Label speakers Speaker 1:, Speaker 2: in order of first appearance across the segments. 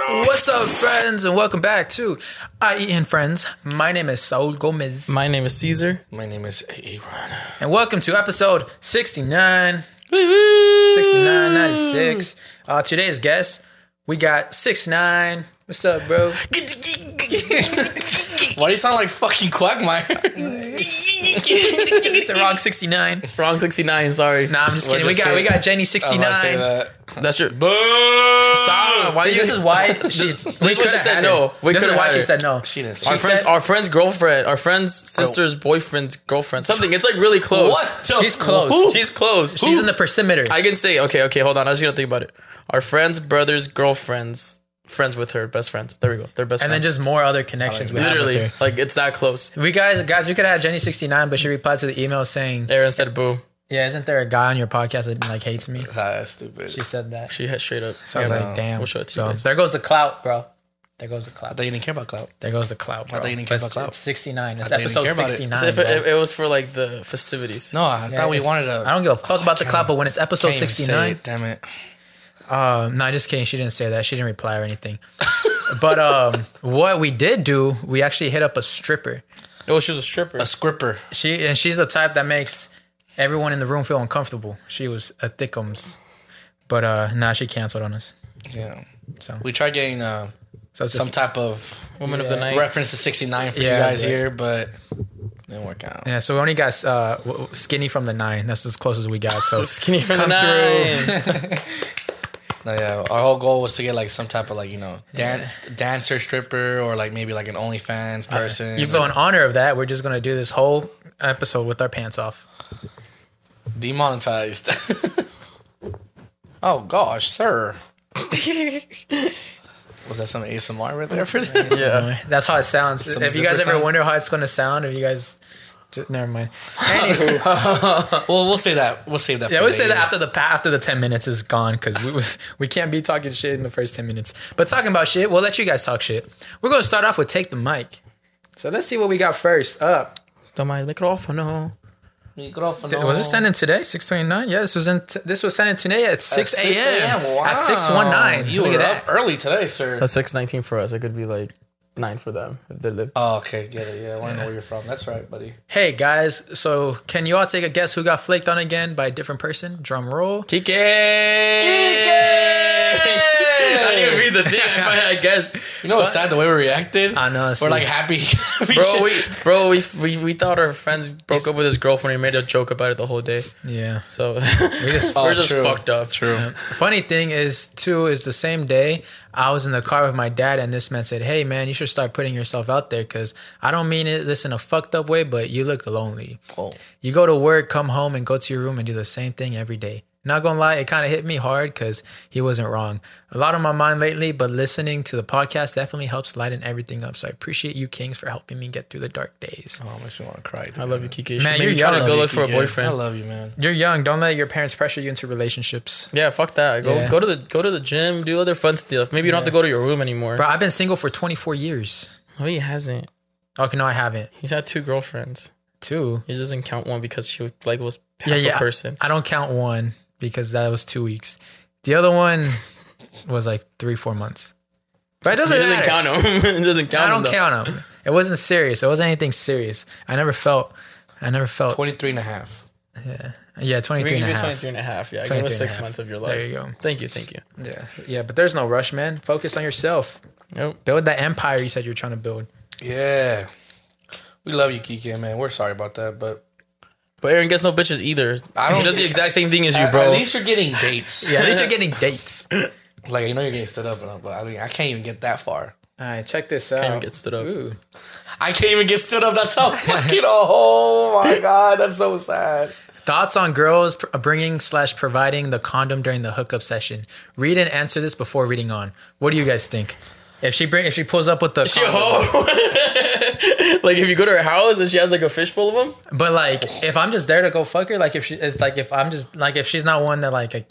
Speaker 1: up, friends, and welcome back to IE and Friends. My name is Saul Gomez,
Speaker 2: My name is Caesar.
Speaker 3: My name is Aaron.
Speaker 1: and welcome to episode 69, 69, 96. Uh, today's guest, we got 69. What's up, bro?
Speaker 3: Why do you sound like fucking Quagmire?
Speaker 1: It's the wrong 69.
Speaker 2: Wrong 69, sorry.
Speaker 1: Nah, I'm just
Speaker 3: We're
Speaker 1: kidding. we
Speaker 3: just
Speaker 1: got we
Speaker 3: kidding.
Speaker 1: got Jenny
Speaker 3: I'm about
Speaker 1: 69.
Speaker 3: to say that.
Speaker 2: That's your.
Speaker 3: Boo!
Speaker 1: See, this is why she,
Speaker 2: this is
Speaker 1: we
Speaker 2: what
Speaker 1: could have
Speaker 2: she said
Speaker 1: said
Speaker 2: no.
Speaker 1: no.
Speaker 2: We
Speaker 1: this is
Speaker 2: could've
Speaker 1: why
Speaker 2: had
Speaker 1: she
Speaker 2: her.
Speaker 1: said no.
Speaker 3: She didn't say
Speaker 2: Our
Speaker 3: that.
Speaker 2: friend's,
Speaker 1: said-
Speaker 2: our friend's girlfriend, our friend's sister's boyfriend's girlfriend, something. It's like really close.
Speaker 3: What? the-
Speaker 1: She's close.
Speaker 2: Who? She's close.
Speaker 1: She's
Speaker 2: Who?
Speaker 1: in the perimeter.
Speaker 2: I can say okay, okay. Hold on, I was just gonna think about it. Our friend's brother's girlfriend's friends with her, best friends. There we go. They're best
Speaker 1: and then
Speaker 2: friends.
Speaker 1: just more other connections we have
Speaker 2: literally
Speaker 1: with her.
Speaker 2: like it's that close.
Speaker 1: We guys, guys, we could have had Jenny sixty nine, but she replied to the email saying,
Speaker 2: Aaron said boo.
Speaker 1: "Yeah, isn't there a guy on your podcast that like hates me?"
Speaker 3: Ah, that's stupid.
Speaker 1: She said that.
Speaker 2: She had straight up.
Speaker 1: I was
Speaker 2: Yeah,
Speaker 1: like, "Damn."
Speaker 2: We'll show it to you
Speaker 1: so
Speaker 2: guys.
Speaker 1: there goes the clout, bro. There goes the
Speaker 3: I
Speaker 1: clout.
Speaker 3: thought you didn't care about clout.
Speaker 1: There goes the clout, bro.
Speaker 3: thought you didn't care
Speaker 1: But
Speaker 3: about clout.
Speaker 1: It's sixty nine. It's
Speaker 3: thought you didn't
Speaker 1: episode
Speaker 3: care about it.
Speaker 1: sixty
Speaker 2: So
Speaker 1: nine.
Speaker 2: if it, it was for like the festivities.
Speaker 3: No, I thought we wanted
Speaker 1: I
Speaker 3: to.
Speaker 1: don't give a fuck about the clout, but when it's episode
Speaker 3: Can't even say
Speaker 1: sixty nine,
Speaker 3: it, Damn it.
Speaker 1: Um, no, just kidding. She didn't say that. She didn't reply or anything. but um, what we did do, we actually hit up a stripper.
Speaker 2: Oh, she was a stripper.
Speaker 3: A scripper.
Speaker 1: She and she's the type that makes everyone in the room feel uncomfortable. She was a thickums, but uh, nah, she canceled on us.
Speaker 3: Yeah.
Speaker 1: So,
Speaker 3: We tried getting uh,
Speaker 1: so it's just,
Speaker 3: some type of
Speaker 2: Woman of the night.
Speaker 3: reference to 69 for
Speaker 1: Yeah,
Speaker 3: you guys
Speaker 1: but-
Speaker 3: here, but didn't work out.
Speaker 1: yeah. So we only got uh, w- w- skinny from the nine. That's as close as we got. So
Speaker 2: Skinny from the
Speaker 1: Come through.
Speaker 2: nine.
Speaker 3: No, yeah, uh, our whole goal was to get like some type of like you know dance dancer stripper or like maybe like an OnlyFans person.
Speaker 1: so in honor of that, we're just gonna do this whole episode with our pants off.
Speaker 3: demonetized. oh gosh, sir. Was that some ASMR right there for this?
Speaker 2: Yeah.
Speaker 1: That's how it sounds.
Speaker 3: Some
Speaker 1: if you guys
Speaker 3: zipper
Speaker 1: ever
Speaker 3: sounds?
Speaker 1: wonder how it's gonna sound, if you guys, just, never mind.
Speaker 3: Well, we'll say that. We'll save that.
Speaker 1: Yeah,
Speaker 3: for
Speaker 1: we say that
Speaker 3: later.
Speaker 1: after the pa- after the ten minutes is gone because we we can't be talking shit in the first ten minutes. But talking about shit, we'll let you guys talk shit. We're gonna start off with take the mic. So let's see what we got first up.
Speaker 2: Toma el micrófono.
Speaker 1: Was it sent in today? Six twenty nine. Yeah, this was in t- this was sent in today Oh. at six a.m. at six one nine.
Speaker 3: You
Speaker 1: Look
Speaker 3: were
Speaker 1: at
Speaker 3: up
Speaker 1: that.
Speaker 3: early today, sir.
Speaker 2: That's six nineteen for us. It could be like nine for them if they live.
Speaker 3: oh, okay, get it. Yeah, I want to know where you're from. That's right, buddy.
Speaker 1: Hey guys, so can you all take a guess who got flaked on again by a different person? Drum roll.
Speaker 2: Kike. I didn't read the thing. I, I guessed.
Speaker 3: You know what's sad? The way we reacted.
Speaker 1: I know, see.
Speaker 3: We're like happy.
Speaker 2: Bro, we bro we, we we thought our friends broke up with his girlfriend. and made a joke about it the whole day.
Speaker 1: Yeah.
Speaker 2: So
Speaker 1: We just
Speaker 2: we're just
Speaker 3: Oh, true.
Speaker 2: fucked up.
Speaker 3: True.
Speaker 1: Funny thing is, too, is the same day I was in the car with my dad, and this man said, "Hey, man, you should start putting yourself out there, cause I don't mean it this in a fucked up way, but you look lonely.
Speaker 3: Oh.
Speaker 1: You go to work, come home, and go to your room and do the same thing every day. Not gonna lie, it kind of hit me hard, cause he wasn't wrong. A lot on my mind lately, but listening to the podcast definitely helps lighten everything up. So I appreciate you, Kings, for helping me get through the dark days.
Speaker 3: Oh, makes me want to cry.
Speaker 2: I love you, Kike.
Speaker 1: Man,
Speaker 2: Man,
Speaker 1: you're
Speaker 2: you're trying
Speaker 1: young.
Speaker 2: to go look for a
Speaker 3: I
Speaker 2: boyfriend.
Speaker 3: love you, man.
Speaker 1: You're young. Don't let your parents pressure you into relationships.
Speaker 2: Yeah, fuck that. Go
Speaker 1: Yeah.
Speaker 2: go to the go to the gym. Do other fun stuff. Maybe you don't have to go to your room anymore.
Speaker 1: Bro, I've been single for 24 years.
Speaker 2: No, he hasn't.
Speaker 1: Okay, no, I haven't.
Speaker 2: He's had two girlfriends.
Speaker 1: Two.
Speaker 2: He doesn't count one because she like was half
Speaker 1: yeah, yeah.
Speaker 2: a person.
Speaker 1: I don't count one because that was two weeks. The other one was like three, four months. But it doesn't,
Speaker 2: It doesn't
Speaker 1: matter.
Speaker 2: count him. it doesn't count.
Speaker 1: I
Speaker 2: him,
Speaker 1: don't
Speaker 2: though.
Speaker 1: count them. It wasn't serious. It wasn't anything serious. I never felt. I never felt.
Speaker 3: 23 and a half.
Speaker 1: yeah, 23
Speaker 2: We can
Speaker 1: and
Speaker 2: give
Speaker 1: a
Speaker 2: you
Speaker 1: half.
Speaker 2: 23 and a half. Yeah, give
Speaker 1: 23
Speaker 2: us
Speaker 1: and a
Speaker 2: six
Speaker 1: half.
Speaker 2: months of your life.
Speaker 1: There you go.
Speaker 2: Thank you, thank you.
Speaker 1: Yeah, yeah, but there's no rush, man. Focus on yourself.
Speaker 2: Nope.
Speaker 1: Build that empire you said you were trying to build.
Speaker 3: Yeah. We love you, Kike, man. We're sorry about that, but
Speaker 2: But Aaron gets no bitches either.
Speaker 3: I don't-
Speaker 2: he does the exact same thing as you,
Speaker 3: at,
Speaker 2: bro.
Speaker 3: at least you're getting dates.
Speaker 1: Yeah, at least you're getting dates. All
Speaker 3: Like, you know you're getting stood up, but I'm- but I, mean, I can't even get that far.
Speaker 1: right, check this out.
Speaker 2: even get stood up.
Speaker 1: Ooh.
Speaker 3: I can't even get stood up. That's how fucking, oh my God, that's so sad.
Speaker 1: Thoughts on girls pr- uh, bringing slash providing the condom during the hookup session. Read and answer this before reading on. What do you guys think? If she bring if she pulls up with the
Speaker 2: she a
Speaker 1: condom-
Speaker 2: hoe. like if you go to her house and she has like a fishbowl of them,
Speaker 1: but like if I'm just there to go fuck her, like if she it's like if I'm just like if she's not one that like I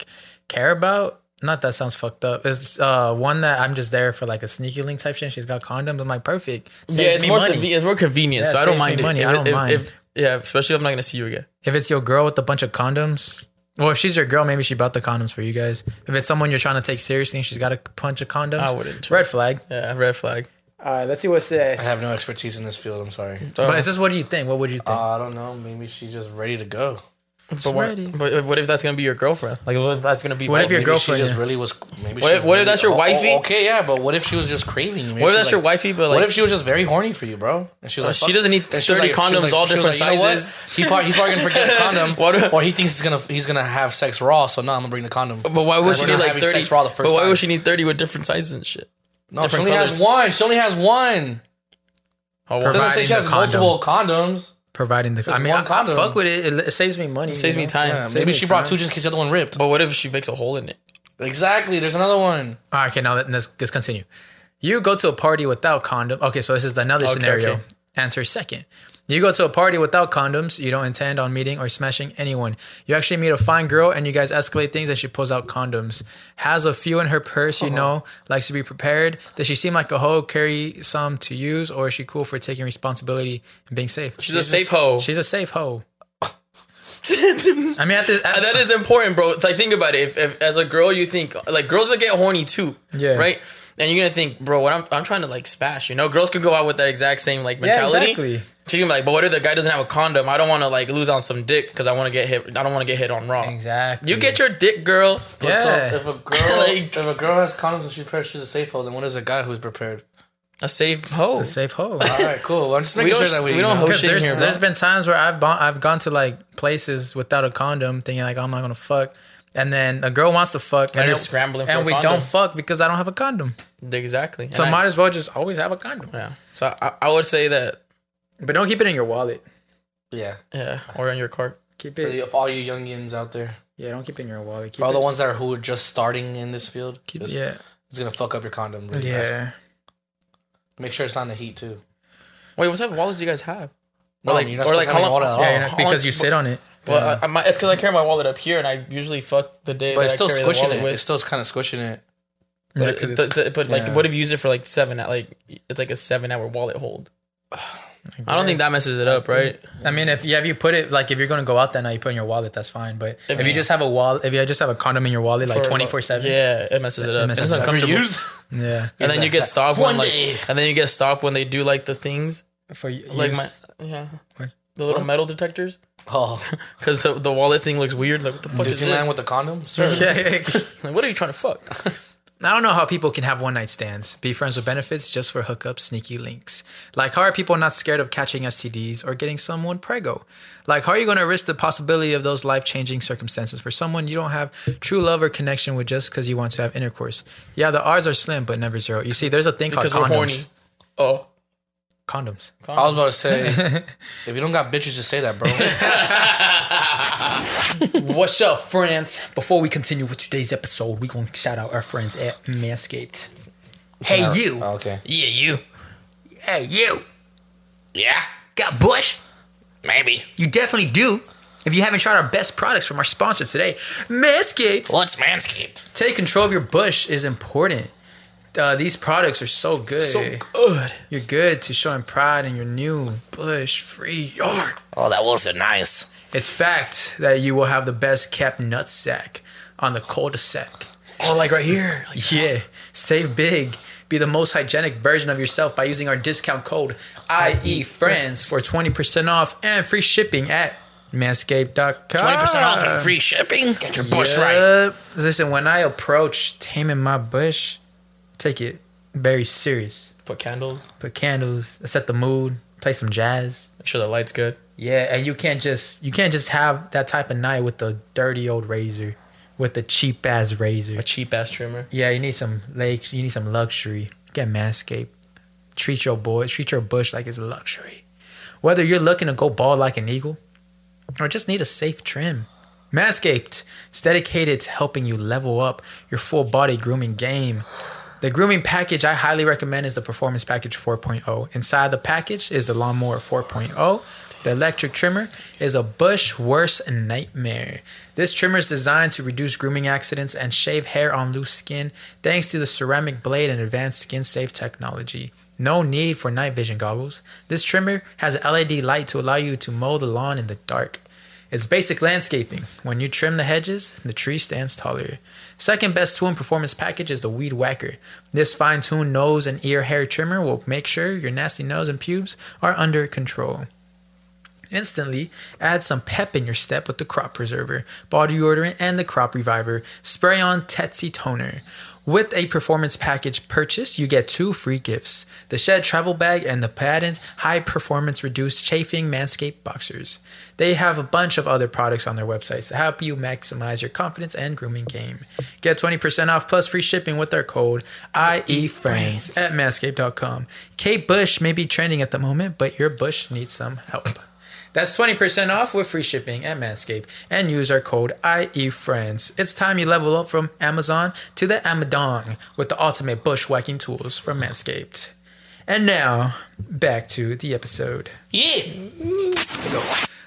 Speaker 1: care about. Not that sounds fucked up. It's uh one that I'm just there for like a sneaky link type shit. and She's got condoms. I'm like perfect.
Speaker 2: yeah,
Speaker 1: Saves
Speaker 2: it's
Speaker 1: me
Speaker 2: more
Speaker 1: money.
Speaker 2: conve- it's more convenient.
Speaker 1: Yeah,
Speaker 2: so I
Speaker 1: saves
Speaker 2: don't
Speaker 1: me
Speaker 2: mind it.
Speaker 1: money. I don't mind.
Speaker 2: yeah, especially if I'm not gonna see you again.
Speaker 1: If it's your girl with a bunch of condoms, Well, if she's your girl, maybe she bought the condoms for you guys. If it's someone you're trying to take seriously and she's got a punch of condoms,
Speaker 2: I wouldn't
Speaker 1: Red
Speaker 2: trust-
Speaker 1: flag.
Speaker 2: Yeah, red flag.
Speaker 1: All right, let's see what it says.
Speaker 3: I have no expertise in this field. I'm sorry.
Speaker 1: but is this what do you think? What would you think?
Speaker 3: Uh, I don't know. Maybe she's just ready to go.
Speaker 1: Uh,
Speaker 2: But
Speaker 1: ready.
Speaker 2: what, but what if that's gonna be your girlfriend? Like, what if that's gonna be
Speaker 1: What if
Speaker 2: your
Speaker 1: your
Speaker 3: Maybe she
Speaker 1: girlfriend,
Speaker 3: just
Speaker 1: yeah.
Speaker 3: really was. Maybe
Speaker 2: What
Speaker 3: she
Speaker 2: if-
Speaker 3: was
Speaker 2: what if
Speaker 3: really-
Speaker 2: that's your
Speaker 3: oh, oh,
Speaker 2: wifey?
Speaker 3: okay, yeah, but what if she was just craving? you? Maybe
Speaker 2: What if
Speaker 3: she
Speaker 2: that's
Speaker 3: was
Speaker 2: your
Speaker 3: like-
Speaker 2: wifey? But like,
Speaker 3: What if she was just very horny for you, bro? And she was like,
Speaker 2: she
Speaker 3: fuck-
Speaker 2: doesn't need
Speaker 3: and she was
Speaker 2: 30
Speaker 3: she was
Speaker 2: condoms, all
Speaker 3: she was
Speaker 2: different
Speaker 3: "You know what?
Speaker 2: sizes."
Speaker 3: he probably, he's probably gonna forget a condom,
Speaker 2: What if-
Speaker 3: or he thinks he's gonna he's gonna have sex raw. So no, I'm gonna bring the condom.
Speaker 2: But why would
Speaker 3: That's
Speaker 2: she
Speaker 3: why
Speaker 2: need
Speaker 3: we're
Speaker 2: like
Speaker 3: having
Speaker 2: thirty?
Speaker 3: sex raw the first
Speaker 2: but why
Speaker 3: time.
Speaker 2: would she need thirty with different sizes and shit?
Speaker 3: no, she
Speaker 2: different
Speaker 3: only
Speaker 2: colors?
Speaker 3: has one. She only has one.
Speaker 2: Oh,
Speaker 3: It
Speaker 2: wow.
Speaker 3: doesn't say
Speaker 1: Providing
Speaker 3: she has
Speaker 1: the condom.
Speaker 3: multiple condoms.
Speaker 1: Providing the, I mean,
Speaker 3: one
Speaker 1: I,
Speaker 3: condom.
Speaker 1: fuck with it. It, it saves me money.
Speaker 2: saves
Speaker 1: you
Speaker 2: me
Speaker 1: know?
Speaker 2: time.
Speaker 3: Yeah,
Speaker 1: Save
Speaker 3: maybe
Speaker 1: me
Speaker 3: she brought
Speaker 1: time.
Speaker 3: two just in case the other one ripped.
Speaker 2: But what if she makes a hole in it?
Speaker 3: Exactly. There's another one.
Speaker 1: All right, Ah, okay, now let, let's, let's continue. You go to a party without condom. Okay, so this is another
Speaker 2: Okay,
Speaker 1: scenario.
Speaker 2: okay.
Speaker 1: Answer second. You go to a party without condoms. You don't intend on meeting or smashing anyone. You actually meet a fine girl and you guys escalate things and she pulls out condoms. Has a few in her purse,
Speaker 2: Uh-huh.
Speaker 1: you know, likes to be prepared. Does she seem like a hoe, carry some to use, or is she cool for taking responsibility and being safe?
Speaker 2: She's, a safe hoe.
Speaker 1: She's a safe hoe.
Speaker 2: that
Speaker 1: I mean, at the, at,
Speaker 2: is important, bro. Like, think about it. If, if as a girl, you think like girls will get horny too,
Speaker 1: Yeah.
Speaker 2: right? And you're gonna think, bro, what I'm I'm trying to like smash. You know, girls could go out with that exact same like mentality.
Speaker 1: exactly.
Speaker 2: She's gonna be like, but what if the guy doesn't have a condom? I don't want to like lose on some dick because I want to get hit. I don't want to get hit on raw.
Speaker 1: exactly.
Speaker 2: You get your dick, girl.
Speaker 3: But
Speaker 1: Yeah.
Speaker 3: So if a girl
Speaker 2: Like-
Speaker 3: if a girl has condoms and she's prepared, she's a safe hole. Then what is a guy who's prepared?
Speaker 2: A safe hoe.
Speaker 1: the safe hoe.
Speaker 3: All right, cool. Well, I'm just
Speaker 2: We
Speaker 3: making
Speaker 2: don't-
Speaker 3: sure that we,
Speaker 2: we
Speaker 3: you
Speaker 2: don't
Speaker 3: know.
Speaker 2: host
Speaker 1: Because
Speaker 2: Oh, shit in
Speaker 1: there's,
Speaker 2: here, bro.
Speaker 1: there's been times where I've bon- I've gone to like places without a condom, thinking like I'm not gonna fuck, and then a girl wants to fuck, and,
Speaker 2: you're
Speaker 1: then-
Speaker 2: scrambling for
Speaker 1: and
Speaker 2: a
Speaker 1: we
Speaker 2: condom.
Speaker 1: don't fuck because I don't have a condom.
Speaker 2: Exactly.
Speaker 1: So
Speaker 2: And I-
Speaker 1: might as well just always have a condom,
Speaker 2: yeah. So I, I would say that
Speaker 1: but don't keep it in your wallet.
Speaker 3: Yeah.
Speaker 2: yeah, or in your cart.
Speaker 1: Keep
Speaker 3: For
Speaker 1: it,
Speaker 3: the- for all you youngians out there,
Speaker 1: yeah, don't keep it in your wallet. Keep
Speaker 3: for all
Speaker 1: it,
Speaker 3: the ones that are who are just starting in this field,
Speaker 1: keep,
Speaker 3: just-
Speaker 1: yeah,
Speaker 3: it's gonna fuck up your condom. Really yeah.
Speaker 1: yeah.
Speaker 3: Make sure it's not in the heat too.
Speaker 2: Wait, what type of wallets do you guys have?
Speaker 3: No,
Speaker 2: like-
Speaker 3: you're not
Speaker 2: or
Speaker 3: supposed
Speaker 2: like
Speaker 3: to
Speaker 2: how
Speaker 3: have any
Speaker 2: long-
Speaker 3: water at all.
Speaker 1: yeah you're not-
Speaker 2: how long-
Speaker 1: because you sit on it.
Speaker 2: Well, I, I might, it's because I carry my wallet up here, and I usually fuck the day.
Speaker 3: but
Speaker 2: that
Speaker 3: it's
Speaker 2: I
Speaker 3: still
Speaker 2: carry the
Speaker 3: squishing
Speaker 2: wallet
Speaker 3: it.
Speaker 2: with.
Speaker 3: It's still kind of squishing it.
Speaker 1: Yeah,
Speaker 2: But,
Speaker 1: 'cause
Speaker 2: it-
Speaker 1: it's-
Speaker 2: th- th- but like,
Speaker 3: yeah.
Speaker 2: what if you use it for like seven? Like, it's like a seven-hour wallet hold. I don't think that messes it up, right?
Speaker 1: I mean, if yeah, if you put it like if you're gonna go out that night, you put it in your wallet. That's fine. But if, you just have a wallet, if you just have a condom in your wallet like
Speaker 2: For-
Speaker 1: twenty four seven,
Speaker 2: Yeah, it messes it up.
Speaker 1: messes
Speaker 2: It's
Speaker 1: it up.
Speaker 2: uncomfortable.
Speaker 1: yeah,
Speaker 2: And then you get stopped when
Speaker 3: One
Speaker 2: like,
Speaker 3: day.
Speaker 2: and then you get stopped when they do like the things
Speaker 1: for you,
Speaker 2: like my yeah.
Speaker 1: What?
Speaker 2: The little metal detectors,
Speaker 3: Oh,
Speaker 2: because the, the wallet thing looks weird. Like, what the fuck is
Speaker 3: Disneyland
Speaker 2: this?
Speaker 3: with the condom, sir.
Speaker 1: yeah.
Speaker 2: Like, what are you trying to fuck?
Speaker 1: I don't know how people can have one night stands, be friends with benefits just for hookup sneaky links. Like, how are people not scared of catching STDs or getting someone prego? Like, how are you going to risk the possibility of those life changing circumstances for someone you don't have true love or connection with just because you want to have intercourse? Yeah, the odds are slim, but never zero. You see, there's a thing called
Speaker 2: Because we're horny.
Speaker 1: condoms.
Speaker 2: Oh,
Speaker 1: Condoms.
Speaker 3: I was about to say, if you don't got bitches, just say that, bro.
Speaker 1: What's up, friends? Before we continue with today's episode, we're going to shout out our friends at Manscaped. uh, Hey, you.
Speaker 3: Oh, okay.
Speaker 1: Yeah, you. Hey, you. Yeah. Got Bush?
Speaker 3: Maybe.
Speaker 1: You definitely do. If you haven't tried our best products from our sponsor today, Manscaped.
Speaker 3: What's Manscaped?
Speaker 1: Take control of your bush is important. Uh, these products are so good.
Speaker 2: good.
Speaker 1: You're good to showing pride in your new bush-free yard.
Speaker 3: Oh, that wolves are nice.
Speaker 1: It's fact that you will have the best kept nutsack on the cul-de-sac.
Speaker 2: Oh, like right here.
Speaker 1: Yeah, save big. Be the most hygienic version of yourself by using our discount code IE friends for 20% off and free shipping at manscaped.com. 20%
Speaker 4: Ah.
Speaker 3: free shipping. Get your
Speaker 1: Yep. Listen, when I approach taming my bush, take it very serious.
Speaker 2: Put candles.
Speaker 1: Put candles, set the mood, play some jazz.
Speaker 2: Make sure the light's good.
Speaker 1: Yeah, and you can't just you can't just have that type of night with the dirty old razor, with the cheap ass razor.
Speaker 2: A cheap ass trimmer.
Speaker 1: Yeah, you need some lake. You need some luxury. Get Manscaped. Treat your boy. Treat your bush like it's a luxury. Whether you're looking to go bald like an eagle, or just need a safe trim, Manscaped is dedicated to helping you level up your full body grooming game. The grooming package I highly recommend is the Performance Package 4.0. Inside the package is the Lawnmower 4.0. The electric trimmer is a bush worse nightmare. This trimmer is designed to reduce grooming accidents and shave hair on loose skin thanks to the ceramic blade and advanced skin safe technology. No need E for night vision goggles. This trimmer has an LED light to allow you to mow the lawn in the dark. It's basic landscaping. When you trim the hedges, the tree stands taller. Second best tool in performance package is the Weed Whacker. This fine tuned nose and ear hair trimmer will make sure your nasty nose and pubes are under control. Instantly, add some pep in your step with the Crop Preserver, Body Deodorant, and the Crop Reviver. Spray on Tetsi Toner. With a performance package purchase, you get two free gifts the Shed Travel Bag and the Patent High Performance Reduced Chafing Manscaped Boxers. They have a bunch of other products on their websites to help you maximize your confidence and grooming game. Get 20% off plus free shipping with our code IEFRIENDS at manscaped.com. Kate Bush may be trending at the moment, but your bush needs some help. That's 20% off with free shipping at Manscaped and use our code IEFriends. It's time you level up from Amazon to the Amadon with the ultimate bushwhacking tools from Manscaped. And now, back to the episode.
Speaker 2: Yeah.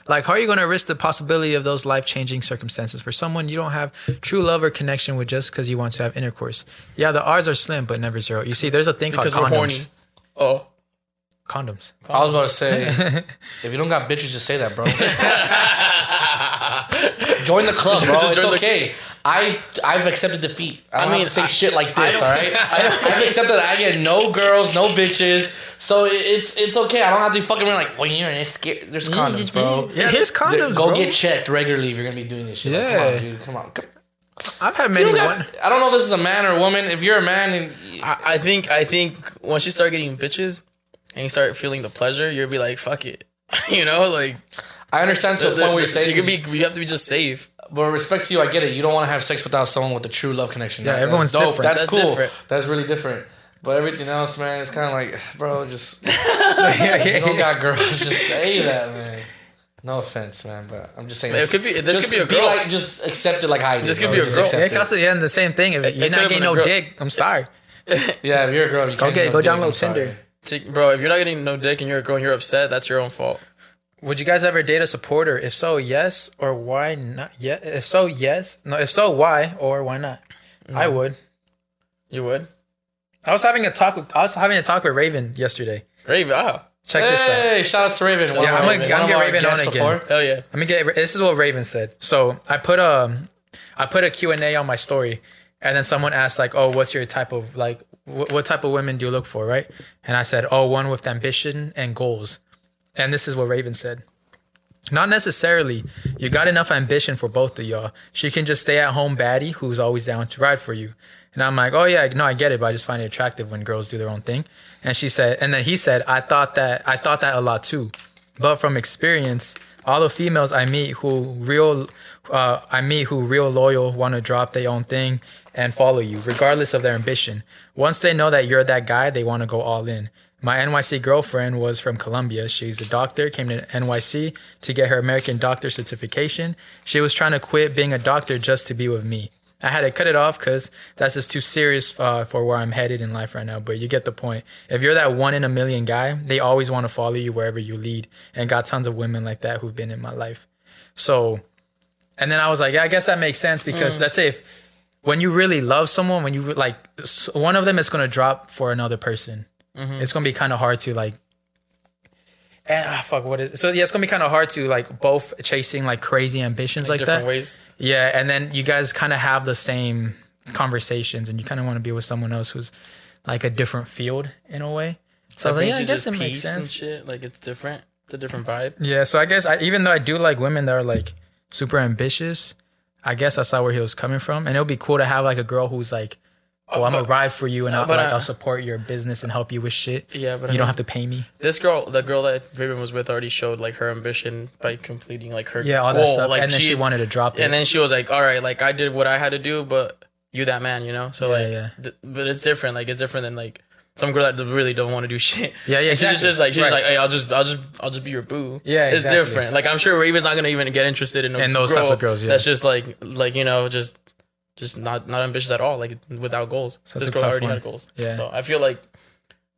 Speaker 1: Like, how are you going to risk the possibility of those life changing circumstances for someone you don't have true love or connection with just because you want to have intercourse? Yeah, the odds are slim, but never zero. You see, there's a thing
Speaker 2: Because
Speaker 1: called
Speaker 2: we're horny.
Speaker 1: condoms.
Speaker 2: Oh.
Speaker 1: Condoms.
Speaker 3: I was about to say, if you don't got bitches, just say that, bro. join the club, bro.
Speaker 2: Just
Speaker 3: It's
Speaker 2: join the-
Speaker 3: okay. I've I've accepted defeat. I don't
Speaker 2: I mean,
Speaker 3: mean, have to say
Speaker 2: I-
Speaker 3: shit like
Speaker 2: I
Speaker 3: this. All
Speaker 2: don't-
Speaker 3: right, I, I've accepted that I get no girls, no bitches. So it- it's it's okay. I don't have to be fucking around like well, you're in it's scared. There's condoms, bro.
Speaker 1: Yeah, there's condoms.
Speaker 3: Go
Speaker 1: bro.
Speaker 3: get checked regularly if you're gonna be doing this shit.
Speaker 1: Yeah.
Speaker 3: Like, come on, dude. Come on. Come-
Speaker 1: I've had
Speaker 3: you
Speaker 1: many.
Speaker 3: don't got-
Speaker 1: One-
Speaker 3: I don't know if this is a man or a woman. If you're a man and
Speaker 2: I, I think I think once you start getting bitches and you start feeling the pleasure, you'll be like, fuck it. you know, like
Speaker 3: I understand to the point where you're
Speaker 2: you
Speaker 3: saying
Speaker 2: can be you have to be just safe.
Speaker 3: But with respect to you, I get it. You don't want to have sex without someone with a true love connection.
Speaker 1: Yeah, everyone's
Speaker 3: that's
Speaker 1: different.
Speaker 3: That's,
Speaker 2: That's
Speaker 3: cool.
Speaker 2: different.
Speaker 3: That's really different. But everything else, man, it's kind of like, bro, just you don't got girls. Just say that, man. No offense, man, but I'm just saying.
Speaker 2: Man, it could be- this
Speaker 3: just
Speaker 2: could be a girl.
Speaker 3: like, just accept it like I did.
Speaker 2: This could
Speaker 3: bro.
Speaker 2: be a
Speaker 3: Just
Speaker 2: girl.
Speaker 3: accept
Speaker 1: yeah, it
Speaker 3: it.
Speaker 1: could also, yeah, and the same thing. If you're
Speaker 2: could've
Speaker 1: not
Speaker 2: been
Speaker 1: getting
Speaker 2: a
Speaker 1: no
Speaker 2: girl.
Speaker 1: dick, I'm sorry.
Speaker 3: Yeah, if you're a girl, you
Speaker 1: Go
Speaker 3: can't
Speaker 1: get,
Speaker 3: no
Speaker 1: go
Speaker 3: dick, I'm
Speaker 1: download
Speaker 3: sorry.
Speaker 1: Tinder.
Speaker 2: Take- bro, if you're not getting no dick and you're a girl and you're upset, that's your own fault.
Speaker 1: Would you guys ever date a supporter? If so, yes, or why not? Yeah, if so, yes. No, if so, why or why not?
Speaker 3: Mm.
Speaker 1: I would.
Speaker 2: You would?
Speaker 1: I was having a talk. With, I was having a talk with Raven yesterday.
Speaker 2: Raven, ah.
Speaker 1: Check this out.
Speaker 3: Hey, shout out to Raven. One
Speaker 1: Yeah,
Speaker 3: of
Speaker 1: I'm
Speaker 3: our-
Speaker 1: gonna-
Speaker 3: one
Speaker 1: I'm
Speaker 3: of
Speaker 1: gonna
Speaker 3: our
Speaker 1: get Raven on
Speaker 3: guests
Speaker 1: again.
Speaker 3: before.
Speaker 2: Hell yeah.
Speaker 1: Let me get. This is what Raven said. So I put um, I put a Q and A on my story, and then someone asked like, "Oh, what's your type of like? Wh- what type of women do you look for?" Right? And I said, "Oh, one with ambition and goals." And this is what Raven said. Not necessarily. You got enough ambition for both of y'all. She can just stay at home baddie who's always down to ride for you. And I'm like, oh yeah, no, I get it, but I just find it attractive when girls do their own thing. And she said, and then he said, I thought that I thought that a lot too, but from experience, all the females I meet who real, uh, I meet who real loyal want to drop their own thing and follow you, regardless of their ambition. Once they know that you're that guy, they want to go all in. My NYC girlfriend was from Colombia. She's a doctor, came to NYC to get her American doctor certification. She was trying to quit being a doctor just to be with me. I had to cut it off because that's just too serious uh, for where I'm headed in life right now. But you get the point. If you're that one in a million guy, they always want to follow you wherever you lead. And got tons of women like that who've been in my life. So, and then I was like, yeah, I guess that makes sense
Speaker 2: Mm.
Speaker 1: because let's say if when you really love someone, when you re- like s- one of them is going to drop for another person,
Speaker 2: Mm-hmm.
Speaker 1: it's going to be kind of hard to like, and, ah, fuck, what is So, yeah, it's going to be kind of hard to like both chasing like crazy ambitions like,
Speaker 2: Different
Speaker 1: that.
Speaker 2: ways.
Speaker 1: Yeah, and then you guys kind of have the same conversations, and you kind of want to be with someone else who's like a different field in a way. So I was like,
Speaker 2: brings
Speaker 1: yeah, I
Speaker 2: you
Speaker 1: guess
Speaker 2: just
Speaker 1: it makes
Speaker 2: peace and
Speaker 1: sense.
Speaker 2: shit. Like it's different. It's a different vibe.
Speaker 1: Yeah, so I guess I, even though I do like women that are like super ambitious, I guess I saw where he was coming from, and it would be cool to have like a girl who's like, "Oh, I'm
Speaker 2: but- uh,
Speaker 1: a ride for you, and I'll,
Speaker 2: but
Speaker 1: like,
Speaker 2: I-
Speaker 1: I'll support your business and help you with shit.
Speaker 2: Yeah, but
Speaker 1: you don't
Speaker 2: I mean-
Speaker 1: have to pay me.
Speaker 2: This girl, the girl that Raven was with, already showed like her ambition by completing like her
Speaker 1: Yeah, all that
Speaker 2: goal.
Speaker 1: stuff.
Speaker 2: Like
Speaker 1: and then she, wanted to drop it.
Speaker 2: and then she was like, "All right, like I did what I had to do, but you that man, you know." So
Speaker 1: Yeah,
Speaker 2: like,
Speaker 1: yeah.
Speaker 2: Th- but it's different. Like it's different than like some girl that really don't want to do shit.
Speaker 1: Yeah, yeah,
Speaker 2: And She's just-
Speaker 1: exactly.
Speaker 2: just like she's just
Speaker 1: Right.
Speaker 2: like, "Hey, I'll just, I'll just, I'll just be your boo."
Speaker 1: Yeah,
Speaker 2: it's
Speaker 1: exactly.
Speaker 2: different. Like I'm sure Raven's not gonna even get interested in a
Speaker 1: In those
Speaker 2: girl
Speaker 1: types of girls, yeah.
Speaker 2: That's just like, like you know, just, just not, not ambitious at all. Like without goals.
Speaker 1: So it's
Speaker 2: this
Speaker 1: a
Speaker 2: girl
Speaker 1: tough
Speaker 2: already
Speaker 1: one.
Speaker 2: had goals.
Speaker 1: Yeah.
Speaker 2: So I feel like.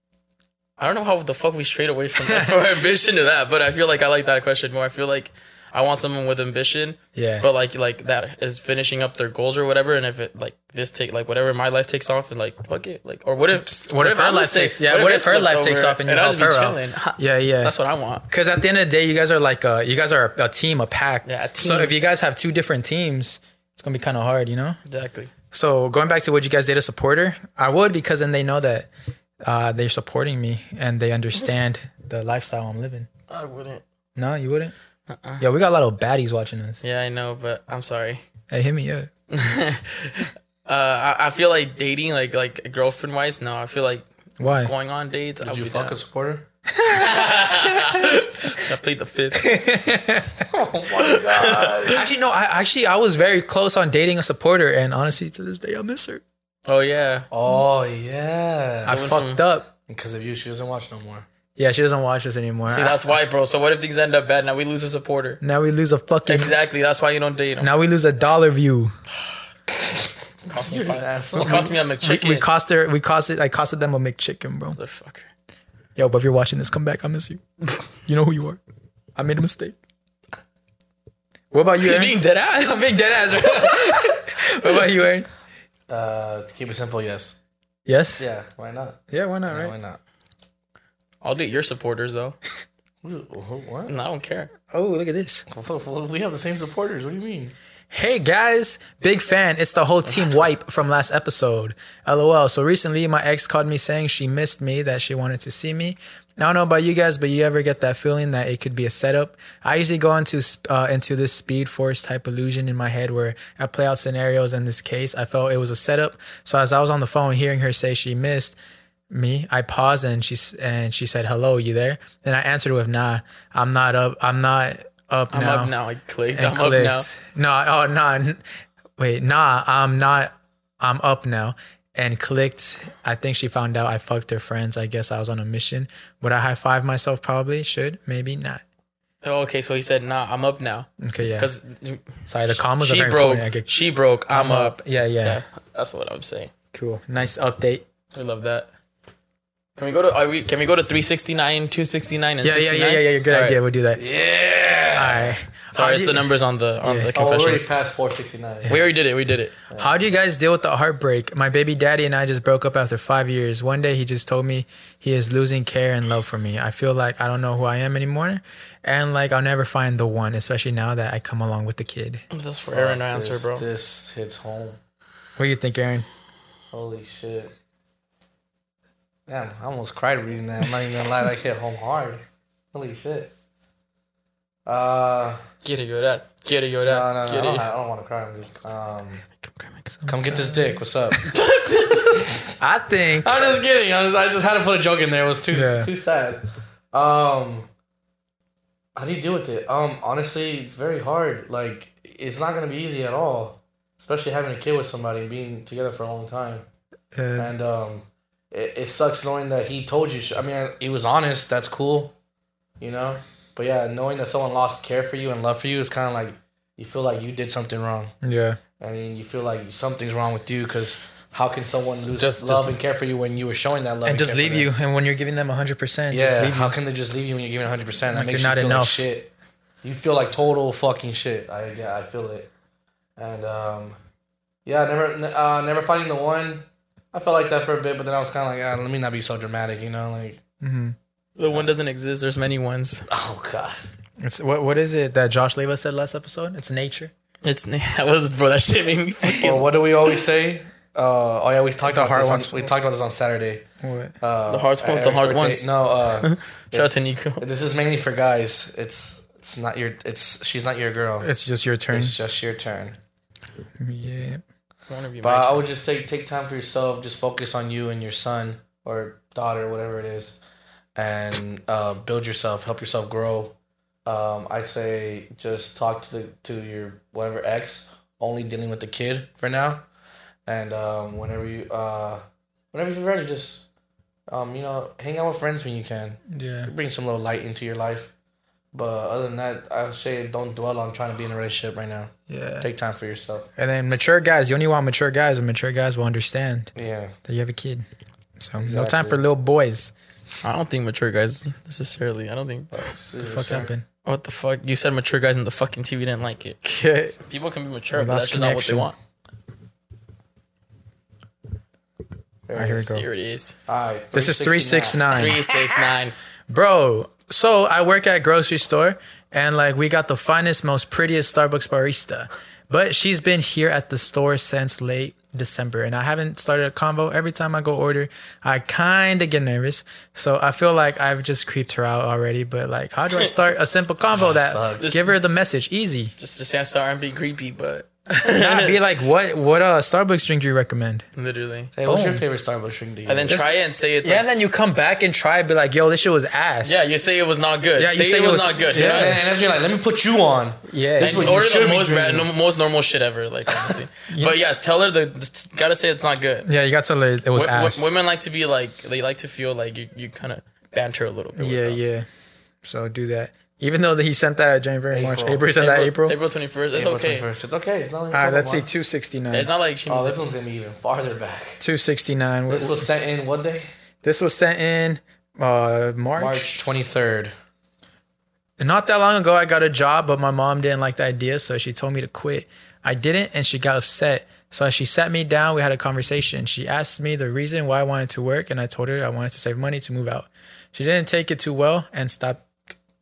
Speaker 2: I don't know how the fuck we strayed away from that, from ambition to that, but I feel like I like that question more. I feel like I want someone with ambition,
Speaker 1: Yeah.
Speaker 2: but like like that is finishing up their goals or whatever. And if it like this take like whatever my life takes off and like fuck it, like or what if
Speaker 1: what if her
Speaker 2: I'm
Speaker 1: life
Speaker 2: just take-
Speaker 1: takes- yeah, what if
Speaker 2: it's
Speaker 1: her
Speaker 2: flipped
Speaker 1: life takes off and you
Speaker 2: I'll
Speaker 1: help
Speaker 2: just be
Speaker 1: her out?
Speaker 2: chilling?
Speaker 1: yeah, yeah.
Speaker 2: That's what I want.
Speaker 1: Because at the end of the day, you guys are like uh you guys are a, a team, a pack.
Speaker 2: Yeah, a
Speaker 1: So
Speaker 2: team.
Speaker 1: if you guys have two different teams, it's gonna be kind of hard, you know.
Speaker 2: Exactly.
Speaker 1: So going back to would you guys date a supporter? I would because then they know that uh, they're supporting me and they understand the lifestyle I'm living.
Speaker 2: I wouldn't.
Speaker 1: No, you wouldn't. Yo, we got a lot of baddies watching us.
Speaker 2: Uh-uh. Yeah, I know, but I'm sorry.
Speaker 1: Hey, hit me up.
Speaker 2: Uh, I, I feel like dating, like like girlfriend wise, no. I feel like
Speaker 1: Why?
Speaker 2: going on dates. I'll
Speaker 3: Did you
Speaker 2: be
Speaker 3: fuck
Speaker 2: down.
Speaker 3: a supporter?
Speaker 2: I plead the fifth.
Speaker 1: Actually, no. I actually I was very close on dating a supporter, and honestly, to this day, I miss her.
Speaker 2: oh yeah,
Speaker 3: Oh yeah.
Speaker 1: I
Speaker 2: went
Speaker 1: fucked up.
Speaker 3: Because of you, she doesn't watch no more.
Speaker 1: Yeah, she doesn't watch us anymore.
Speaker 2: See, that's why, bro. So what if things end up bad? Now we lose a supporter.
Speaker 1: now we lose a fucking.
Speaker 2: Exactly. That's why you don't date them.
Speaker 1: Now we lose a dollar view.
Speaker 2: cost me
Speaker 3: You're an
Speaker 2: five.
Speaker 3: asshole.
Speaker 2: It cost me a McChicken.
Speaker 1: We cost her. We cost it. I costed them a McChicken, bro.
Speaker 2: Motherfucker.
Speaker 1: Yo, but if you're watching this, come back. I miss you. you know who you are. I made a mistake. What about you?
Speaker 2: You're
Speaker 1: Aaron?
Speaker 2: being dead ass.
Speaker 1: I'm being dead ass. bro. what about you, Aaron?
Speaker 3: Uh, to keep it simple, yes.
Speaker 1: Yes.
Speaker 3: Yeah, why not?
Speaker 1: Yeah. Why not?
Speaker 3: Yeah,
Speaker 1: Right.
Speaker 3: Why not?
Speaker 2: I'll date your supporters though.
Speaker 3: Who- who- What?
Speaker 2: And I don't care.
Speaker 1: Oh, look at this.
Speaker 3: We have the same supporters. What do you mean?
Speaker 1: Hey guys, big fan. It's the whole team wipe from last episode. LOL. So recently, my ex called me saying she missed me, that she wanted to see me. I don't know about you guys, but you ever get that feeling that it could be a setup? I usually go into sp- uh, into this Speed Force type illusion in my head where I play out scenarios. In this case, I felt it was a setup. So as I was on the phone hearing her say she missed, me. I paused and she s- and she said, "Hello, you there?" And I answered with, "Nah, I'm not up. I'm not up
Speaker 2: I'm
Speaker 1: now."
Speaker 2: up now. I clicked.
Speaker 1: and
Speaker 2: I'm up
Speaker 1: clicked. No, oh no, n- wait, nah, I'm not. I'm up now and clicked. I think she found out I fucked her friends. I guess I was on a mission. Would I high five myself? Probably should. Maybe not.
Speaker 2: now. Oh, okay, so he said, "Nah, I'm up now."
Speaker 1: Okay, yeah.
Speaker 2: Because
Speaker 1: Sorry, the commas are
Speaker 2: she
Speaker 1: very
Speaker 2: broke.
Speaker 1: important. I get-
Speaker 2: she broke. I'm, up.
Speaker 1: Yeah, yeah,
Speaker 2: Yeah, that's what I'm saying.
Speaker 1: Cool. Nice update.
Speaker 2: I love that. Can we go to? Are we? Can we go to 369, 269, and
Speaker 1: Yeah, yeah,
Speaker 2: 69?
Speaker 1: yeah, yeah, yeah. Good
Speaker 2: All right.
Speaker 1: idea. We'll do that.
Speaker 3: Yeah.
Speaker 1: All right.
Speaker 2: Sorry,
Speaker 1: How
Speaker 2: it's
Speaker 1: do
Speaker 2: the
Speaker 1: you-
Speaker 2: numbers on the on
Speaker 1: Yeah.
Speaker 2: the
Speaker 1: Oh,
Speaker 3: Oh, we're already
Speaker 2: confessionals.
Speaker 3: past 469.
Speaker 2: we already did it. We did it.
Speaker 1: How do you guys deal with the heartbreak? My baby daddy and I just broke up after five years. One day he just told me he is losing care and love for me. I feel like I don't know who I am anymore and like I'll never find the one, especially now that I come along with the kid.
Speaker 2: That's for Aaron to
Speaker 3: Fuck,
Speaker 2: answer,
Speaker 3: this-
Speaker 2: bro.
Speaker 3: This hits home.
Speaker 1: What do you think, Aaron?
Speaker 3: Holy shit. Damn, I almost cried reading that. I'm not even gonna lie, that hit home hard. Holy shit. Uh,
Speaker 2: Quiere llorar. Quiere
Speaker 3: no,
Speaker 2: llorar.
Speaker 3: no, no, I don't,
Speaker 2: Quiere.
Speaker 3: I don't want to cry. I'm just, um, come get this dick. What's up?
Speaker 1: I think
Speaker 3: I'm just kidding. I, was, I just had to put a joke in there. It was too
Speaker 1: Yeah.
Speaker 3: too sad. Um, how do you deal with it? Um, honestly, it's very hard. Like, it's not gonna be easy at all, especially having a kid with somebody and being together for a long time.
Speaker 1: uh,
Speaker 3: And um, it, it sucks knowing that he told you. sh- I mean, he was honest. That's cool, you know. But yeah, knowing that someone lost care for you and love for you is kind of like you feel like you did something wrong.
Speaker 1: yeah.
Speaker 3: I mean, you feel like something's wrong with you because how can someone lose
Speaker 2: Just-
Speaker 3: love
Speaker 2: just-
Speaker 3: and care for you when you were showing that love
Speaker 1: And just
Speaker 3: care for
Speaker 1: leave
Speaker 3: them?
Speaker 1: you and when you're giving them 100%, just
Speaker 3: Yeah,
Speaker 1: leave you.
Speaker 3: how can they just leave you when you're giving 100? percent That
Speaker 1: Like,
Speaker 3: makes
Speaker 1: you're
Speaker 3: you
Speaker 1: not
Speaker 3: feel
Speaker 1: enough.
Speaker 3: like shit. You feel like total fucking shit. I yeah, I feel it. And um, yeah, never n- uh, never finding the one. I felt like that for a bit, but then I was kind of like, ah, let me not be so dramatic, you know? Like,
Speaker 2: The one doesn't exist. There's many ones.
Speaker 3: oh god,
Speaker 1: It's what what is it that Josh Leva said last episode? It's nature.
Speaker 2: It's that was bro. That shit made me fucking.
Speaker 3: or what do we always say? Uh, oh yeah, we talked about
Speaker 1: hard
Speaker 3: this.
Speaker 1: ones-
Speaker 3: On, we talked about this on Saturday.
Speaker 1: What?
Speaker 3: Uh,
Speaker 2: The hearts won't,
Speaker 3: at
Speaker 2: the hard
Speaker 3: Eric's birthday-
Speaker 2: ones.
Speaker 3: No, uh,
Speaker 2: Shout out to Nico.
Speaker 3: this is mainly for guys. It's it's not your. It's she's not your girl.
Speaker 1: It's just your turn.
Speaker 3: It's just your turn.
Speaker 1: yeah.
Speaker 2: One of you,
Speaker 3: But I
Speaker 2: Mike.
Speaker 3: would just say take time for yourself. Just focus on you and your son or daughter, whatever it is, and uh, build yourself. Help yourself grow. Um, I'd say just talk to the to your whatever ex. Only dealing with the kid for now, and um, whenever you uh, whenever you're ready, just um, you know, hang out with friends when you can.
Speaker 1: Yeah.
Speaker 3: Bring some little light into your life. But other than that, I'd say don't dwell on trying to be in a relationship right now.
Speaker 1: Yeah.
Speaker 3: Take time for yourself.
Speaker 1: And then mature guys, you only want mature guys, and mature guys will understand
Speaker 3: Yeah.
Speaker 1: that you have a kid. So no
Speaker 3: Exactly.
Speaker 1: time for little boys.
Speaker 2: I don't think mature guys necessarily. I don't think.
Speaker 3: But,
Speaker 1: Fuck happened?
Speaker 2: What the fuck? You said mature guys in the fucking TV didn't like it. People can be mature, but that's
Speaker 1: Lost
Speaker 2: just not what they
Speaker 1: connection.
Speaker 2: want.
Speaker 1: All right, here we go.
Speaker 2: Here it is.
Speaker 3: All right.
Speaker 1: This is 369.
Speaker 2: Three six nine.
Speaker 1: Bro, so I work at a grocery store and like we got the finest, most prettiest Starbucks barista. But she's been here at the store since late December and I haven't started a convo. Every time I go order, I kind of get nervous. So I feel like I've just creeped her out already. But like, how do I start a simple convo that
Speaker 3: Sucks.
Speaker 1: give her the message easy?
Speaker 2: Just to say I'm sorry, I'm being creepy, but
Speaker 1: Not be like, what what uh Starbucks drink do you recommend?
Speaker 2: literally.
Speaker 3: Hey, what's your
Speaker 1: Boom.
Speaker 3: favorite Starbucks drink to get?
Speaker 2: And then try it and say it's
Speaker 1: Yeah,
Speaker 2: yeah.
Speaker 1: and then you come back and try and be like, yo, this shit was ass.
Speaker 2: yeah, you say it was not good.
Speaker 1: Yeah,
Speaker 2: Yeah,
Speaker 1: you
Speaker 2: say,
Speaker 1: say
Speaker 2: it
Speaker 1: it
Speaker 2: was,
Speaker 1: was-
Speaker 2: not good.
Speaker 1: yeah.
Speaker 2: You know?
Speaker 3: And that's when you're like, let me put you on.
Speaker 1: Yeah.
Speaker 3: This is what
Speaker 2: Order
Speaker 3: you should
Speaker 2: the
Speaker 3: be
Speaker 2: most, ra-
Speaker 3: drinking.
Speaker 2: no- most normal shit ever, like honestly. But yes, tell her the, the gotta say it's not good.
Speaker 1: yeah, you got to tell her it was
Speaker 2: Wo- wo-
Speaker 1: ass.
Speaker 2: women like to be like they like to feel like you, you kind of banter a little bit.
Speaker 1: Yeah,
Speaker 2: with them.
Speaker 1: yeah. So do that. Even though he sent that January, March,
Speaker 3: April.
Speaker 1: April, he sent that April.
Speaker 2: April twenty first. It's
Speaker 3: April
Speaker 2: okay.
Speaker 3: 21st. It's okay. It's not like
Speaker 1: All right, let's see,
Speaker 3: two.
Speaker 1: two sixty nine.
Speaker 2: It's not like she.
Speaker 3: Oh, this one's gonna be even farther back.
Speaker 1: Two sixty nine.
Speaker 3: This was sent in what day?
Speaker 1: This was sent in uh, March.
Speaker 3: March 23rd.
Speaker 1: Not that long ago, I got a job, but my mom didn't like the idea, so she told me to quit. I didn't, and she got upset. So she sat me down. We had a conversation. She asked me the reason why I wanted to work, and I told her I wanted to save money to move out. She didn't take it too well and stopped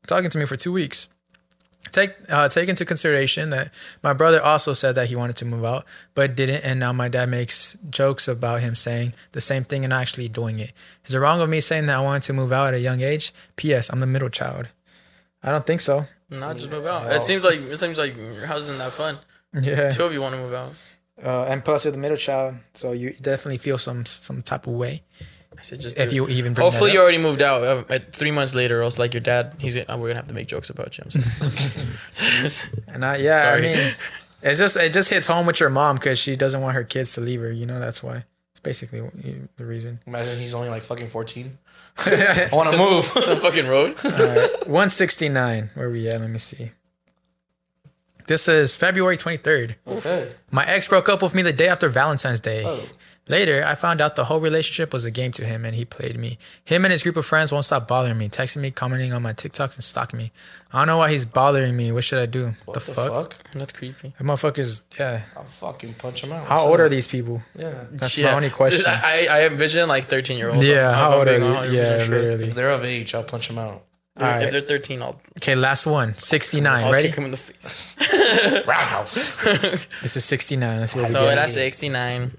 Speaker 1: talking to me for two weeks. Take uh, take into consideration that my brother also said that he wanted to move out, but didn't, and now my dad makes jokes about him saying the same thing and actually doing it. Is it wrong of me saying that I wanted to move out at a young age? P.S. I'm the middle child. I don't think so.
Speaker 2: Not just move out.
Speaker 1: Oh.
Speaker 2: It seems like it seems like your house isn't that fun.
Speaker 1: Yeah,
Speaker 2: Two of you want to move out.
Speaker 1: uh, and plus you're the middle child, so you definitely feel some some type of way
Speaker 2: I said just
Speaker 1: if
Speaker 2: do it.
Speaker 1: you even. Bring
Speaker 2: Hopefully
Speaker 1: Hopefully,
Speaker 2: you already moved out uh, at three months later, or else like your dad, he's gonna, we're gonna have to make jokes about you. I'm sorry.
Speaker 1: you're and I, yeah,
Speaker 2: Sorry.
Speaker 1: I mean, it's just it just hits home with your mom because she doesn't want her kids to leave her. You know that's why. It's basically what you- the reason.
Speaker 3: Imagine he's only like fucking 14. I want to move.
Speaker 2: the fucking road.
Speaker 1: One sixty nine. Where we at? Let me see. This is February twenty third.
Speaker 3: okay.
Speaker 1: My ex broke up with me the day after Valentine's Day. Later, I found out the whole relationship was a game to him and he played me. Him and his group of friends won't stop bothering me, texting me, commenting on my TikToks, and stalking me. I don't know why he's bothering me. What should I do? What the,
Speaker 3: The
Speaker 1: fuck?
Speaker 3: fuck?
Speaker 2: That's creepy.
Speaker 1: That motherfucker's, yeah.
Speaker 3: I'll fucking punch him out.
Speaker 1: How old are these people?
Speaker 3: Yeah.
Speaker 1: That's my only question.
Speaker 2: I, I I envision like thirteen year old.
Speaker 1: yeah, how old are they? Yeah,
Speaker 3: If
Speaker 1: literally.
Speaker 3: they're of age, I'll punch him out.
Speaker 1: Alright.
Speaker 2: If they're thirteen, I'll,
Speaker 1: Okay, last one. 69.
Speaker 2: I'll
Speaker 1: Ready?
Speaker 2: kick him in the face.
Speaker 3: Roundhouse.
Speaker 1: This is 69. That's where we
Speaker 2: So
Speaker 1: get.
Speaker 2: that's sixty nine.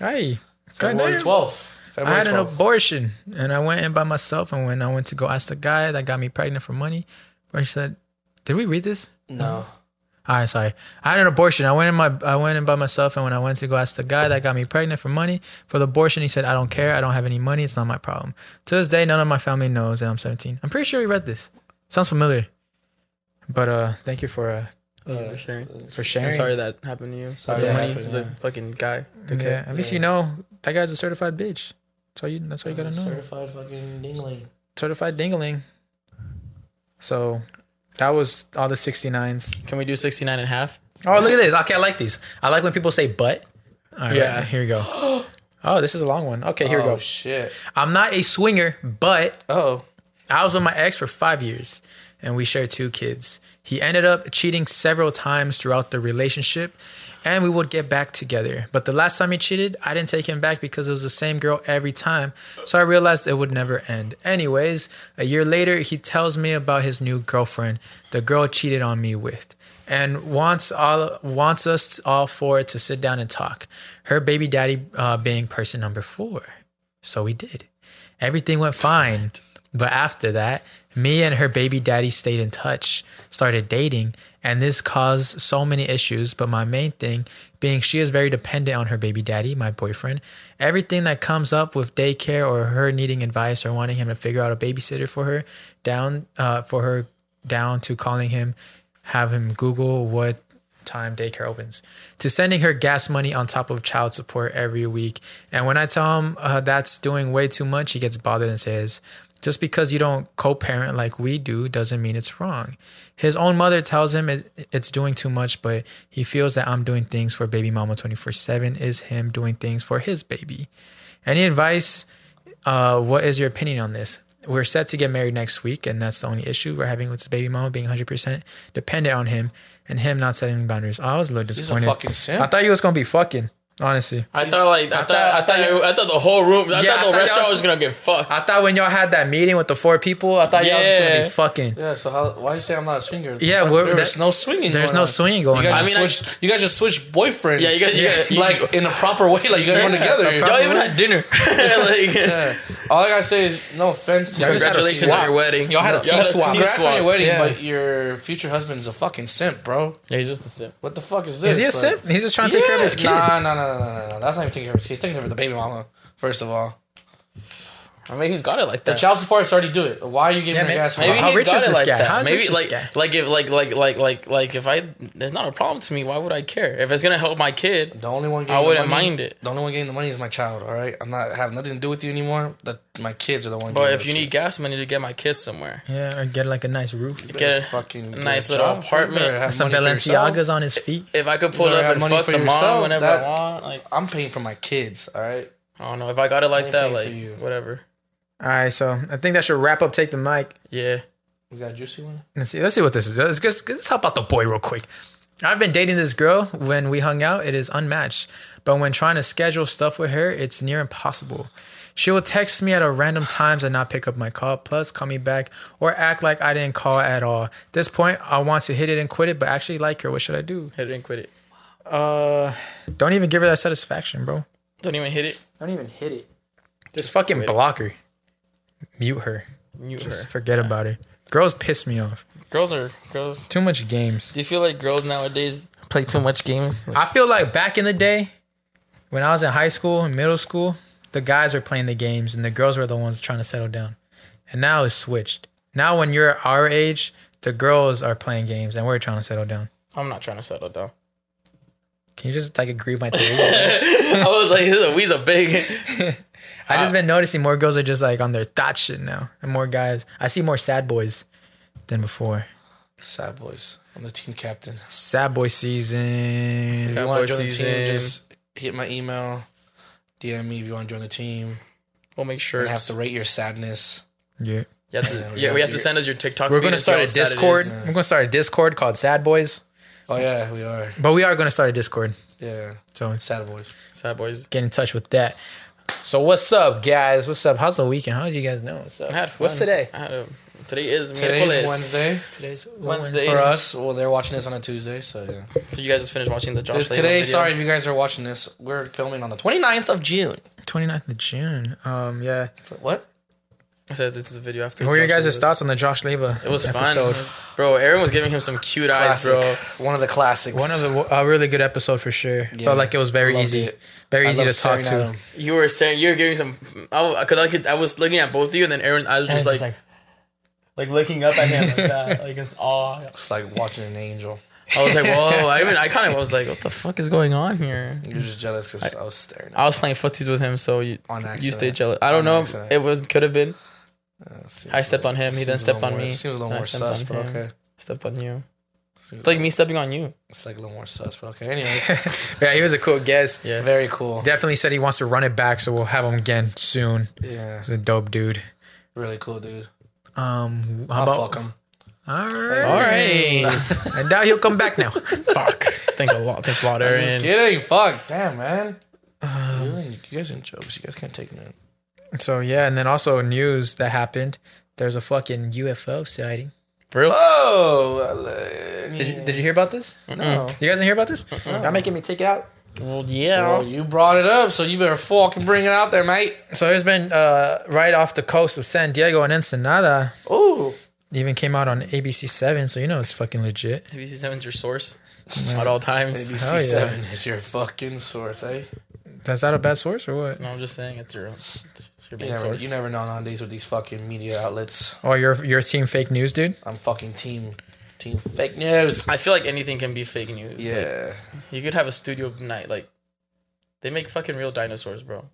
Speaker 1: Hey.
Speaker 3: February
Speaker 1: goddamn.
Speaker 3: 12th.
Speaker 1: I
Speaker 3: February
Speaker 1: had an
Speaker 3: 12th.
Speaker 1: abortion and I went in by myself. And when I went to go ask the guy that got me pregnant for money, where he said, Did we read this?
Speaker 3: No.
Speaker 1: All right, sorry. I had an abortion. I went in my I went in by myself, and when I went to go ask the guy that got me pregnant for money for the abortion, he said, "I don't care. I don't have any money. It's not my problem." To this day, none of my family knows that I'm 17. I'm pretty sure he read this. Sounds familiar. But uh, thank you for uh,
Speaker 2: Uh, sure.
Speaker 1: for sharing.
Speaker 2: I'm sorry that happened to you.
Speaker 3: Sorry
Speaker 2: the
Speaker 3: that
Speaker 2: money,
Speaker 3: happened,
Speaker 2: the
Speaker 3: yeah.
Speaker 2: fucking guy.
Speaker 1: Yeah, at least you know that guy's a certified bitch. That's all you. That's all you gotta know.
Speaker 3: Certified fucking dingling.
Speaker 1: certified dingling. So, that was all the 69s.
Speaker 2: Can we do 69 and a half?
Speaker 1: Oh, look at this. Okay, I like these. I like when people say "but." All right,
Speaker 2: Yeah.
Speaker 1: here we go. Oh, this is a long one. Okay, here we
Speaker 3: Oh,
Speaker 1: go.
Speaker 3: shit.
Speaker 1: I'm not a swinger, but
Speaker 3: Oh.
Speaker 1: I was with my ex for five years and we shared two kids. He ended up cheating several times throughout the relationship and we would get back together. But the last time he cheated, I didn't take him back because it was the same girl every time. So I realized it would never end. Anyways, a year later, he tells me about his new girlfriend, the girl cheated on me with. And wants all wants us all four to sit down and talk. Her baby daddy uh, being person number four. So we did. Everything went fine. But after that, me and her baby daddy stayed in touch, started dating, and this caused so many issues. But my main thing being she is very dependent on her baby daddy, my boyfriend. Everything that comes up with daycare or her needing advice or wanting him to figure out a babysitter for her, down uh, for her down to calling him, have him Google what time daycare opens to sending her gas money on top of child support every week. And when I tell him uh, that's doing way too much, he gets bothered and says, just because you don't co-parent like we do doesn't mean it's wrong. His own mother tells him it- it's doing too much, but he feels that I'm doing things for baby mama 24/7 is him doing things for his baby. Any advice? Uh, what is your opinion on this? we're set to get married next week, and that's the only issue we're having with his baby mama being 100% dependent on him and him not setting boundaries. I was a little
Speaker 3: He's a
Speaker 1: disappointed.
Speaker 3: fucking
Speaker 1: I
Speaker 3: simp.
Speaker 1: thought he was gonna be fucking. Honestly,
Speaker 2: I thought like I thought I thought
Speaker 1: I thought-
Speaker 2: you- I thought the whole room I
Speaker 1: Yeah, I
Speaker 2: thought
Speaker 1: thought
Speaker 2: the
Speaker 1: y'all
Speaker 2: restaurant
Speaker 1: was-
Speaker 2: was gonna get fucked.
Speaker 1: I thought when y'all had that meeting with the four people, I thought y'all was gonna
Speaker 2: Yeah.
Speaker 1: be fucking.
Speaker 3: Yeah, so how, why you say I'm not a swinger?
Speaker 1: Yeah,
Speaker 3: There-
Speaker 1: we're-
Speaker 3: there's
Speaker 1: that-
Speaker 3: no swinging.
Speaker 1: There's
Speaker 3: going
Speaker 1: no
Speaker 3: on.
Speaker 1: swinging going
Speaker 3: You
Speaker 1: on.
Speaker 3: guys,
Speaker 2: I mean,
Speaker 3: just
Speaker 2: I-
Speaker 3: switched, you guys just switched boyfriends.
Speaker 2: Yeah, you guys- you
Speaker 1: Yeah.
Speaker 2: guys- you-
Speaker 3: like in a proper way. Like you guys went together.
Speaker 1: a proper
Speaker 2: y'all even had dinner. like,
Speaker 3: Yeah. All I gotta say is no offense to
Speaker 1: Y'all just had a
Speaker 2: Congratulations on
Speaker 1: swap.
Speaker 2: your wedding.
Speaker 3: Y'all had a
Speaker 2: Y'all
Speaker 3: team swap.
Speaker 2: team
Speaker 3: Congrats on your wedding,
Speaker 1: Yeah.
Speaker 3: but your future husband's a fucking simp, bro.
Speaker 2: Yeah, he's just a simp.
Speaker 3: What the fuck is
Speaker 1: Is
Speaker 3: this?
Speaker 1: he a
Speaker 3: Like-
Speaker 1: simp? He's just trying to take care of his kid.
Speaker 3: Nah, nah, nah, nah, nah, nah. That's not even taking care of his kid. He's taking care of the baby mama, first of all.
Speaker 2: I mean, he's got it like
Speaker 3: The
Speaker 2: that.
Speaker 3: child support's already do it. Why are you giving
Speaker 1: Yeah,
Speaker 3: her
Speaker 1: may-
Speaker 3: gas for
Speaker 2: Maybe
Speaker 1: How
Speaker 2: he's
Speaker 1: rich
Speaker 2: got
Speaker 1: is
Speaker 2: it
Speaker 1: this
Speaker 2: like
Speaker 1: guy?
Speaker 2: that.
Speaker 1: How is
Speaker 2: Maybe
Speaker 1: rich is
Speaker 2: like
Speaker 1: this guy?
Speaker 2: like if like like like like like if I there's not a problem to me, why would I care? If it's gonna help my kid,
Speaker 3: The only one getting
Speaker 2: I wouldn't
Speaker 3: the money,
Speaker 2: mind it.
Speaker 3: The only one getting the money is my child, all right? I'm not having nothing to do with you anymore. The, my kids are the one
Speaker 2: But
Speaker 3: getting
Speaker 2: if
Speaker 3: the
Speaker 2: you
Speaker 3: shit.
Speaker 2: need gas money to get my kids somewhere,
Speaker 1: Yeah, or get like a nice roof.
Speaker 2: get a
Speaker 3: fucking get
Speaker 2: nice
Speaker 3: a
Speaker 2: little
Speaker 3: job,
Speaker 2: apartment.
Speaker 3: or have
Speaker 1: Some
Speaker 3: money for yourself.
Speaker 1: Balenciagas on his feet.
Speaker 2: If I could pull
Speaker 3: Better
Speaker 2: up
Speaker 3: have
Speaker 2: and
Speaker 3: money
Speaker 2: fuck
Speaker 3: for
Speaker 2: the mom
Speaker 3: yourself,
Speaker 2: whenever
Speaker 3: that-
Speaker 2: I want, like
Speaker 3: I'm paying for my kids, all right?
Speaker 2: I don't know if I got it like
Speaker 3: ain't
Speaker 2: that,
Speaker 3: paying for
Speaker 2: like
Speaker 3: you.
Speaker 2: whatever.
Speaker 1: All right, so I think that should wrap up. Take the mic.
Speaker 2: Yeah,
Speaker 3: We got a juicy one?
Speaker 1: Let's see. Let's see what this is. Let's, let's, let's help out the boy real quick. I've been dating this girl. When we hung out, it is unmatched. But when trying to schedule stuff with her, it's near impossible. She will text me at a random times and not pick up my call. Plus, call me back or act like I didn't call at all. At this point, I want to hit it and quit it, but actually like her. What should I do?
Speaker 2: hit it and quit it.
Speaker 1: Uh, don't even give her that satisfaction, bro.
Speaker 2: Don't even hit it.
Speaker 1: Don't even hit it. Just fucking
Speaker 2: quit it.
Speaker 1: block her. Mute her.
Speaker 2: Mute her.
Speaker 1: Just forget about her. Girls piss me off.
Speaker 2: Girls are girls.
Speaker 1: Too much games.
Speaker 2: Do you feel like girls nowadays play too much games?
Speaker 1: I feel like back in the day, when I was in high school and middle school, the guys were playing the games and the girls were the ones trying to settle down. And now it's switched. Now when you're our age, the girls are playing games and we're trying to settle down.
Speaker 2: I'm not trying to settle down.
Speaker 1: Can you just like agree with my theory?
Speaker 2: I was like, this is a, we's a big.
Speaker 1: I just been noticing more girls are just like on their thought shit now, and more guys. I see more sad boys than before.
Speaker 3: Sad boys. I'm the team captain.
Speaker 1: Sad boy season.
Speaker 3: If
Speaker 2: Sad
Speaker 3: you want
Speaker 2: boy
Speaker 3: to join the
Speaker 2: season.
Speaker 3: team, just hit my email, DM me if you want to join the team.
Speaker 2: We'll make sure.
Speaker 3: You have
Speaker 2: it's-
Speaker 3: to rate your sadness.
Speaker 1: Yeah.
Speaker 2: You have
Speaker 3: Yeah,
Speaker 2: to,
Speaker 3: we
Speaker 2: yeah, we have
Speaker 3: have to-
Speaker 2: to send us your TikTok.
Speaker 1: We're gonna
Speaker 2: feed
Speaker 1: start a
Speaker 2: as well as
Speaker 1: Discord.
Speaker 2: Saturdays.
Speaker 1: We're gonna start a Discord called Sad Boys,
Speaker 3: Oh yeah, we are.
Speaker 1: but we are gonna start a Discord.
Speaker 3: Yeah,
Speaker 1: So
Speaker 3: sad boys.
Speaker 2: Sad boys.
Speaker 1: get in touch with that. So what's up, guys? What's up? How's the weekend? How did you guys know? What's up?
Speaker 2: I had fun.
Speaker 1: What's today?
Speaker 2: I had a, today is
Speaker 3: Today's
Speaker 2: Miércoles.
Speaker 3: Wednesday
Speaker 1: Today's
Speaker 2: Wednesday.
Speaker 3: for us. Well, they're watching this on a Tuesday, so yeah.
Speaker 2: So you guys just finished watching the Josh. Layman
Speaker 3: today,
Speaker 2: video.
Speaker 3: sorry if you guys are watching this. We're filming on the 29th of June.
Speaker 1: 29th of June. Um, yeah.
Speaker 3: It's like, what?
Speaker 2: I said this is a video after.
Speaker 1: What were your
Speaker 2: Josh
Speaker 1: guys'
Speaker 2: Layman's.
Speaker 1: thoughts on the Josh Leva?
Speaker 2: It was
Speaker 1: episode?
Speaker 2: fun, bro. Aaron was giving him some cute eyes, bro.
Speaker 3: Classic. One of the classics.
Speaker 1: One of the a really good episode for sure.
Speaker 3: Yeah.
Speaker 1: Felt like it was very
Speaker 3: Loved
Speaker 1: easy,
Speaker 3: it.
Speaker 1: very
Speaker 3: I
Speaker 1: easy
Speaker 3: love
Speaker 1: to talk
Speaker 3: staring at
Speaker 1: to.
Speaker 3: him.
Speaker 2: You were saying you were giving some. I because I could. I was looking at both of you, and then Aaron. I was just like, like, looking up at him like that, like it's awe.
Speaker 3: It's like watching an angel.
Speaker 2: I was like, whoa. I even. I kind of was like, what the fuck is going on here?
Speaker 3: You're just jealous because I, was staring. at
Speaker 2: I was playing footsies with him, so you
Speaker 3: On accident.
Speaker 2: you stayed jealous. I don't know.
Speaker 3: accident.
Speaker 2: It was could have been.
Speaker 3: him. It seems
Speaker 2: I stepped
Speaker 3: a
Speaker 2: on him. He then
Speaker 3: seems a little
Speaker 2: stepped on
Speaker 3: more-
Speaker 2: me.
Speaker 3: Seems a little
Speaker 2: and I
Speaker 3: more
Speaker 2: stepped
Speaker 3: sus,
Speaker 2: on
Speaker 3: but
Speaker 2: him.
Speaker 3: okay.
Speaker 2: Stepped on you.
Speaker 3: Seems
Speaker 2: It's like me stepping on you.
Speaker 3: It's like a little more sus, but okay. Anyways,
Speaker 1: Yeah, he was a cool guest.
Speaker 2: Yeah.
Speaker 3: very cool.
Speaker 1: Definitely said he wants to run it back, so we'll have him again soon.
Speaker 3: Yeah,
Speaker 1: He's a dope dude.
Speaker 3: really cool dude.
Speaker 1: Um, how
Speaker 3: I'll
Speaker 1: about
Speaker 3: fuck him.
Speaker 1: all right,
Speaker 2: All right.
Speaker 1: and now he'll come back now.
Speaker 2: Fuck. Thanks a lot. Thanks a lot,
Speaker 3: Just
Speaker 2: Aaron.
Speaker 3: kidding. Fuck. Damn, man.
Speaker 2: Um,
Speaker 3: you, ain't- you guys in jokes. You guys can't take none.
Speaker 1: So yeah, and then also news that happened. There's a fucking UFO sighting.
Speaker 2: For real?
Speaker 3: Oh,
Speaker 1: Did you, did you hear about this?
Speaker 3: no.
Speaker 1: You guys didn't hear about this? Y'all making me take it out.
Speaker 2: Well, yeah.
Speaker 3: Well, you brought it up, so you better fucking bring it out there, mate.
Speaker 1: So there's been uh, right off the coast of San Diego and Ensenada.
Speaker 3: Ooh,
Speaker 1: Even came out on ABC Seven, so you know it's fucking legit.
Speaker 2: ABC Seven's your source at all times.
Speaker 3: ABC Seven is your fucking source, eh?
Speaker 1: That's not a bad source or what?
Speaker 2: No, I'm just saying it's your, it's your
Speaker 3: You
Speaker 2: main
Speaker 3: never,
Speaker 2: source.
Speaker 3: you never know nowadays with these fucking media outlets.
Speaker 1: Or Oh, your your team fake news, dude?
Speaker 3: I'm fucking team, team fake news.
Speaker 2: I feel like anything can be fake news.
Speaker 3: Yeah,
Speaker 2: You could have a studio night like they make fucking real dinosaurs, bro.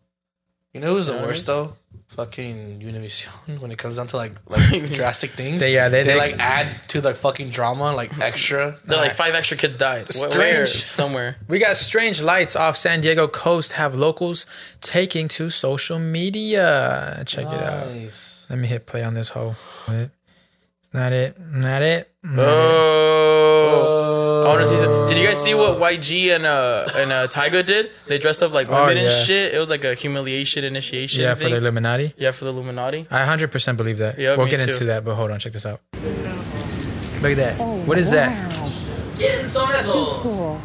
Speaker 3: you know who's the
Speaker 2: Yeah.
Speaker 3: worst though? Fucking Univision. When it comes down to like like drastic things,
Speaker 1: They- yeah, they-
Speaker 3: they
Speaker 1: they-
Speaker 3: like add to the fucking drama like extra.
Speaker 2: They're
Speaker 1: Alright.
Speaker 2: like five extra kids died.
Speaker 1: Strange.
Speaker 2: Wh- Where? Somewhere.
Speaker 1: We got strange lights off San Diego coast have locals taking to social media. Check it out.
Speaker 3: Nice. Yes.
Speaker 1: Let me hit play on this hoe. Wait. Not it. Not it. Not it.
Speaker 2: Oh. I want to see some. Did you guys see what YG and uh and uh Tyga did? They dressed up like women and
Speaker 1: yeah.
Speaker 2: shit. It was like a humiliation initiation.
Speaker 1: Yeah, for
Speaker 2: thing.
Speaker 1: the Illuminati.
Speaker 2: yeah, for the Illuminati.
Speaker 1: I 100% believe that.
Speaker 2: Yeah,
Speaker 1: we'll
Speaker 2: me
Speaker 1: get
Speaker 2: too.
Speaker 1: into that, but hold on, check this out. Look at that. what is that?
Speaker 5: Cool.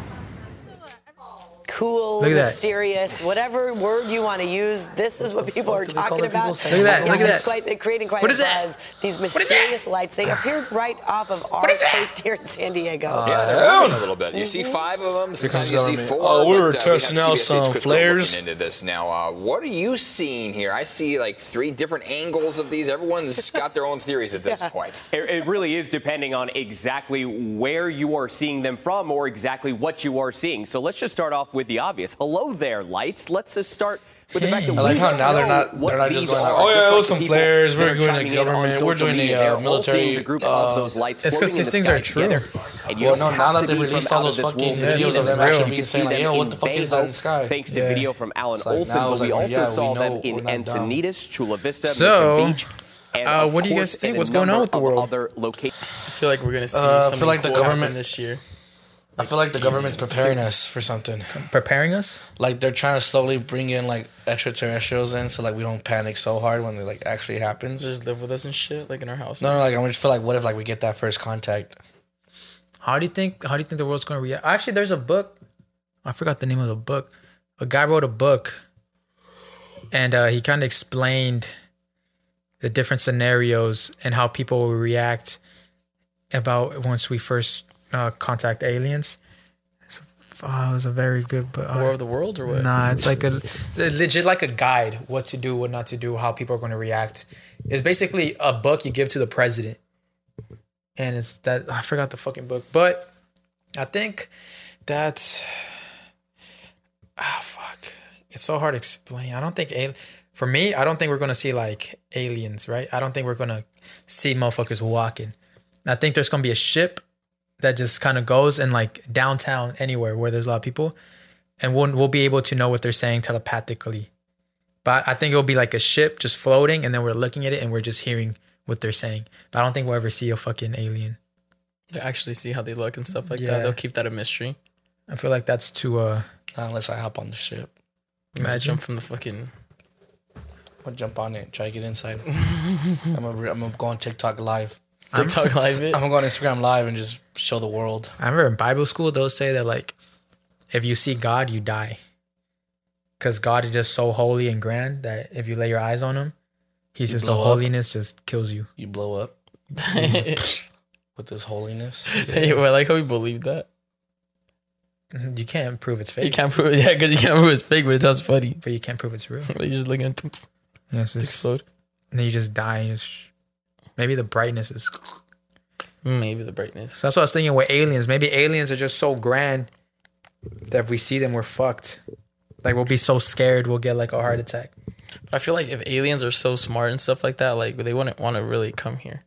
Speaker 5: Cool,
Speaker 1: Look at that.
Speaker 5: mysterious, whatever word you want to use, this is what, people are talking about.
Speaker 1: Look at that,
Speaker 5: Yeah,
Speaker 1: look at
Speaker 5: it's
Speaker 1: that.
Speaker 5: Quite, they're creating quite
Speaker 1: What
Speaker 5: a
Speaker 1: is that?
Speaker 5: buzz. These mysterious lights, they appeared right off of our
Speaker 1: is that? Uh,
Speaker 5: coast here in San Diego.
Speaker 6: Yeah, they're moving a little bit. You see five of them. Sometimes you see
Speaker 3: government.
Speaker 6: four.
Speaker 3: Oh, we were
Speaker 6: but, uh, have
Speaker 3: testing out
Speaker 6: CBS
Speaker 3: some
Speaker 6: Quick Go
Speaker 3: flares.
Speaker 6: looking Into this now, uh, what are you seeing here? I see like three different angles of these. Everyone's got their own theories at this point.
Speaker 7: It, it really is depending on exactly where you are seeing them from or exactly what you are seeing. So let's just start off with the obvious. Hello there, lights. Let's just start with the fact
Speaker 1: Hey.
Speaker 7: that we
Speaker 1: I
Speaker 3: like how
Speaker 7: don't
Speaker 3: now they're
Speaker 7: know
Speaker 3: not-
Speaker 7: what
Speaker 3: they're not just
Speaker 7: these
Speaker 3: going like,
Speaker 7: are,
Speaker 3: "Oh, yeah,
Speaker 7: just
Speaker 3: it
Speaker 7: like
Speaker 3: was
Speaker 7: the
Speaker 3: some
Speaker 7: people
Speaker 3: flares.
Speaker 7: that
Speaker 3: We're
Speaker 7: are
Speaker 3: doing a
Speaker 7: chiming in on
Speaker 3: government. We're
Speaker 7: social
Speaker 3: doing a,
Speaker 7: media.
Speaker 3: uh,
Speaker 7: They're all
Speaker 3: military,
Speaker 7: seeing the group
Speaker 3: uh,
Speaker 7: of those lights
Speaker 1: It's 'cause
Speaker 7: floating in
Speaker 1: these
Speaker 7: the
Speaker 1: things
Speaker 7: sky
Speaker 1: are true.
Speaker 7: together. And you
Speaker 3: Well,
Speaker 7: don't
Speaker 3: no,
Speaker 7: have
Speaker 3: now
Speaker 7: to
Speaker 3: that they
Speaker 7: be from
Speaker 3: released
Speaker 7: out
Speaker 3: all
Speaker 7: of
Speaker 3: those
Speaker 7: this
Speaker 3: fucking
Speaker 7: world to
Speaker 1: videos
Speaker 7: see
Speaker 1: of
Speaker 7: them
Speaker 1: them
Speaker 7: in action.
Speaker 1: actually
Speaker 7: You
Speaker 3: being
Speaker 7: see
Speaker 3: saying, like,
Speaker 7: them
Speaker 3: "Yo,
Speaker 7: in
Speaker 3: what the fuck is that
Speaker 7: Bayo,
Speaker 3: in the sky?"
Speaker 7: Thanks to
Speaker 1: Yeah.
Speaker 7: video from Alan
Speaker 3: It's like,
Speaker 7: Olson,
Speaker 3: now
Speaker 7: but
Speaker 3: it's
Speaker 7: we
Speaker 3: like,
Speaker 7: also
Speaker 3: yeah, we
Speaker 7: saw
Speaker 3: know
Speaker 7: them in
Speaker 3: we're not dumb.
Speaker 7: Encinitas, Chula Vista,
Speaker 1: So,
Speaker 7: Mission Beach. And
Speaker 1: uh,
Speaker 7: of
Speaker 1: what do you
Speaker 7: course,
Speaker 1: guys think?
Speaker 7: in a
Speaker 1: What's going on
Speaker 7: number
Speaker 1: with the
Speaker 7: of
Speaker 1: world?
Speaker 7: Other locations.
Speaker 2: I feel like we're gonna see.
Speaker 3: Uh, I feel
Speaker 2: something
Speaker 3: like the
Speaker 2: cool happen
Speaker 3: government-
Speaker 2: this year.
Speaker 3: I feel like the government's preparing us for something.
Speaker 1: Preparing us?
Speaker 3: Like they're trying to slowly bring in like extraterrestrials in, so like we don't panic so hard when it like actually happens.
Speaker 2: Just live with us and shit, like in our house.
Speaker 3: No, no, like I just feel like what if like we get that first contact?
Speaker 1: How do you think? How do you think the world's going to react? Actually, there's a book. I forgot the name of the book. A guy wrote a book, and uh, he kind of explained the different scenarios and how people will react about once we first uh, contact aliens. It's a, oh, it was a very good book.
Speaker 2: War of the World or what?
Speaker 1: Nah, it's like a Mm-hmm. legit like a guide, what to do, what not to do, how people are going to react. It's basically a book you give to the president, and it's that I forgot the fucking book, but I think that's ah fuck. It's so hard to explain. I don't think al- for me, I don't think we're going to see like aliens, right? I don't think we're going to see motherfuckers walking. I think there's going to be a ship that just kind of goes and like downtown anywhere where there's a lot of people and we'll, we'll be able to know what they're saying telepathically. But I think it'll be like a ship just floating, and then we're looking at it and we're just hearing what they're saying. But I don't think we'll ever see a fucking alien.
Speaker 2: To actually see how they look and stuff like
Speaker 1: Yeah.
Speaker 2: that. They'll keep that a mystery.
Speaker 1: I feel like that's too uh,
Speaker 3: Not unless I hop on the ship.
Speaker 1: imagine.
Speaker 2: Jump from the fucking.
Speaker 3: I'm gonna jump on it, try to get inside. I'm gonna, re- I'm gonna go on TikTok live.
Speaker 2: TikTok live it.
Speaker 3: I'm gonna go on Instagram live and just show the world.
Speaker 1: I remember in Bible school they'll say that like, if you see God, you die, because God is just so holy and grand that if you lay your eyes on Him, He's just the
Speaker 3: blow up.
Speaker 1: holiness just kills you.
Speaker 3: You blow up with this holiness.
Speaker 2: Hey, well, I like how we believe that.
Speaker 1: You can't prove it's fake,
Speaker 2: You can't prove it. Yeah, because you can't prove it's fake, but it sounds funny.
Speaker 1: but you can't prove it's real.
Speaker 2: Like, you're just looking at them
Speaker 1: Yes, it's,
Speaker 2: explode.
Speaker 1: and then you just die. And it's, maybe the brightness is
Speaker 2: Maybe the brightness.
Speaker 1: So that's what I was thinking with aliens. Maybe aliens are just so grand that if we see them, we're fucked. Like we'll be so scared, we'll get like a heart attack.
Speaker 2: I feel like if aliens are so smart and stuff like that, like they wouldn't want to really come here.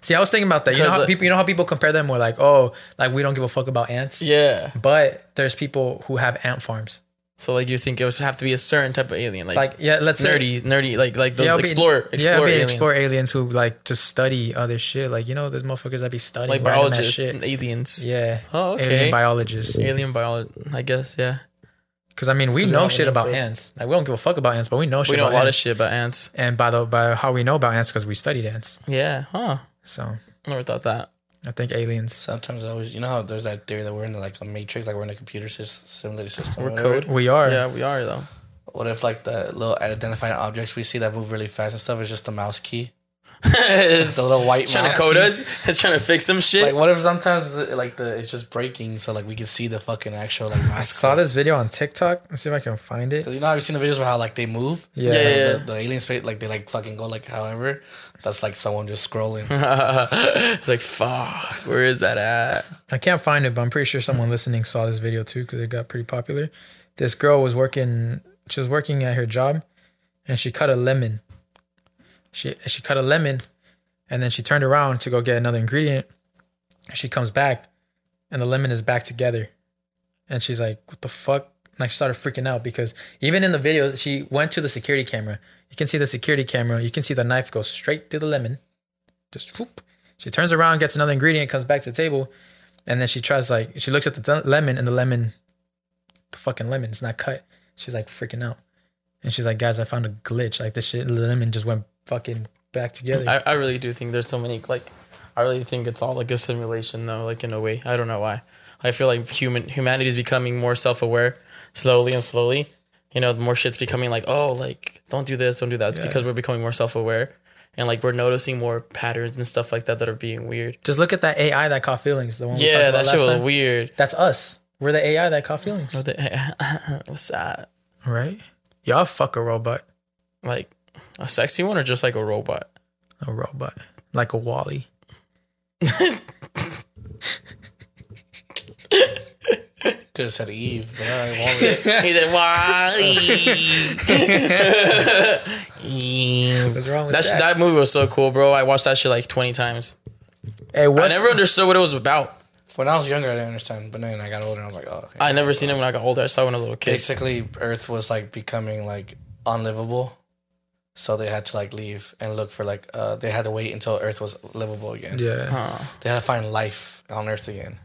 Speaker 1: See, I was thinking about that. You know
Speaker 2: 'Cause,
Speaker 1: how
Speaker 2: uh,
Speaker 1: people, you know how people compare them with like, oh, like we don't give a fuck about ants.
Speaker 2: Yeah.
Speaker 1: But there's people who have ant farms.
Speaker 2: So like you think it would have to be a certain type of alien, like,
Speaker 1: Like yeah, let's say
Speaker 2: nerdy, nerdy, like like those
Speaker 1: yeah, it'll be-
Speaker 2: explorer,
Speaker 1: yeah, it'll
Speaker 2: explorer
Speaker 1: be
Speaker 2: aliens,
Speaker 1: explore aliens who like just study other shit. Like you know, there's motherfuckers that be studying
Speaker 2: like
Speaker 1: random ass
Speaker 2: biologists,
Speaker 1: shit.
Speaker 2: aliens.
Speaker 1: Yeah.
Speaker 2: Oh, okay.
Speaker 1: Alien biologists.
Speaker 2: Alien biology, I guess. Yeah,
Speaker 1: Because I mean, we know
Speaker 2: not
Speaker 1: shit
Speaker 2: enough
Speaker 1: about
Speaker 2: of-
Speaker 1: ants. Like we don't give a fuck about ants, but we know shit
Speaker 2: we know a
Speaker 1: about
Speaker 2: lot of
Speaker 1: ants.
Speaker 2: shit about ants.
Speaker 1: and by the by, how we know about ants because we studied ants.
Speaker 2: Yeah, huh?
Speaker 1: So
Speaker 2: Never thought that.
Speaker 1: I think aliens.
Speaker 3: Sometimes I always, you know how there's that theory that we're in like a matrix, like we're in a computer system, simulated system.
Speaker 2: We're
Speaker 3: or whatever.
Speaker 2: code.
Speaker 1: We are.
Speaker 2: Yeah, we are though.
Speaker 3: What if like the little identifying objects we see that move really fast and stuff is just the mouse key,
Speaker 2: it's
Speaker 3: the little white
Speaker 2: trying
Speaker 3: mouse
Speaker 2: to code
Speaker 3: key?
Speaker 2: us. It's trying to fix some shit.
Speaker 3: Like what if sometimes like the it's just breaking, so like we can see the fucking actual like
Speaker 1: I
Speaker 3: mouse.
Speaker 1: saw this video on TikTok. Let's see if I can find it.
Speaker 3: You know, have you seen the videos where how like they move?
Speaker 1: Yeah.
Speaker 3: Like,
Speaker 2: Yeah, yeah.
Speaker 3: The, the alien space, like they like fucking go like however. That's like someone just scrolling.
Speaker 2: it's like fuck. Where is that at?
Speaker 1: I can't find it, but I'm pretty sure someone listening saw this video too because it got pretty popular. This girl was working. She was working at her job, and she cut a lemon. She she cut a lemon, and then she turned around to go get another ingredient. She comes back, and the lemon is back together, and she's like, "What the fuck?" Like she started freaking out because even in the video, she went to the security camera. You can see the security camera. You can see the knife go straight through the lemon. Just whoop. She turns around, gets another ingredient, comes back to the table, and then she tries like she looks at the th- lemon and the lemon, the fucking lemon, it's not cut. She's like freaking out, and she's like, "Guys, I found a glitch. Like this shit, the lemon just went fucking back together."
Speaker 2: I, I really do think there's so many like I really think it's all like a simulation though, like in a way. I don't know why. I feel like human humanity is becoming more self aware slowly and slowly. You know, the more shit's becoming like, oh, like don't do this, don't do that. It's because we're becoming more self aware. And like we're noticing more patterns and stuff like that that are being weird.
Speaker 1: Just look at that AI that caught feelings. The one we talked
Speaker 2: Yeah,
Speaker 1: about
Speaker 2: that
Speaker 1: last
Speaker 2: shit was
Speaker 1: time.
Speaker 2: weird.
Speaker 1: That's us. We're the AI that caught feelings,
Speaker 2: What the- What's that?
Speaker 1: right? Y'all fuck a robot,
Speaker 2: Like a sexy one or just like a robot?
Speaker 1: a robot like a Wally.
Speaker 3: Could have said Eve, but I wanted it.
Speaker 2: He said, "Wally."
Speaker 1: What's wrong with
Speaker 2: that, shit- that movie was so cool, bro. I watched that shit like twenty times.
Speaker 1: Hey, what's,
Speaker 2: I never understood what it was about.
Speaker 3: When I was younger, I didn't understand, but then I got older, and I was like, oh. okay.
Speaker 2: I never seen it when I got older. I saw it when I was a little kid.
Speaker 3: Basically, Earth was like becoming like unlivable, so they had to like leave and look for like uh they had to wait until Earth was livable again.
Speaker 1: yeah.
Speaker 3: They had to find life on Earth again.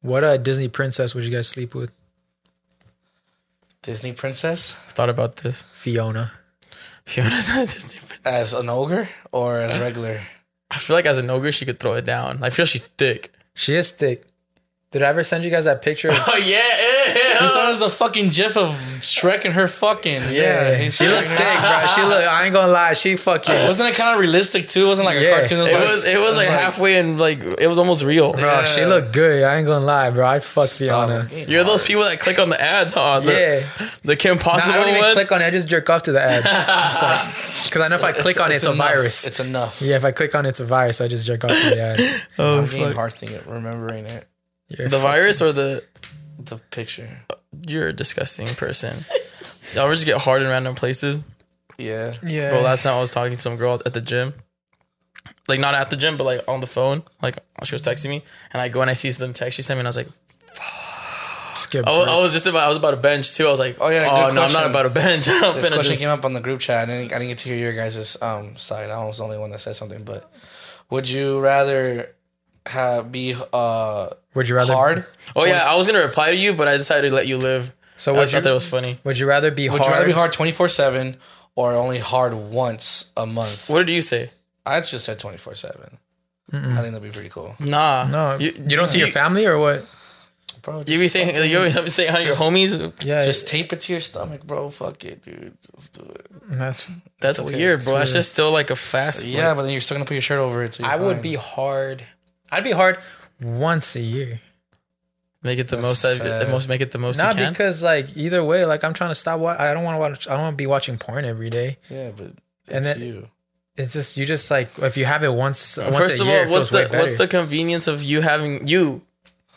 Speaker 1: What uh, Disney princess would you guys sleep with?
Speaker 3: Disney princess
Speaker 2: I thought about this.
Speaker 1: Fiona.
Speaker 2: Fiona's not a Disney princess.
Speaker 3: as an ogre or as regular?
Speaker 2: I feel like as an ogre, she could throw it down. I feel she's thick.
Speaker 1: She is thick. Did I ever send you guys that picture? of-
Speaker 2: Oh yeah,
Speaker 3: This is the fucking gif of Shrek and her fucking yeah. he's
Speaker 1: she looked thick, bro. She look. I ain't gonna lie. She fucking.
Speaker 3: Wasn't it kind of realistic too? Wasn't like
Speaker 1: Yeah.
Speaker 3: a cartoon.
Speaker 2: it was it was like halfway and like it was almost real.
Speaker 1: Bro, she looked good. I ain't gonna lie, bro. I'd fuck Fiona.
Speaker 2: You're those people that click on the ads, huh? The,
Speaker 1: Yeah.
Speaker 2: the Kim
Speaker 1: Nah, I
Speaker 2: Possible
Speaker 1: don't even
Speaker 2: ones.
Speaker 1: click on it. I just jerk off to the ad. Because I know if I click on it, it's, a
Speaker 3: enough.
Speaker 1: virus.
Speaker 3: It's enough.
Speaker 1: yeah, if I click on it, it's a virus. I just jerk off to the ad.
Speaker 2: Oh,
Speaker 3: I'm being hard thing it, remembering it.
Speaker 1: You're
Speaker 2: the virus or the
Speaker 3: The picture.
Speaker 2: you're a disgusting person. Y'all just get hard in random places.
Speaker 3: Yeah.
Speaker 1: yeah.
Speaker 2: Bro, last time I was talking to some girl at the gym. Like not at the gym, but like on the phone. Like she was texting me, and I go and I see some text she sent me, and I was like,
Speaker 1: skip.
Speaker 2: I was,
Speaker 1: oh,
Speaker 2: I was just about, I was about a bench too. I was like, oh
Speaker 3: yeah,
Speaker 2: yeah,
Speaker 3: good
Speaker 2: oh no, I'm
Speaker 3: question.
Speaker 2: not about a bench. I'm
Speaker 3: This
Speaker 2: gonna
Speaker 3: question
Speaker 2: just,
Speaker 3: came up on the group chat. I didn't, I didn't get to hear your guys' um, side. I was the only one that said something. But would you rather have be uh,
Speaker 1: would you rather
Speaker 3: hard?
Speaker 2: oh yeah, I was gonna reply to you, but I decided to let you live.
Speaker 1: So
Speaker 2: I
Speaker 1: would
Speaker 2: thought
Speaker 1: you,
Speaker 2: that was funny.
Speaker 1: would you rather be
Speaker 3: Would
Speaker 1: hard?
Speaker 3: you rather be hard twenty four seven or only hard once a month?
Speaker 2: What did you say?
Speaker 3: I just said twenty four seven. I think that'd be pretty cool.
Speaker 1: Mm.
Speaker 2: Nah,
Speaker 1: No, you, don't see your family or what?
Speaker 3: Bro, just,
Speaker 2: You be saying you be saying how your
Speaker 3: Just-
Speaker 2: homies.
Speaker 1: Yeah,
Speaker 3: just tape it to your stomach, bro. Fuck it, dude. Just do it.
Speaker 1: that's
Speaker 2: That's weird, bro. That's just still like a fast.
Speaker 3: Yeah, but then you're still gonna put your shirt over it. So
Speaker 1: I would be hard. I'd be hard once a year.
Speaker 2: make it the most.
Speaker 3: That's
Speaker 2: I,
Speaker 3: sad.
Speaker 2: most make it the most.
Speaker 1: Not
Speaker 2: you can.
Speaker 1: because like either way, like I'm trying to stop. What I don't want to watch. I don't want to be watching porn every day.
Speaker 3: Yeah, but it's
Speaker 1: And then-
Speaker 3: you.
Speaker 1: It's just you just like if you have it once. once
Speaker 2: First
Speaker 1: a
Speaker 2: of
Speaker 1: year,
Speaker 2: all,
Speaker 1: it
Speaker 2: what's
Speaker 1: feels way
Speaker 2: the what's the
Speaker 1: better.
Speaker 2: convenience of you having you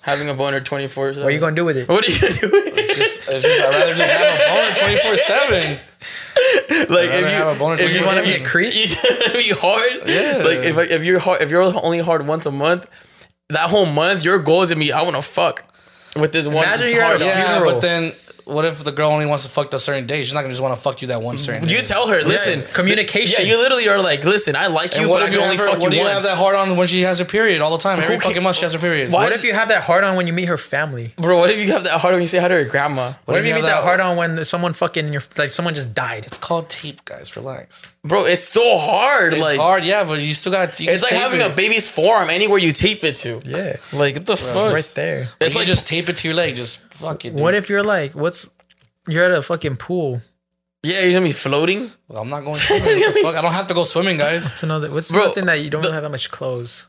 Speaker 2: having a boner twenty four?
Speaker 1: What are you gonna do with it?
Speaker 2: What are you doing?
Speaker 3: Just, it's just, I'd rather just have a boner twenty four seven.
Speaker 2: like
Speaker 3: rather have a boner
Speaker 2: if you
Speaker 3: than
Speaker 2: if
Speaker 3: you
Speaker 2: you
Speaker 3: wanna
Speaker 2: if
Speaker 1: be
Speaker 2: you-
Speaker 1: a creep?
Speaker 2: if you hard.
Speaker 3: Yeah.
Speaker 2: Like if if you're hard, if you're only hard once a month, that whole month your goal is gonna be I want to fuck with this one.
Speaker 1: Imagine you're at
Speaker 2: hard
Speaker 1: a
Speaker 2: on.
Speaker 3: Yeah,
Speaker 1: Funeral.
Speaker 3: but then what if the girl only wants to fuck a certain day? She's not gonna just want to fuck you that one certain.
Speaker 2: You
Speaker 3: day.
Speaker 2: tell her, listen,
Speaker 1: communication.
Speaker 2: Yeah, you literally are like, listen, I like you,
Speaker 3: And what
Speaker 2: but
Speaker 3: if
Speaker 2: I
Speaker 3: you
Speaker 2: can only
Speaker 3: only
Speaker 2: fuck
Speaker 3: What do
Speaker 2: you
Speaker 3: you have
Speaker 2: once.
Speaker 3: that hard on when she has her period all the time? Every
Speaker 2: Who ca-
Speaker 3: fucking month she has her period.
Speaker 2: Why
Speaker 1: What
Speaker 2: is-
Speaker 1: if you have that hard on when you meet her family? What,
Speaker 2: Bro, what if you have that hard when you say hi to your grandma?
Speaker 1: if you meet that hard on when someone fucking your like someone just died?
Speaker 3: It's called tape, guys. Relax.
Speaker 2: Bro, it's so hard.
Speaker 3: It's
Speaker 2: like
Speaker 3: hard, yeah, but you still got.
Speaker 2: It's like having a baby's forearm anywhere you tape it to.
Speaker 1: Yeah,
Speaker 2: Like what the fuck?
Speaker 1: right there.
Speaker 3: It's
Speaker 2: It's
Speaker 3: like
Speaker 2: like
Speaker 3: just tape it to your leg. Just fuck it. Dude.
Speaker 1: What if you're like what's you're at a fucking pool?
Speaker 2: yeah, you're gonna be floating.
Speaker 3: Well, I'm not going swimming. What the fuck? I don't have to go swimming, guys.
Speaker 1: It's another what's
Speaker 2: Bro,
Speaker 1: something that you don't have that much clothes.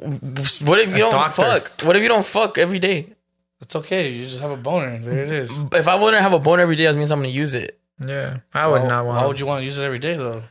Speaker 2: What if you don't
Speaker 1: doctor.
Speaker 2: fuck? What if you don't fuck every day?
Speaker 3: It's okay. You just have a boner. There it is.
Speaker 2: If I wouldn't have a boner every day, that means I'm gonna use it.
Speaker 1: Yeah, I would not want.
Speaker 3: Why would you want to use it every day though?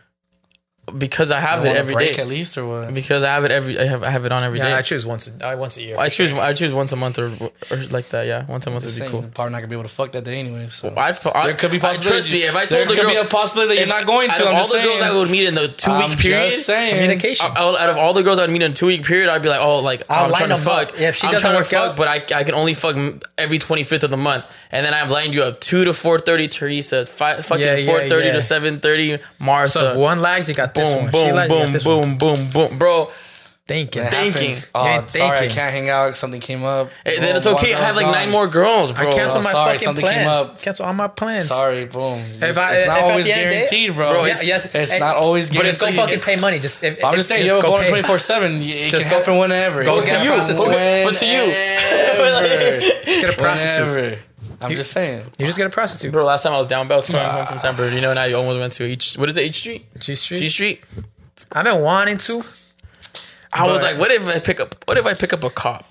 Speaker 2: because I have it
Speaker 3: You want a
Speaker 2: every
Speaker 3: break
Speaker 2: day.
Speaker 3: at least or what?
Speaker 2: Because I have it every I have I have it on every day.
Speaker 1: Yeah, I choose once a, I once a year.
Speaker 2: I choose I choose once a month or, or like that. Yeah, once a month would be
Speaker 3: Saying
Speaker 2: cool.
Speaker 3: you're Probably not gonna be able to fuck that day anyway. So.
Speaker 2: I'd, I,
Speaker 3: There could be
Speaker 2: I- Trust
Speaker 3: possibilities.
Speaker 2: me, if I
Speaker 3: There
Speaker 2: told the
Speaker 3: could
Speaker 2: girl,
Speaker 3: be a possibility that you're
Speaker 2: if-
Speaker 3: not going to,
Speaker 2: out of
Speaker 3: I'm
Speaker 2: all
Speaker 3: just
Speaker 2: the girls
Speaker 3: saying.
Speaker 2: I would meet in the two
Speaker 3: I'm
Speaker 2: week period,
Speaker 3: just saying.
Speaker 1: Communication.
Speaker 2: I- I would- out of all the girls I'd meet in two week period, I'd be like, oh, like
Speaker 1: I'll
Speaker 2: I'm
Speaker 1: line
Speaker 2: trying to
Speaker 1: them
Speaker 2: fuck.
Speaker 1: up. If she
Speaker 2: I'm
Speaker 1: doesn't
Speaker 2: trying
Speaker 1: work
Speaker 2: to fuck,
Speaker 1: out-
Speaker 2: but I, I can only fuck m- every 25th of the month, and then I'm lining you up two to four thirty, Teresa, five, fucking
Speaker 1: Yeah, yeah,
Speaker 2: four thirty
Speaker 1: yeah.
Speaker 2: to seven thirty, Martha.
Speaker 1: So if one lags, you got this
Speaker 2: boom,
Speaker 1: one. She
Speaker 2: boom,
Speaker 1: lags, you got
Speaker 2: boom,
Speaker 1: this one.
Speaker 2: boom, boom, boom, bro.
Speaker 1: Thinking.
Speaker 3: It
Speaker 2: Thinking.
Speaker 3: happens.
Speaker 1: You
Speaker 3: Oh,
Speaker 1: ain't
Speaker 3: sorry, I
Speaker 1: thinking.
Speaker 3: can't hang out. Something came up.
Speaker 2: Eh, Then
Speaker 3: Boom,
Speaker 2: it's okay. I
Speaker 3: one
Speaker 2: have like
Speaker 3: girl's
Speaker 2: nine
Speaker 3: gone.
Speaker 2: more girls, bro.
Speaker 1: I cancel
Speaker 3: Oh,
Speaker 1: my
Speaker 3: sorry,
Speaker 1: fucking
Speaker 3: something
Speaker 1: plans.
Speaker 3: came up.
Speaker 1: Cancel all my plans.
Speaker 3: Sorry, boom. It's,
Speaker 1: I-
Speaker 2: eh,
Speaker 3: it's not
Speaker 1: if at
Speaker 3: always
Speaker 1: the end of the day-
Speaker 3: guaranteed, bro.
Speaker 1: Bro, yeah,
Speaker 3: it's,
Speaker 1: yes.
Speaker 3: it's
Speaker 1: Hey,
Speaker 3: not always
Speaker 1: But
Speaker 3: guaranteed.
Speaker 1: just go fucking pay money. Just if,
Speaker 3: I'm
Speaker 1: if-
Speaker 3: just saying,
Speaker 1: if-
Speaker 3: yo,
Speaker 1: go
Speaker 3: going
Speaker 1: pay.
Speaker 3: twenty four seven. It
Speaker 1: Just
Speaker 3: can
Speaker 1: go-
Speaker 3: happen whenever.
Speaker 1: go
Speaker 3: It
Speaker 1: get
Speaker 3: can
Speaker 1: a
Speaker 3: happen
Speaker 1: prostitute.
Speaker 2: But to you.
Speaker 3: whenever.
Speaker 1: Just get a prostitute.
Speaker 3: Whenever. I'm just saying.
Speaker 1: You just get a prostitute.
Speaker 2: Bro, last time I was down belt coming home from San Bernardino, and I almost went to H. What is it? H Street.
Speaker 1: G Street.
Speaker 2: G Street.
Speaker 1: I've been wanting to.
Speaker 2: I was
Speaker 1: But-
Speaker 2: like, what if I pick up? What if I pick up a cop?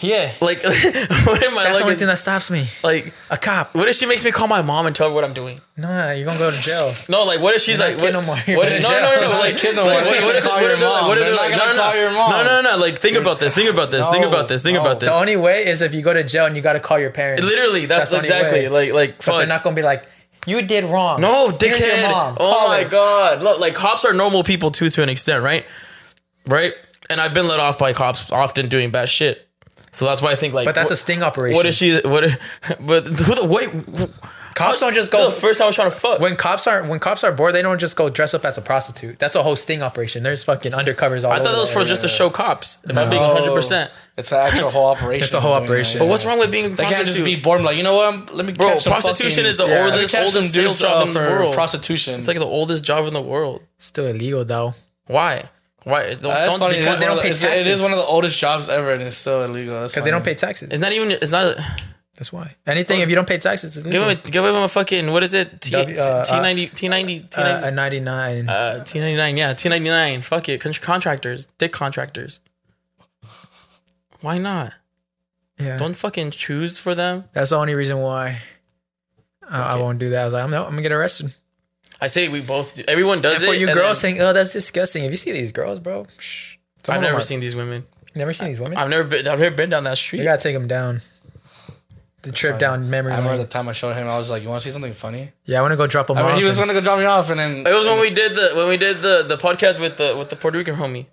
Speaker 3: Yeah.
Speaker 2: Like, what if I
Speaker 1: That's the only
Speaker 2: like,
Speaker 1: thing that stops me.
Speaker 2: like?
Speaker 1: A cop.
Speaker 2: What if she makes me call my mom and tell her what I'm doing?
Speaker 1: No, you're gonna go to jail.
Speaker 2: No, like, what if she's
Speaker 1: You're
Speaker 2: like,
Speaker 1: not
Speaker 2: what,
Speaker 1: kid no more.
Speaker 2: what
Speaker 1: You're
Speaker 2: if,
Speaker 1: in
Speaker 2: no,
Speaker 1: jail.
Speaker 2: no, no,
Speaker 1: You're
Speaker 2: no,
Speaker 1: not
Speaker 2: like,
Speaker 3: kid no
Speaker 2: like,
Speaker 3: more.
Speaker 2: what, what if,
Speaker 3: They're
Speaker 2: what
Speaker 3: gonna
Speaker 2: if,
Speaker 3: call
Speaker 2: like,
Speaker 3: your
Speaker 2: what if,
Speaker 3: mom.
Speaker 2: like,
Speaker 3: They're
Speaker 2: no,
Speaker 3: not
Speaker 2: no,
Speaker 3: gonna call
Speaker 2: no,
Speaker 3: your
Speaker 2: no,
Speaker 3: mom.
Speaker 2: no, no, no, like, think about this, think about this, think
Speaker 3: No.
Speaker 2: about this, think about
Speaker 1: The
Speaker 2: this.
Speaker 1: only way is if you go to jail and you gotta call your parents.
Speaker 2: Literally, that's,
Speaker 1: That's the only
Speaker 2: exactly
Speaker 1: way.
Speaker 2: like, like,
Speaker 1: But they're
Speaker 2: fuck.
Speaker 1: not gonna be like, you did wrong.
Speaker 2: No,
Speaker 1: Here's your
Speaker 2: dickhead.
Speaker 1: mom.
Speaker 2: Oh
Speaker 1: Call
Speaker 2: my
Speaker 1: her.
Speaker 2: god. Look, like cops are normal people too to an extent, right? Right? And I've been let off by cops often doing bad shit. So that's why I think like
Speaker 1: But that's a
Speaker 2: what-
Speaker 1: sting operation.
Speaker 2: What is she what but who the what
Speaker 1: Cops don't just go.
Speaker 2: the first time I was trying to fuck.
Speaker 1: when cops are when cops are bored, they don't just go dress up as a prostitute. That's a whole sting operation. There's fucking undercovers all.
Speaker 2: I thought that was for just to show cops. If I'm being 100%.
Speaker 3: It's an actual whole operation.
Speaker 1: It's a whole
Speaker 3: doing that.
Speaker 1: operation.
Speaker 2: But what's wrong with being a
Speaker 3: They can't
Speaker 2: prostitute?
Speaker 3: just be bored. and Like you know what? Let me
Speaker 2: Bro,
Speaker 3: catch some
Speaker 2: prostitution
Speaker 3: fucking-
Speaker 2: is the
Speaker 3: Yeah. Let me
Speaker 2: oldest-
Speaker 3: catch some
Speaker 2: oldest
Speaker 3: dudes
Speaker 2: sales job
Speaker 3: up
Speaker 2: in the
Speaker 3: for
Speaker 2: world.
Speaker 3: Prostitution.
Speaker 2: it's like the oldest job in the world.
Speaker 1: still illegal though.
Speaker 2: Why? Why? Don't,
Speaker 3: that's
Speaker 2: don't-
Speaker 3: funny.
Speaker 2: because
Speaker 3: Because
Speaker 1: they
Speaker 2: uh, they
Speaker 1: don't
Speaker 2: don't
Speaker 1: pay
Speaker 2: pay
Speaker 3: It
Speaker 1: taxes.
Speaker 3: is one of the oldest jobs ever, and it's still illegal. That's
Speaker 1: Because they don't
Speaker 3: funny.
Speaker 1: pay taxes.
Speaker 2: It's not even it's not
Speaker 1: That's why. Anything if you don't pay taxes, it's
Speaker 2: give
Speaker 1: illegal.
Speaker 2: him a, give him a fucking what is it? T,
Speaker 1: W- uh,
Speaker 2: T90 T90 T90
Speaker 1: Uh, a ninety nine.
Speaker 2: Uh, T99, yeah, T99. Fuck it. Con- contractors, dick contractors. Why not?
Speaker 1: yeah,
Speaker 2: Don't fucking choose for them.
Speaker 1: that's the only reason why I, I won't do that. I was like, I'm, not, I'm gonna get arrested.
Speaker 2: I say we both, do. everyone does
Speaker 1: And for
Speaker 2: it.
Speaker 1: you
Speaker 2: and
Speaker 1: girls
Speaker 2: then-
Speaker 1: saying, "Oh, that's disgusting." If you see these girls, bro, shh, Some
Speaker 2: I've
Speaker 1: of them
Speaker 2: never
Speaker 1: are-
Speaker 2: seen these women.
Speaker 1: never seen these women.
Speaker 2: I've never been, I've never been down that
Speaker 1: you
Speaker 2: street.
Speaker 1: gotta take them down. The trip down memory
Speaker 3: I remember
Speaker 1: lane.
Speaker 3: the time I showed him. I was like, "You want to see something funny?"
Speaker 1: yeah, I want to go drop them
Speaker 3: I
Speaker 1: off.
Speaker 3: mean, he was
Speaker 1: and-
Speaker 3: gonna go drop me off, and then
Speaker 2: It was when we did the, when we did the, the podcast with the, with the Puerto Rican homie.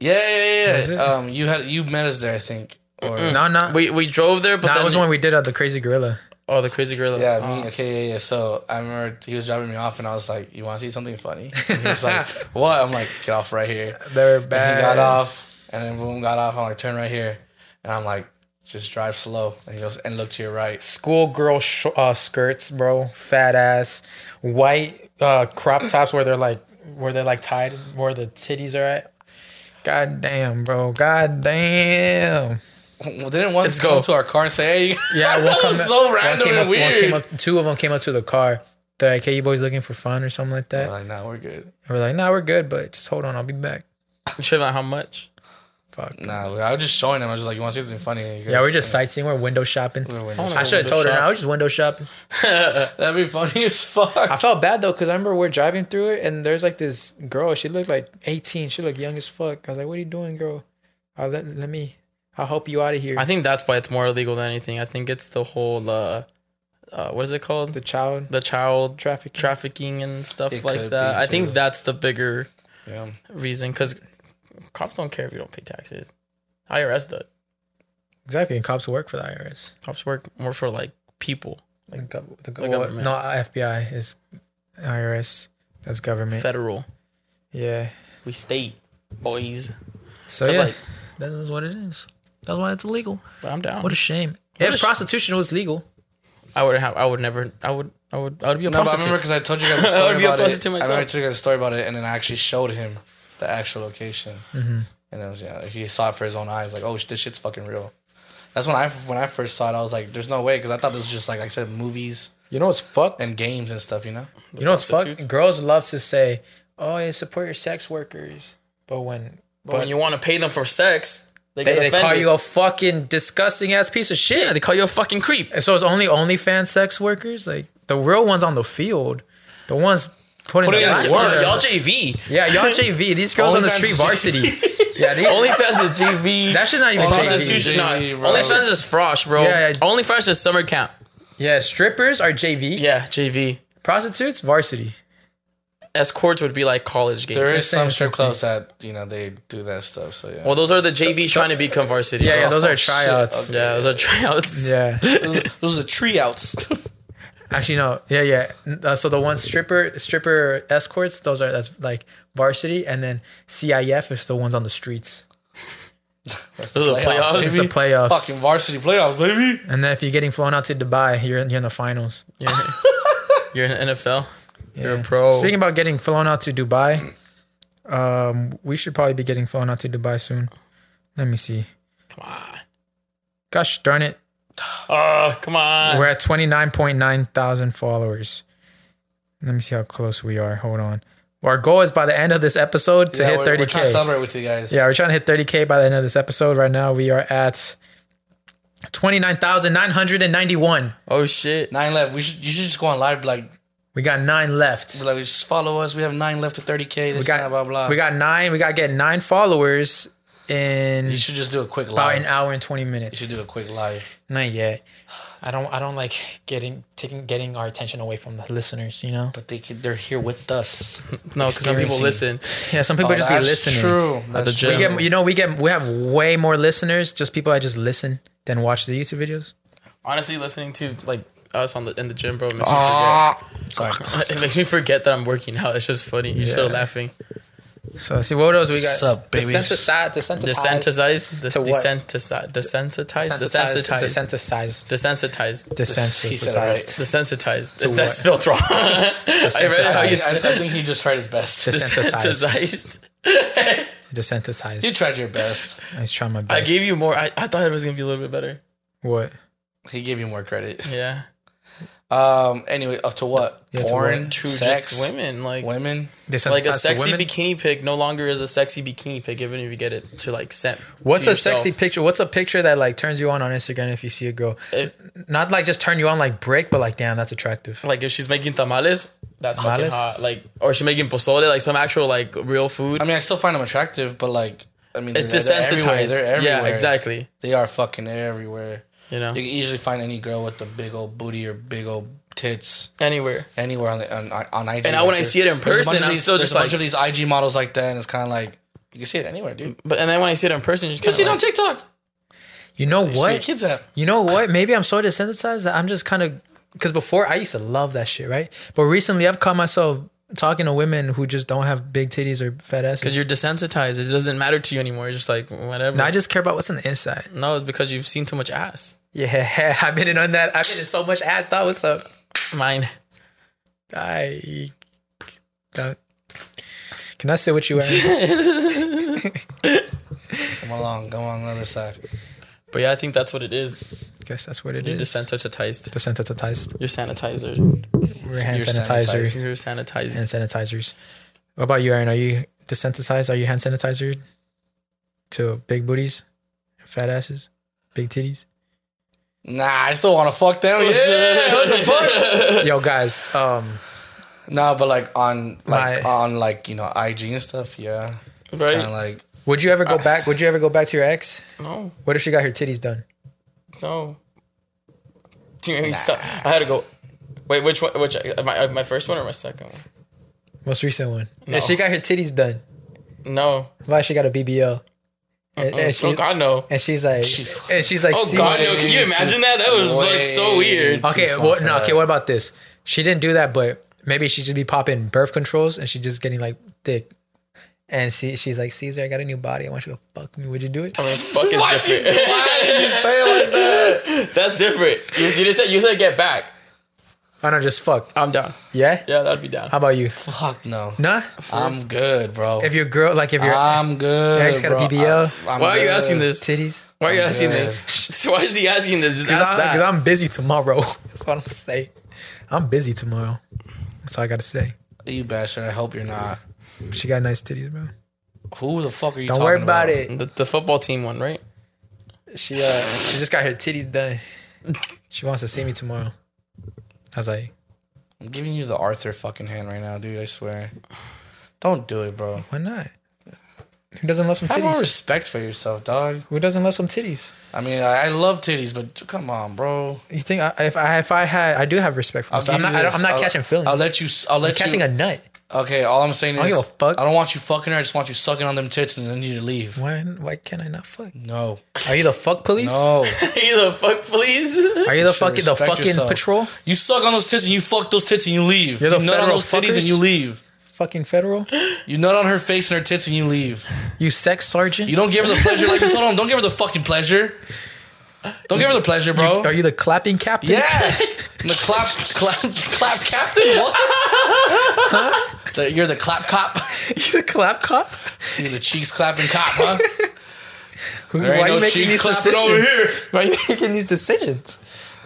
Speaker 3: yeah, yeah,
Speaker 1: Was
Speaker 3: yeah.
Speaker 1: it?
Speaker 3: Um, you had you met us there, I think. Or
Speaker 1: no, no,
Speaker 2: We, we drove there, but
Speaker 1: no,
Speaker 2: that
Speaker 1: that was when we did uh, the crazy gorilla.
Speaker 2: oh, the crazy girl.
Speaker 3: yeah,
Speaker 1: Oh.
Speaker 3: me. Okay, yeah, yeah. So I remember he was dropping me off, and I was like, "You want to see something funny?" And he was like, "What?" I'm like, "Get off right here."
Speaker 1: They were
Speaker 3: And
Speaker 1: bad.
Speaker 3: he got off, and then boom, got off. I'm like, "Turn right here," and I'm like, "Just drive slow." And he goes, "And look to your right."
Speaker 1: schoolgirl sh- uh, skirts, bro, fat ass, white uh, crop tops where they're like where they're like tied where the titties are at. God damn, bro. God damn.
Speaker 3: Well, they didn't want
Speaker 2: Let's
Speaker 3: to come
Speaker 2: go.
Speaker 3: up to our car and say, "Hey,
Speaker 1: Yeah,
Speaker 3: that
Speaker 1: come-
Speaker 3: was so
Speaker 1: one
Speaker 3: random
Speaker 1: came
Speaker 3: and
Speaker 1: up- one
Speaker 3: weird."
Speaker 1: came up- two of them came up to the car. They're like, "Hey, you boys looking for fun or something like that?"
Speaker 3: I'm like, nah, we're good.
Speaker 1: And we're like, "Nah, we're good, but just hold on, I'll be back."
Speaker 2: Shit about how much?
Speaker 1: Fuck.
Speaker 3: Nah, I was just showing him. I was just like, "You want to see something funny?" And he
Speaker 1: Yeah,
Speaker 3: goes,
Speaker 1: we're just sightseeing. We're window shopping.
Speaker 3: "We're window
Speaker 1: I should have told her. Nah, we're just window shopping.
Speaker 3: That'd be funny as fuck.
Speaker 1: I felt bad though because I remember we're driving through it and there's like this girl. She looked like 18. She looked young as fuck. I was like, "What are you doing, girl? I'll let, let me. I'll help you out of here."
Speaker 2: I think that's why it's more illegal than anything. I think it's the whole, uh, uh, what is it called?
Speaker 1: the child.
Speaker 2: the child
Speaker 1: Trafficking.
Speaker 2: trafficking and stuff
Speaker 3: It
Speaker 2: like
Speaker 3: could
Speaker 2: that.
Speaker 3: be,
Speaker 2: I think
Speaker 3: too.
Speaker 2: that's the bigger
Speaker 3: Yeah.
Speaker 2: reason because cops don't care if you don't pay taxes. IRS does.
Speaker 1: Exactly. And cops work for the IRS.
Speaker 2: Cops work more for like people,
Speaker 1: Like gov- the,
Speaker 2: The
Speaker 1: government.
Speaker 2: government.
Speaker 1: No, FBI is IRS. That's government.
Speaker 2: federal.
Speaker 1: yeah.
Speaker 2: We state boys.
Speaker 1: So
Speaker 2: That's
Speaker 1: yeah,
Speaker 2: like-
Speaker 1: that is what it is. That's why it's illegal.
Speaker 2: But I'm down.
Speaker 1: What a shame.
Speaker 2: What
Speaker 1: if
Speaker 2: a sh-
Speaker 1: prostitution was legal,
Speaker 2: I would have. I would never. I would. I would. I would be a
Speaker 3: No, but I
Speaker 2: prostitute.
Speaker 3: remember because I told you
Speaker 2: I
Speaker 3: guys a
Speaker 2: would
Speaker 3: story
Speaker 2: be
Speaker 3: about it.
Speaker 2: opposite
Speaker 3: I
Speaker 2: to
Speaker 3: remember
Speaker 2: myself.
Speaker 3: I told you guys a story about it, and then I actually showed him the actual location,
Speaker 1: Mm-hmm.
Speaker 3: and it was yeah, like, he saw it for his own eyes. Like, oh, sh- this shit's fucking real. That's when I when I first saw it. I was like, there's no way because I thought this was just like I said, movies
Speaker 1: you know what's fucked.
Speaker 3: and games and stuff. You know,
Speaker 1: you know what's fucked.
Speaker 2: prostitutes.
Speaker 1: Girls love to say, "Oh, yeah, support your sex workers," but when
Speaker 2: but when you want to pay them for sex, they,
Speaker 1: they,
Speaker 2: get
Speaker 1: they call
Speaker 2: offended.
Speaker 1: you a fucking disgusting ass piece of shit.
Speaker 2: yeah, they call you a fucking creep.
Speaker 1: And so it's only OnlyFans sex workers, like the real ones on the field, the ones Put in
Speaker 2: Put
Speaker 1: the
Speaker 2: it
Speaker 1: back
Speaker 2: in work.
Speaker 1: burner.
Speaker 2: Y'all JV.
Speaker 1: Yeah, y'all JV. These girls on the
Speaker 2: OnlyFans
Speaker 1: street
Speaker 2: is
Speaker 1: varsity. yeah, they,
Speaker 2: OnlyFans is JV.
Speaker 1: that should not even
Speaker 3: Only
Speaker 1: be
Speaker 3: fans is-
Speaker 2: Prostitution. No,
Speaker 3: JV, bro.
Speaker 2: OnlyFans is frosh, bro.
Speaker 1: Yeah, yeah.
Speaker 2: OnlyFans is summer camp.
Speaker 1: Yeah, strippers are JV.
Speaker 2: Yeah, JV.
Speaker 1: Prostitutes, varsity.
Speaker 2: Escorts would be like college games.
Speaker 3: There is
Speaker 1: saying
Speaker 3: some strip
Speaker 1: something.
Speaker 3: clubs that you know they do that stuff. So yeah.
Speaker 2: Well, those are the JV trying to become varsity. Oh,
Speaker 1: Yeah, yeah, those are
Speaker 3: shit,
Speaker 1: tryouts.
Speaker 3: okay.
Speaker 2: Yeah, those are tryouts.
Speaker 1: Yeah.
Speaker 3: those, those are the tree outs.
Speaker 1: Actually, no. Yeah, yeah. Uh, so the ones stripper, stripper escorts, those are that's like varsity, and then CIF is the ones on the streets.
Speaker 3: That's
Speaker 2: Those are playoffs.
Speaker 1: It's
Speaker 2: Maybe.
Speaker 1: the playoffs.
Speaker 3: Fucking varsity playoffs, baby.
Speaker 1: And then if you're getting flown out to Dubai, you're in, you're in the finals.
Speaker 2: You're in the NFL. You're
Speaker 1: Yeah.
Speaker 2: a pro.
Speaker 1: Speaking about getting flown out to Dubai, um, we should probably be getting flown out to Dubai soon. Let me see.
Speaker 2: come on.
Speaker 1: Gosh darn it.
Speaker 2: Oh, come on.
Speaker 1: We're at 29.9 thousand followers. Let me see how close we are. Hold on. Our goal is by the end of this episode to
Speaker 3: Yeah,
Speaker 1: hit
Speaker 3: we're-
Speaker 1: 30K.
Speaker 3: We're trying to celebrate with you guys.
Speaker 1: Yeah, we're trying to hit 30K by the end of this episode. Right now, we are at 29,991.
Speaker 2: Oh shit.
Speaker 3: Nine left. We should. You should just go on live. be Like,
Speaker 1: We got nine
Speaker 3: be
Speaker 1: left.
Speaker 3: like, just follow us. We have nine left to thirty k. This
Speaker 1: We
Speaker 3: and
Speaker 1: got,
Speaker 3: that, blah blah.
Speaker 1: we got nine. We got to get nine followers in
Speaker 3: You should just do a quick
Speaker 1: about
Speaker 3: live.
Speaker 1: an hour and 20 minutes.
Speaker 3: You should do a quick live.
Speaker 1: Not yet. I don't. I don't like getting taking getting our attention away from the listeners. You know.
Speaker 3: But they could, they're here with us.
Speaker 2: No, because some people
Speaker 1: Experiencing.
Speaker 2: listen.
Speaker 1: Yeah, some people just be
Speaker 3: Oh, that's
Speaker 1: listening.
Speaker 3: True.
Speaker 2: the
Speaker 3: That's
Speaker 2: gym.
Speaker 1: We
Speaker 3: true.
Speaker 1: get. You know, we get. We have way more listeners. Just people that just listen than watch the YouTube videos.
Speaker 2: Honestly, listening to like us on the in the gym, bro, it makes me
Speaker 3: Ah.
Speaker 2: forget.
Speaker 3: Sorry.
Speaker 2: It makes me forget that I'm working out. It's just funny. You're still
Speaker 1: Yeah.
Speaker 2: laughing.
Speaker 1: So let's see what else we got.
Speaker 3: What's up, baby?
Speaker 1: Desensitize. Desensitize.
Speaker 2: Desensitized. Des-
Speaker 1: To what?
Speaker 2: desensitized. Desensitized.
Speaker 1: Desensitized.
Speaker 2: Desensitized. Desensitized.
Speaker 3: He said it
Speaker 1: Desensitized.
Speaker 3: right.
Speaker 2: Desensitized.
Speaker 1: what?
Speaker 2: That's spelled wrong. I read it how
Speaker 3: I,
Speaker 2: you
Speaker 1: Desensitized.
Speaker 2: said
Speaker 3: I think he just tried his best.
Speaker 1: Desensitized.
Speaker 2: desensitized.
Speaker 3: You
Speaker 1: Desensitized.
Speaker 3: tried your best.
Speaker 1: I was trying my best.
Speaker 2: I gave you more. I, I thought it was gonna be a little bit better.
Speaker 1: what?
Speaker 3: He gave you more credit.
Speaker 2: Yeah.
Speaker 3: Um. Anyway, up to what?
Speaker 1: to
Speaker 3: Porn,
Speaker 2: To
Speaker 3: sex,
Speaker 2: just women, like
Speaker 3: women.
Speaker 1: Desensitized
Speaker 2: like
Speaker 1: to
Speaker 2: a sexy
Speaker 1: women?
Speaker 2: bikini pic no longer is a sexy bikini pic, even if you get it to like sent.
Speaker 1: What's
Speaker 2: to
Speaker 1: a sexy
Speaker 2: yourself.
Speaker 1: picture? What's a picture that like turns you on on Instagram if you see a girl?
Speaker 2: It-
Speaker 1: Not like just turn you on like break, but like damn, that's attractive.
Speaker 2: Like if she's making tamales, that's
Speaker 1: Tamales?
Speaker 2: fucking hot. Like or she's making pozole, like some actual like real food.
Speaker 3: I mean, I still find them attractive, but like, I mean,
Speaker 2: it's
Speaker 3: they're, they're everywhere.
Speaker 2: desensitized.
Speaker 3: They're everywhere.
Speaker 2: Yeah, exactly.
Speaker 3: They are fucking everywhere.
Speaker 2: You know,
Speaker 3: You can easily find any girl with the big old booty or big old tits
Speaker 2: anywhere.
Speaker 3: anywhere on the, on, on IG.
Speaker 2: And I- when I
Speaker 3: There's-
Speaker 2: see it in
Speaker 3: there's a bunch
Speaker 2: person,
Speaker 3: of
Speaker 2: I'm
Speaker 3: these-
Speaker 2: still
Speaker 3: there's
Speaker 2: just
Speaker 3: a bunch
Speaker 2: like-
Speaker 3: of these IG models like that, and it's kind of like you can see it anywhere, dude.
Speaker 2: But and then when I see it in person, you
Speaker 3: You
Speaker 2: just
Speaker 3: see it
Speaker 2: kind
Speaker 3: on
Speaker 2: of like,
Speaker 3: TikTok.
Speaker 1: You know
Speaker 3: What the
Speaker 1: what?
Speaker 3: kids app?
Speaker 1: You know what? Maybe I'm so desensitized that I'm just kind of because before I used to love that shit, right? But recently I've caught myself talking to women who just don't have big titties or fat asses.
Speaker 2: because you're desensitized. It doesn't matter to you anymore. It's just like whatever.
Speaker 1: And I just care about what's on the inside.
Speaker 2: no, it's because you've seen too much ass.
Speaker 1: Yeah, I've been in on that. I've been in so much ass. That what's up?
Speaker 2: Mine.
Speaker 1: I don't. Can I say what you wearing?
Speaker 3: Come along, go on the other side.
Speaker 2: But yeah, I think that's what it is.
Speaker 1: Guess that's what it
Speaker 2: You're
Speaker 1: is.
Speaker 2: desensitized.
Speaker 1: Desensitized.
Speaker 2: You're sanitizer.
Speaker 1: We're hand
Speaker 3: You're
Speaker 1: sanitizers.
Speaker 3: sanitized.
Speaker 2: You're sanitized.
Speaker 1: hand sanitizers. What about you, Aaron? Are you desensitized? Are you hand sanitizer to big booties, fat asses, big titties?
Speaker 3: Nah, I still want to fuck them. and shit. What the fuck?
Speaker 1: Yo, guys. Um,
Speaker 3: Nah, but like on
Speaker 1: My-
Speaker 3: like on like you know IG and stuff. Yeah,
Speaker 2: right?
Speaker 3: kind of like
Speaker 1: would you ever go back? Would you ever go back to your ex?
Speaker 2: no,
Speaker 1: What if she got her titties done?
Speaker 2: no. Dude, stop. I had to go. Wait, which one? Which uh, my my first one or my second one?
Speaker 1: Most recent one.
Speaker 2: No.
Speaker 1: If she got her titties done,
Speaker 2: No.
Speaker 1: why she got a BBL? And, and
Speaker 2: oh
Speaker 1: she's,
Speaker 2: God, no.
Speaker 1: and she's like, and she's like,
Speaker 2: Oh
Speaker 1: see-
Speaker 2: God, no. Can you
Speaker 3: Way
Speaker 2: imagine that? That was like so
Speaker 3: way
Speaker 2: weird.
Speaker 3: too
Speaker 1: Okay,
Speaker 3: small
Speaker 1: well,
Speaker 3: for
Speaker 1: no,
Speaker 3: that.
Speaker 1: okay, what about this? She didn't do that, but maybe she just be popping birth controls and she just getting like thick. And she she's like, Caesar, I got a new body. I want you to fuck me. Would you do it?
Speaker 3: Oh,
Speaker 2: I mean, fuck is different. That's different. You, you just said you said get back.
Speaker 1: I don't just fuck. Um,
Speaker 2: I'm down.
Speaker 1: Yeah?
Speaker 2: Yeah, that'd be down.
Speaker 1: How about you?
Speaker 3: Fuck no.
Speaker 1: Nah?
Speaker 3: I'm good, bro.
Speaker 1: If your girl like if your
Speaker 3: I'm good.
Speaker 1: ex got a
Speaker 3: bro.
Speaker 1: BBL.
Speaker 3: I'm- I'm
Speaker 2: Why are you
Speaker 3: good.
Speaker 2: asking this?
Speaker 1: titties.
Speaker 2: Why are you asking
Speaker 3: good.
Speaker 2: this? Why is he asking this? Just
Speaker 1: Because
Speaker 2: ask that.
Speaker 1: I'm, busy tomorrow. That's what I'm saying. I'm busy tomorrow. That's all I gotta say.
Speaker 3: You bastard. I hope you're not.
Speaker 1: She got nice titties, bro.
Speaker 3: Who the fuck are you
Speaker 1: Don't
Speaker 3: talking
Speaker 1: worry about, it.
Speaker 2: the, the football team one, right?
Speaker 1: She uh she just got her titties done. She wants to see me tomorrow. I was like,
Speaker 3: I'm giving you the Arthur fucking hand right now, dude. I swear. Don't do it, bro.
Speaker 1: Why not? Who doesn't love some
Speaker 3: Have more
Speaker 1: titties?
Speaker 3: respect for yourself, dog.
Speaker 1: Who doesn't love some titties?
Speaker 3: I mean, I, I love titties, but come on, bro.
Speaker 1: You think I, if I if I had I do have respect for
Speaker 3: I'll
Speaker 1: myself. I'm not
Speaker 3: give you
Speaker 1: I don't,
Speaker 3: this.
Speaker 1: I'm not
Speaker 3: I'll-
Speaker 1: catching feelings.
Speaker 3: I'll let you. I'll
Speaker 1: I'm
Speaker 3: let
Speaker 1: catching
Speaker 3: you.
Speaker 1: a nut.
Speaker 3: okay, all I'm saying
Speaker 1: don't
Speaker 3: is,
Speaker 1: give a fuck.
Speaker 3: I don't want you fucking her. I just want you sucking on them tits, and then you to leave.
Speaker 1: Why why can't I not fuck?
Speaker 3: No,
Speaker 1: Are you the fuck police?
Speaker 3: no.
Speaker 2: you the fuck, please?
Speaker 1: Are you the fucking the
Speaker 3: respect
Speaker 1: fucking
Speaker 3: yourself.
Speaker 1: patrol?
Speaker 3: you suck on those tits, and you fuck those tits, and you leave.
Speaker 1: You're the
Speaker 3: you nut on
Speaker 1: federal
Speaker 3: those titties, and
Speaker 1: fuckers?
Speaker 3: you leave.
Speaker 1: Fucking federal?
Speaker 3: You nut on her face and her tits, and you leave.
Speaker 1: You sex sergeant?
Speaker 3: You don't give her the pleasure like you told him. Don't give her the fucking pleasure. Don't give her the pleasure, bro.
Speaker 1: Are you the clapping captain?
Speaker 3: yeah. the clap, clap, clap captain. What? The- you're the clap cop.
Speaker 1: you the clap cop?
Speaker 3: You're the cheeks clapping cop, huh?
Speaker 1: Who,
Speaker 3: There ain't
Speaker 1: why are you
Speaker 3: no
Speaker 1: making these
Speaker 3: cheeks clapping
Speaker 1: decisions?
Speaker 3: over here.
Speaker 1: Why are you making these decisions?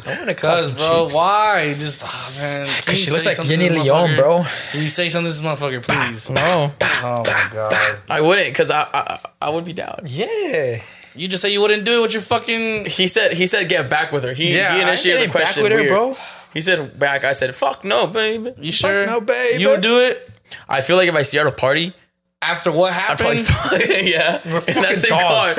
Speaker 1: I want to clap
Speaker 3: Cause
Speaker 1: some
Speaker 3: bro,
Speaker 1: cheeks.
Speaker 3: why? Just ah man. Can
Speaker 1: Cause
Speaker 3: you
Speaker 1: she looks
Speaker 3: say
Speaker 1: like
Speaker 3: something to
Speaker 1: Jenny
Speaker 3: this
Speaker 1: Leon,
Speaker 3: motherfucker?
Speaker 1: bro.
Speaker 3: Can you say something to this motherfucker, please?
Speaker 2: No,
Speaker 3: oh my god.
Speaker 2: I wouldn't, cause I, I I would be down.
Speaker 1: Yeah.
Speaker 3: You just say you wouldn't do it with your fucking.
Speaker 2: He said he said get back with her. He he initiated the question.
Speaker 1: back with her,
Speaker 2: weird.
Speaker 1: bro.
Speaker 2: He said back. I said fuck no, babe.
Speaker 3: You sure?
Speaker 1: no, baby.
Speaker 3: You would do it
Speaker 2: I feel like if I see her at a party,
Speaker 3: after what
Speaker 2: I'd probably
Speaker 3: happened?
Speaker 2: yeah. We're
Speaker 1: fucking dogs.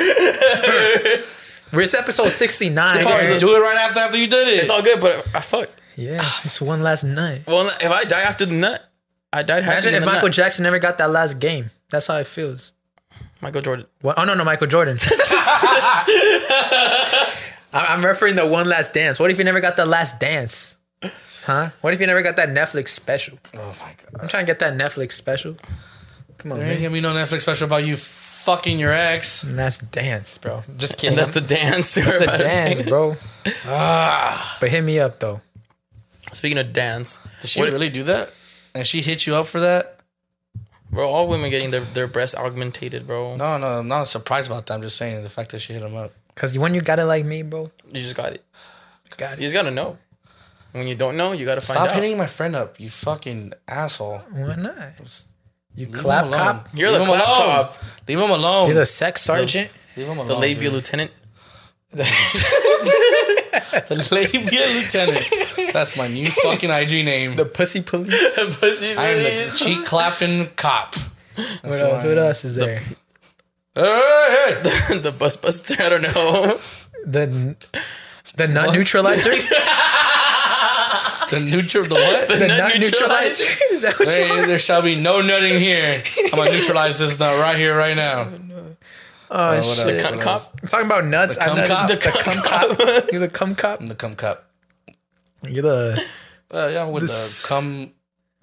Speaker 1: We're it's episode sixty nine.
Speaker 3: Probably do it right after after you did it.
Speaker 2: It's all good, but I fuck.
Speaker 1: Yeah, it's one last night.
Speaker 2: Well, if I die after the nut, I died. happy
Speaker 1: Imagine
Speaker 2: in
Speaker 1: if
Speaker 2: the
Speaker 1: Michael
Speaker 2: nut.
Speaker 1: Jackson never got that last game. That's how it feels.
Speaker 2: Michael Jordan.
Speaker 1: What? Oh no, no, Michael Jordan. I- I'm referring to One Last Dance. What if you never got that last dance? Huh? What if you never got that Netflix special?
Speaker 3: oh my god.
Speaker 1: I'm trying to get that Netflix special. Come on,
Speaker 3: There ain't
Speaker 1: man.
Speaker 3: gonna be no Netflix special about you fucking your ex.
Speaker 1: Last dance, bro. Just kidding.
Speaker 2: And that's the dance. That's
Speaker 1: It's the dance, bro. but hit me up though.
Speaker 2: Speaking of dance,
Speaker 3: Did she
Speaker 2: What-
Speaker 3: really do that? And she hit you up for that?
Speaker 2: bro, all women getting their, their breasts augmentated, bro.
Speaker 3: No, no, I'm not surprised about that. I'm just saying the fact that she hit him up.
Speaker 1: Cause when you got it like me, bro,
Speaker 2: You just got it.
Speaker 1: got
Speaker 2: You
Speaker 1: it.
Speaker 2: just gotta know. When you don't know, you gotta find
Speaker 3: Stop
Speaker 2: out.
Speaker 3: hitting my friend up, you fucking asshole.
Speaker 1: Why not? You clap
Speaker 3: Leave him alone.
Speaker 1: cop.
Speaker 2: You're
Speaker 3: Leave
Speaker 2: the
Speaker 3: him
Speaker 2: clap
Speaker 3: alone.
Speaker 2: cop,
Speaker 3: Leave him alone.
Speaker 1: You're the sex sergeant.
Speaker 3: Leave him alone.
Speaker 2: the labia
Speaker 3: Oh, dude.
Speaker 2: lieutenant.
Speaker 3: The labia lieutenant. That's my new fucking IG name.
Speaker 1: The pussy police.
Speaker 2: Pussy
Speaker 3: I am
Speaker 2: bitch.
Speaker 3: the cheek clapping cop.
Speaker 1: What else? What else is there?
Speaker 3: Hey, hey, hey.
Speaker 2: the bus buster. I don't know.
Speaker 1: The the nut neutralizer.
Speaker 3: The neutral, the what?
Speaker 1: The
Speaker 2: nut
Speaker 1: nut neutralizer.
Speaker 2: neutralizer.
Speaker 1: Is that what you
Speaker 3: Hey, there shall be no nutting here. I'm gonna neutralize this nut right here, right now.
Speaker 1: Oh,
Speaker 3: what
Speaker 1: shit.
Speaker 3: else?
Speaker 2: Cunt cop.
Speaker 1: I'm talking about nuts.
Speaker 3: cum
Speaker 1: I'm not,
Speaker 3: cop?
Speaker 1: the,
Speaker 3: The
Speaker 1: cum cop. You're the cum cop.
Speaker 3: I'm the cum cop.
Speaker 1: You're the
Speaker 3: Uh, yeah, I'm with
Speaker 1: This-
Speaker 3: the cum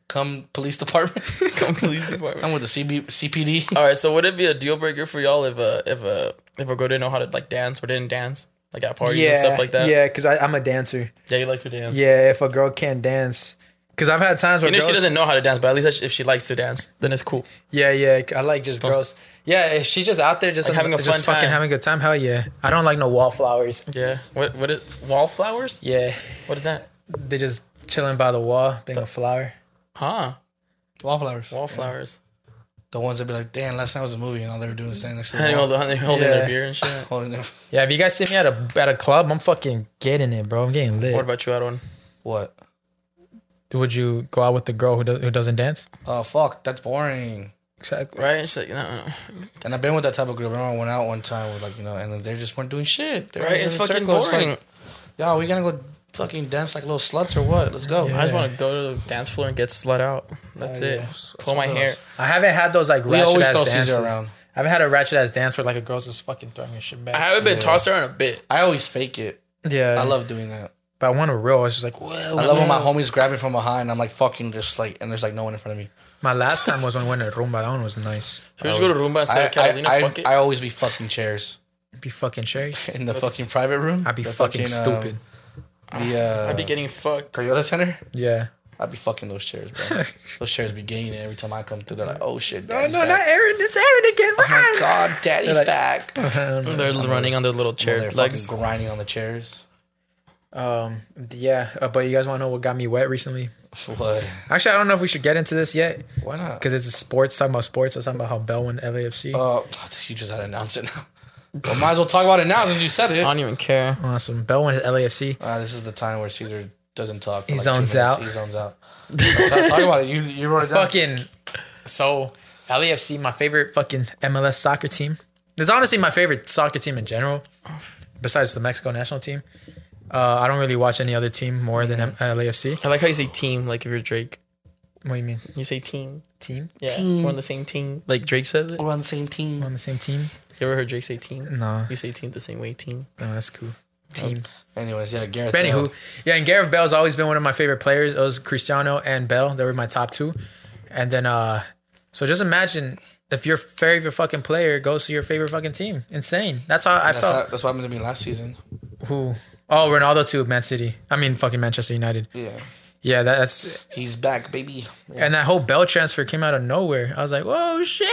Speaker 3: cum police department.
Speaker 2: Come police department.
Speaker 3: I'm with the CB, CPD.
Speaker 2: All right. So would it be a deal breaker for y'all if uh if uh if a girl didn't know how to like dance or didn't dance like at parties and stuff like that?
Speaker 1: Yeah, because I'm a dancer.
Speaker 2: Yeah, you like to dance.
Speaker 1: Yeah, if a girl can't dance, because I've had times where
Speaker 2: Even if
Speaker 1: girls,
Speaker 2: she doesn't know how to dance, but at least if she likes to dance, then it's cool.
Speaker 1: yeah, yeah, I like just
Speaker 2: Don't-
Speaker 1: girls. Yeah, if she's just out there just
Speaker 2: Like having a
Speaker 1: just
Speaker 2: fun
Speaker 1: fucking
Speaker 2: time.
Speaker 1: having a good time, hell yeah. I don't like no wallflowers.
Speaker 2: Yeah. What what is wallflowers?
Speaker 1: Yeah,
Speaker 2: What is that?
Speaker 1: they just chilling by the wall, being a flower.
Speaker 2: Huh?
Speaker 3: Wallflowers.
Speaker 2: Wallflowers.
Speaker 3: The ones that be like, damn, last night was a movie and all they were doing is standing next to
Speaker 2: And
Speaker 3: the
Speaker 2: they hold-
Speaker 3: wall,
Speaker 2: they holding
Speaker 1: Yeah.
Speaker 2: their beer and shit.
Speaker 3: holding them.
Speaker 1: Yeah, if you guys see me at a at a club, I'm fucking getting it, bro. I'm getting lit.
Speaker 2: What about you, Adon?
Speaker 3: What?
Speaker 1: Would you go out with the girl who, does, who doesn't dance?
Speaker 3: Oh fuck, that's boring.
Speaker 1: Exactly.
Speaker 2: Right? She's like, no, no.
Speaker 3: And I've been with that type of group. I remember I went out one time with like you know, and then they just weren't doing shit. They were
Speaker 2: Right? It's
Speaker 3: just in a
Speaker 2: fucking
Speaker 3: circle. It's
Speaker 2: boring.
Speaker 3: Like, Yo, we gonna go fucking dance like little sluts or what? Let's go.
Speaker 2: I
Speaker 1: Yeah.
Speaker 2: just
Speaker 1: Oh,
Speaker 2: want to go to the dance floor and get slut out. That's it. Pull my hair.
Speaker 1: I haven't had those like
Speaker 3: We
Speaker 1: ratchet
Speaker 3: always
Speaker 1: ass
Speaker 3: throw Caesar
Speaker 1: dances.
Speaker 3: around.
Speaker 1: I haven't had a ratchet ass dance where like a girl's just fucking throwing her shit back.
Speaker 2: I haven't been
Speaker 3: Yeah.
Speaker 2: tossed around a bit.
Speaker 3: I always fake it.
Speaker 1: yeah,
Speaker 3: I love doing that.
Speaker 1: But I want a real. It's just like
Speaker 2: Oh,
Speaker 1: whoa.
Speaker 3: I love when my homies grab me from behind. I'm like fucking just like, and there's like no one in front of me.
Speaker 1: My last time was when we went to Rumba. That one was nice.
Speaker 2: Should we just go to Roomba and
Speaker 3: I,
Speaker 2: say, Catalina,
Speaker 3: I,
Speaker 2: fuck it?
Speaker 3: I, I always be fucking chairs
Speaker 1: Be fucking cherry.
Speaker 3: in the fucking private room.
Speaker 1: I'd be
Speaker 3: The
Speaker 1: fucking,
Speaker 3: um,
Speaker 1: stupid.
Speaker 3: the uh,
Speaker 2: I'd be getting fucked.
Speaker 3: Toyota Center.
Speaker 1: yeah.
Speaker 3: I'd be fucking those chairs, bro. those chairs be gaining every time I come through. They're like, oh shit,
Speaker 1: Oh
Speaker 3: daddy's
Speaker 1: no, not
Speaker 3: back.
Speaker 1: Aaron. It's Aaron again.
Speaker 3: Oh my god, daddy's
Speaker 1: like-
Speaker 3: back.
Speaker 2: They're running on their little chair
Speaker 3: They're
Speaker 2: legs.
Speaker 3: fucking grinding on the chairs.
Speaker 1: Um. Yeah. Uh, but you guys want to know what got me wet recently?
Speaker 3: What?
Speaker 1: Actually, I don't know if we should get into this yet
Speaker 3: Why not?
Speaker 1: because it's a sports. Talking about sports. I was talking about how Bell won LAFC.
Speaker 3: Uh, you just had to announce it now. Well, might as well talk about it now since you said it.
Speaker 2: I don't even care.
Speaker 1: awesome. Bell won LAFC.
Speaker 3: Uh, this is the time where Caesar doesn't talk. For
Speaker 1: He
Speaker 3: like
Speaker 1: zones
Speaker 3: two minutes.
Speaker 1: out.
Speaker 3: He zones out. So talk, talk about it. You you wrote it down.
Speaker 1: fucking so LAFC, my favorite fucking MLS soccer team. It's honestly my favorite soccer team in general, besides the Mexico national team. Uh, I don't really watch any other team more than M- uh, LAFC.
Speaker 2: I like how you say team, like if you're Drake.
Speaker 1: What do you mean?
Speaker 2: You say team.
Speaker 1: Team?
Speaker 2: Yeah. We're on the same team. Like Drake says it. You
Speaker 3: We're on the same team.
Speaker 1: On the same team?
Speaker 2: ever heard Drake say team?
Speaker 1: No.
Speaker 2: You say team the same way, team.
Speaker 1: No, that's cool. Team.
Speaker 3: Anyways, yeah, Gareth. uh,
Speaker 1: But
Speaker 3: Bale.
Speaker 1: anywho, yeah, and Gareth Bell's always been one of my favorite players. It was Cristiano and Bell. They were my top two. And then uh so just imagine if your favorite fucking player goes to your favorite fucking team. Insane. That's how I
Speaker 3: That's,
Speaker 1: felt.
Speaker 3: how, that's what happened to me last season.
Speaker 1: Who? Oh, Ronaldo to Man City. I mean, fucking Manchester United.
Speaker 3: Yeah,
Speaker 1: Yeah, that's
Speaker 3: he's back, baby. Yeah.
Speaker 1: and that whole Bell transfer came out of nowhere. I was like, whoa, shit!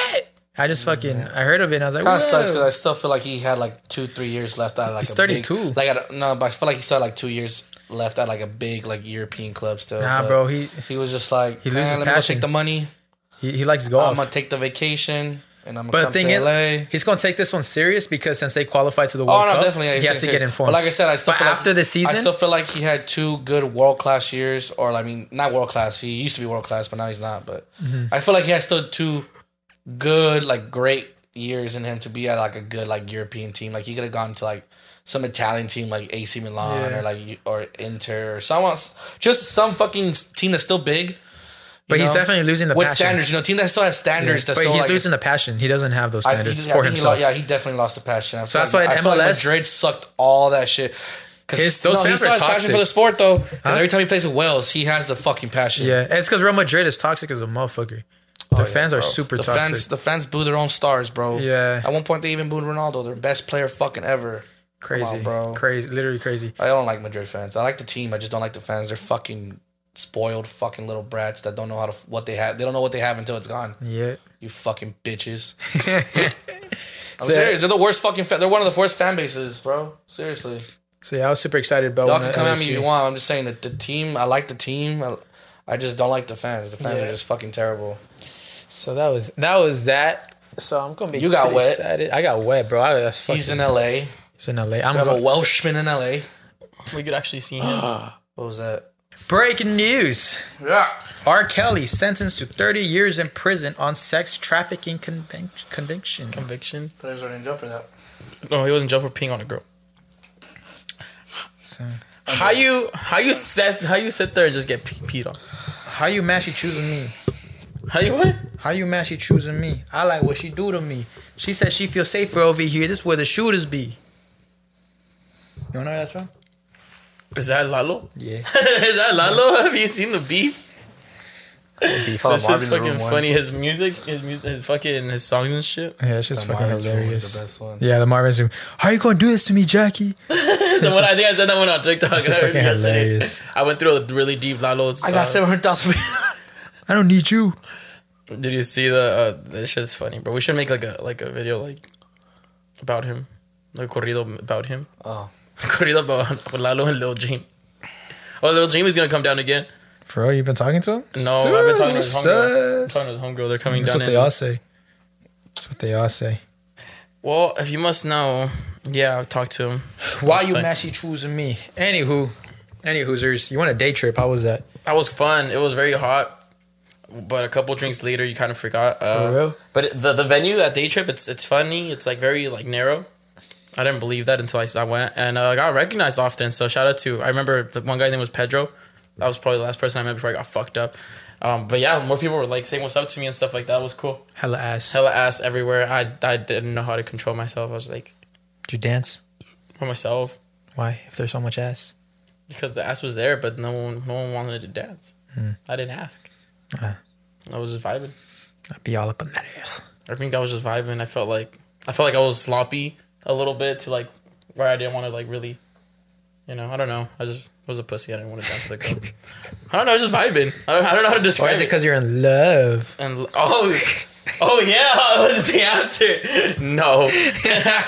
Speaker 1: I just fucking I heard of it. and I was like,
Speaker 3: Kind
Speaker 1: whoa.
Speaker 3: of sucks because I still feel like he had like two, three years left out. Of, like
Speaker 1: He's
Speaker 3: a big-
Speaker 1: 32.
Speaker 3: like I don't- no, but I feel like he still had like two years left at like a big like European club still.
Speaker 1: Nah,
Speaker 3: but
Speaker 1: bro, he-
Speaker 3: he was just like he
Speaker 1: loses
Speaker 3: loses let me go
Speaker 1: passion.
Speaker 3: take the money.
Speaker 1: he, he likes golf.
Speaker 3: I'm gonna take the vacation and I'm gonna
Speaker 1: but the
Speaker 3: come
Speaker 1: thing
Speaker 3: to
Speaker 1: is,
Speaker 3: LA.
Speaker 1: he's gonna take this one serious because since they qualified to the
Speaker 3: Oh
Speaker 1: World
Speaker 3: no,
Speaker 1: Cup,
Speaker 3: definitely. Yeah,
Speaker 1: he has to get
Speaker 3: serious.
Speaker 1: informed.
Speaker 3: But like I said, I still
Speaker 1: But
Speaker 3: feel like-
Speaker 1: after the
Speaker 3: I
Speaker 1: season-
Speaker 3: still feel like he had two good world class years, or I mean, not world class. He used to be world class, but now he's not. But
Speaker 1: Mm-hmm.
Speaker 3: I feel like he has still two good, like great years in him to be at like a good like European team. Like he could have gone to like some Italian team, like AC Milan
Speaker 1: Yeah.
Speaker 3: or like you- or Inter or someone, else. just some fucking team that's still big. you
Speaker 1: but he's
Speaker 3: know?
Speaker 1: definitely losing the
Speaker 3: with
Speaker 1: passion.
Speaker 3: standards. You know, team that still has standards.
Speaker 1: but
Speaker 3: That's
Speaker 1: he's
Speaker 3: still like,
Speaker 1: losing the passion. He doesn't have those
Speaker 3: I think
Speaker 1: standards
Speaker 3: he- I
Speaker 1: for
Speaker 3: think he
Speaker 1: himself.
Speaker 3: lo- yeah, he definitely lost the passion. I feel
Speaker 1: that's
Speaker 3: like-
Speaker 1: why in
Speaker 3: I feel like
Speaker 1: MLS
Speaker 3: Madrid sucked all that shit.
Speaker 1: His- those fans
Speaker 3: he
Speaker 1: were
Speaker 3: still has passion
Speaker 1: toxic.
Speaker 3: for the sport though. 'Cause
Speaker 1: Huh?
Speaker 3: every time he plays with Wales, he has the fucking passion.
Speaker 1: yeah. it's because Real Madrid is toxic as a motherfucker. The
Speaker 3: Oh, yeah,
Speaker 1: fans are
Speaker 3: bro.
Speaker 1: super
Speaker 3: the
Speaker 1: toxic.
Speaker 3: Fans, the fans boo their own stars, bro.
Speaker 1: Yeah.
Speaker 3: At one point, they even booed Ronaldo, their best player fucking ever. Come
Speaker 1: crazy,
Speaker 3: on, bro.
Speaker 1: crazy, literally crazy.
Speaker 3: I don't like Madrid fans. I like the team. I just don't like the fans. They're fucking spoiled, fucking little brats that don't know how to f- what they have. They don't know what they have until it's gone.
Speaker 1: Yeah.
Speaker 3: You fucking bitches. I'm serious. They're the worst fucking. Fa- they're one of the worst fan bases, bro. Seriously.
Speaker 1: So yeah, I was super excited about.
Speaker 3: Y'all
Speaker 1: when
Speaker 3: can
Speaker 1: the
Speaker 3: come at me if
Speaker 1: LFC
Speaker 3: you want. I'm just saying that the team. I like the team. I, I just don't like the fans. The fans are just fucking terrible.
Speaker 1: So that was that was that. So I'm gonna be.
Speaker 3: You got
Speaker 1: pretty
Speaker 3: wet.
Speaker 1: Excited. I got wet, bro. I was fucking.
Speaker 3: He's in LA.
Speaker 1: He's in LA. I'm
Speaker 3: I have a
Speaker 1: going
Speaker 3: Welshman in LA.
Speaker 2: We could actually see him.
Speaker 3: What was that?
Speaker 1: breaking news.
Speaker 3: Yeah.
Speaker 1: R. Kelly sentenced to 30 years in prison on sex trafficking convic- conviction.
Speaker 2: Conviction.
Speaker 3: Players are in jail for that.
Speaker 2: No, he was in jail for peeing on a girl. How you how you sit how you sit there and just get pee- peed on?
Speaker 1: How you mad she choosing me?
Speaker 2: How you what?
Speaker 1: How you mad she choosing me? I like what she do to me. She said she feel safer over here. This where the shooters be. You wanna know where that's from?
Speaker 2: Is that Lalo?
Speaker 1: Yeah.
Speaker 2: Is that Lalo? Have you seen the beef? That's just fucking funny. His music, his music, his fucking his songs and shit.
Speaker 1: Yeah, it's just fucking
Speaker 3: was the
Speaker 1: hilarious.
Speaker 3: best one.
Speaker 1: Yeah, the Marvin's room. How you gonna do this to me, Jackie?
Speaker 2: The one I think I said that one on TikTok.
Speaker 1: It's just
Speaker 2: I heard
Speaker 1: fucking
Speaker 2: yesterday.
Speaker 1: hilarious.
Speaker 2: I went through a really deep Lalo's.
Speaker 3: I got
Speaker 2: uh,
Speaker 3: seven hundred thousand.
Speaker 1: I don't need you.
Speaker 2: Did you see the? Uh, this shit's funny, bro. We should make like a like a video like about him, like corrido about him.
Speaker 3: Oh.
Speaker 2: corrido about Lalo and Lil Jean. Oh, Lil Jean is gonna come down again.
Speaker 1: Bro, you been talking to him?
Speaker 2: No, I've been talking to his homegirl. I'm
Speaker 1: Sus.
Speaker 2: talking to his homegirl. They're coming
Speaker 1: That's
Speaker 2: down.
Speaker 1: what
Speaker 2: in-
Speaker 1: they all say. That's what they all say.
Speaker 2: Well, if you must know, yeah, I've talked to him.
Speaker 1: Why
Speaker 2: That's
Speaker 1: you
Speaker 2: fine.
Speaker 1: mad she choosing me? Anywho, any hoosers, you want a day trip? How was that?
Speaker 2: That was fun. It was very hot, but a couple drinks later, you kind of forgot. Uh,
Speaker 1: For real?
Speaker 2: But it- the the venue that day trip, it's it's funny. It's like very like narrow. I didn't believe that until I, I went and uh, I got recognized often. So shout out to I remember the one guy's name was Pedro. That was probably the last person I met before I got fucked up. Um, but yeah, more people were like saying what's up to me and stuff like that. It was cool.
Speaker 1: Hella ass.
Speaker 2: Hella ass everywhere. I I didn't know how to control myself. I was like
Speaker 1: Did you dance?
Speaker 2: for myself
Speaker 1: Why? If there's so much ass.
Speaker 2: because the ass was there, but no one no one wanted to dance. I didn't ask.
Speaker 1: Hmm. Ah.
Speaker 2: I was just vibing.
Speaker 1: I'd be all up on that ass.
Speaker 2: I think I was just vibing. I felt like I felt like I was sloppy a little bit to like where I didn't want to like really, you know. I don't know. I just was a pussy. I didn't want to dance with a girl. I don't know. I was just vibing. I don't, I don't know how to
Speaker 1: Or
Speaker 2: describe
Speaker 1: is it
Speaker 2: it.
Speaker 1: because you're in love?
Speaker 2: And oh, Oh yeah, that was the answer. No,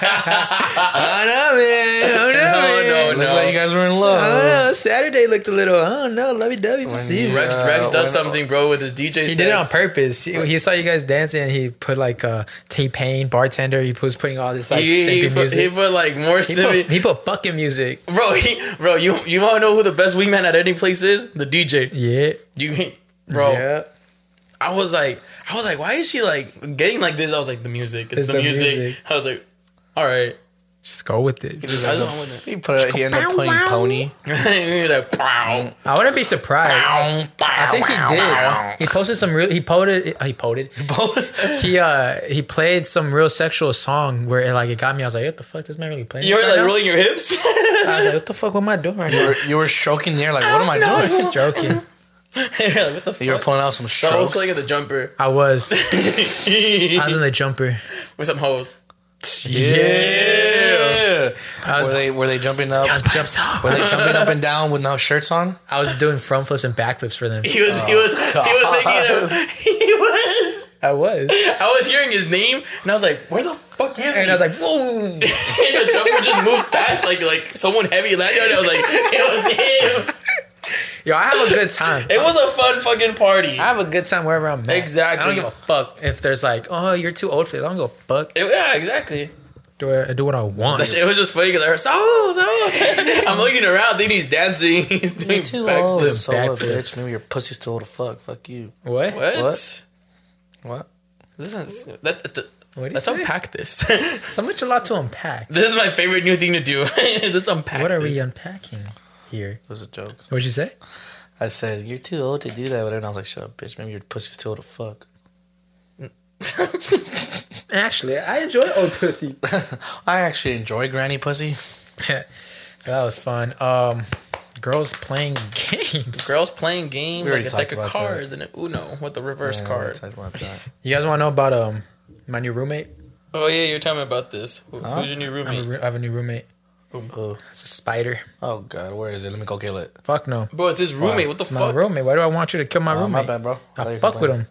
Speaker 1: I know, man. I
Speaker 2: no, no,
Speaker 3: Looked like you
Speaker 2: no.
Speaker 3: guys were in love.
Speaker 1: know. Saturday looked a little. I don't know. Lovey dovey. He
Speaker 2: Rex, Rex
Speaker 3: Uh,
Speaker 2: does
Speaker 3: when-
Speaker 2: something, bro, with his DJ. He
Speaker 1: did it on purpose. He, he saw you guys dancing, and he put like uh, T Pain bartender. He was putting all this like
Speaker 2: He, he
Speaker 1: simpy
Speaker 2: put, he
Speaker 1: music.
Speaker 2: put like more
Speaker 1: He put,
Speaker 2: simi-
Speaker 1: he put fucking music.
Speaker 2: bro. He, bro, you you want to know who the best wingman at any place is? The DJ.
Speaker 1: Yeah,
Speaker 2: You, bro.
Speaker 1: yeah.
Speaker 2: I was like, I was like, why is she like getting like this? I was like, the music. It's,
Speaker 1: It's
Speaker 2: the,
Speaker 1: the
Speaker 2: music.
Speaker 1: music.
Speaker 2: I was like, all right.
Speaker 1: Just go with it.
Speaker 2: I just went with
Speaker 3: He put a, he ended up playing Pony.
Speaker 2: it. You're like, pow.
Speaker 1: I wouldn't be surprised. I
Speaker 3: I
Speaker 1: think he did. He posted some real. He poted. He poted. He uh he played some real sexual song where it like it got me. I was like, what the fuck? This man really playing?
Speaker 2: You
Speaker 1: this
Speaker 2: were
Speaker 1: right
Speaker 2: like
Speaker 1: now?
Speaker 2: rolling your hips.
Speaker 1: I was like, what the fuck? What am I doing right now?
Speaker 3: You were stroking the air like, what am I
Speaker 1: I was
Speaker 3: doing?
Speaker 1: just joking.
Speaker 2: You're like, what the fuck?
Speaker 3: You were pulling out some
Speaker 2: I was
Speaker 3: strokes.
Speaker 2: playing at the jumper
Speaker 1: I was. I was in the jumper.
Speaker 2: with some hoes.
Speaker 3: Yeah.
Speaker 1: I was,
Speaker 3: Were they were they jumping up?
Speaker 1: was by
Speaker 3: jump-
Speaker 1: himself.
Speaker 3: were they jumping up and down with no shirts on?
Speaker 1: I was doing front flips and backflips for them.
Speaker 2: He was, he was, he was making him. He was.
Speaker 1: I was.
Speaker 2: I was hearing his name, and I was like, "Where the fuck is he?"
Speaker 1: And I was like, boom.
Speaker 2: and the jumper just moved fast, like like someone heavy landed. on it. I was like, "It was him."
Speaker 1: Yo, I have a good time.
Speaker 2: It was a fun fucking party.
Speaker 1: I have a good time wherever I'm at.
Speaker 2: Exactly.
Speaker 1: I don't give a fuck if there's like, oh, you're too old for this. I don't give a fuck.
Speaker 2: It- yeah, exactly.
Speaker 1: Do I, I do what I want.
Speaker 2: That shit- it was just funny because I heard so so. I'm looking around, thinking he's dancing. He's doing backflips.
Speaker 1: doing
Speaker 3: so what,
Speaker 1: backflips.
Speaker 3: bitch. Maybe your pussy's too old to fuck. Fuck you.
Speaker 1: What?
Speaker 2: What?
Speaker 3: What? What?
Speaker 2: This is that. that, that
Speaker 1: What'd he
Speaker 2: Let's
Speaker 1: say?
Speaker 2: unpack this. this
Speaker 1: So much a lot to unpack.
Speaker 2: is my favorite new thing to do. Let's unpack.
Speaker 1: What are
Speaker 2: this.
Speaker 1: we unpacking here?
Speaker 3: It was a joke.
Speaker 1: What'd you say?
Speaker 3: I said you're too old to do that. Whatever. And I was like, shut up, bitch. Maybe your pussy's too old to fuck.
Speaker 1: Actually, I enjoy old pussy.
Speaker 3: I actually enjoy granny pussy.
Speaker 1: so that was fun. Um, girls playing games.
Speaker 2: Girls playing games
Speaker 3: We
Speaker 2: like
Speaker 3: already
Speaker 2: a deck
Speaker 3: talked
Speaker 2: of
Speaker 3: about
Speaker 2: cards and an Uno with the reverse
Speaker 3: Yeah,
Speaker 2: card.
Speaker 3: I talked about that.
Speaker 1: You guys want to know about um my new roommate?
Speaker 2: Oh yeah, you're telling me about this. Who,
Speaker 3: Huh?
Speaker 2: Who's your new
Speaker 1: I'm a
Speaker 2: roommate?
Speaker 1: roo- I have a new roommate.
Speaker 3: Oh,
Speaker 1: It's a spider.
Speaker 3: oh God, where is it? Let me go kill it.
Speaker 1: Fuck no.
Speaker 2: Bro, it's his roommate. What the
Speaker 1: My
Speaker 2: fuck?
Speaker 1: roommate. Why do I want you to kill my
Speaker 3: Oh,
Speaker 1: roommate?
Speaker 3: my bad, bro. I thought you
Speaker 1: I
Speaker 3: were Oh,
Speaker 1: fuck with
Speaker 3: complaining.
Speaker 1: him.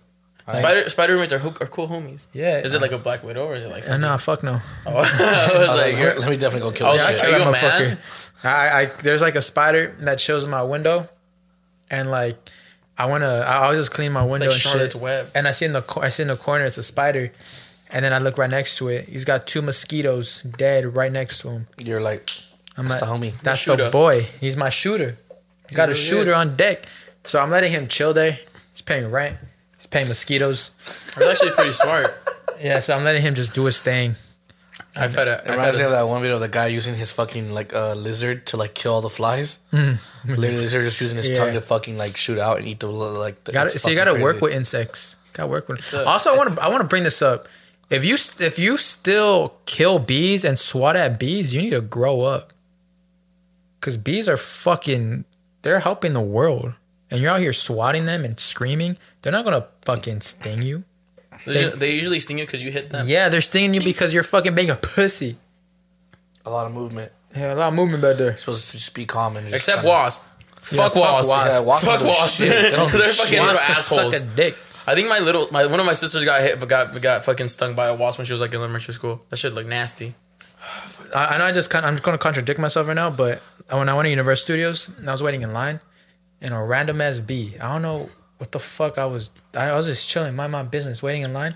Speaker 2: Spider Spider roommates are, hook, are cool homies.
Speaker 1: Yeah.
Speaker 2: Is it like a Black Widow or is it like?
Speaker 1: Uh,
Speaker 2: Something?
Speaker 1: nah, fuck no.
Speaker 2: I was
Speaker 3: I was
Speaker 2: like,
Speaker 3: like,
Speaker 2: you're-
Speaker 3: let me definitely go kill
Speaker 2: I
Speaker 3: this
Speaker 2: was
Speaker 3: shit.
Speaker 1: Oh,
Speaker 2: like,
Speaker 1: Kill
Speaker 2: Are you
Speaker 1: that
Speaker 2: a
Speaker 1: motherfucker.
Speaker 2: man?
Speaker 1: I, I there's like a spider that shows in my window, and like I wanna I, I was just clean my window and
Speaker 2: Charlotte's
Speaker 1: shit,
Speaker 2: Web.
Speaker 1: and I see in the cor- I see in the corner it's a spider, and then I look right next to it. He's got two mosquitoes dead right next to him.
Speaker 3: You're like,
Speaker 1: I'm
Speaker 3: that's
Speaker 1: like,
Speaker 3: the homie.
Speaker 1: that's
Speaker 2: shooter.
Speaker 1: the boy. He's my shooter. got a
Speaker 2: really
Speaker 1: shooter
Speaker 2: is.
Speaker 1: on deck, so I'm letting him chill there. He's paying rent. He's paying mosquitoes.
Speaker 2: It's actually pretty smart.
Speaker 1: Yeah, so I'm letting him just do his thing.
Speaker 2: I've had a.
Speaker 3: It
Speaker 2: I've had
Speaker 3: reminds me
Speaker 2: a
Speaker 3: of that one video of the guy using his fucking like uh, lizard to like kill all the flies. Literally, lizard just using his
Speaker 1: Hmm. Yeah.
Speaker 3: tongue to fucking like shoot out and eat the li- like. The,
Speaker 1: Got
Speaker 3: it's
Speaker 1: to So you got
Speaker 3: fucking
Speaker 1: to work
Speaker 3: crazy.
Speaker 1: with insects. Got to work with.
Speaker 2: a-
Speaker 1: also, I want to I want to bring this up. If you st- if you still kill bees and swat at bees, you need to grow up. Cause bees are fucking. They're helping the world, and you're out here swatting them and screaming. They're not gonna fucking sting you.
Speaker 2: they, usu- they usually sting you because you hit them.
Speaker 1: Yeah, they're stinging you because you're fucking being a pussy.
Speaker 3: a lot of movement.
Speaker 1: Yeah, a lot of movement back there.
Speaker 3: You're supposed to just be calm and just
Speaker 2: Except
Speaker 3: kinda-
Speaker 2: wasp.
Speaker 1: Yeah,
Speaker 2: Fuck wasp.
Speaker 1: fuck
Speaker 3: Yeah, wasp
Speaker 2: Fuck
Speaker 3: don't do
Speaker 2: wasp.
Speaker 3: shit. They don't do
Speaker 2: They're fucking
Speaker 3: shit.
Speaker 2: little
Speaker 1: Wasps can
Speaker 2: assholes.
Speaker 1: Suck a dick.
Speaker 2: I think my little my one of my sisters got hit but got but got fucking stung by a wasp when she was like in elementary school. That shit looked nasty.
Speaker 1: I, I know I just kind of, I'm going to contradict myself right now, but when I went to Universal Studios and I was waiting in line, and a random ass bee, I don't know what the fuck I was, I, I was just chilling, mind my business, waiting in line.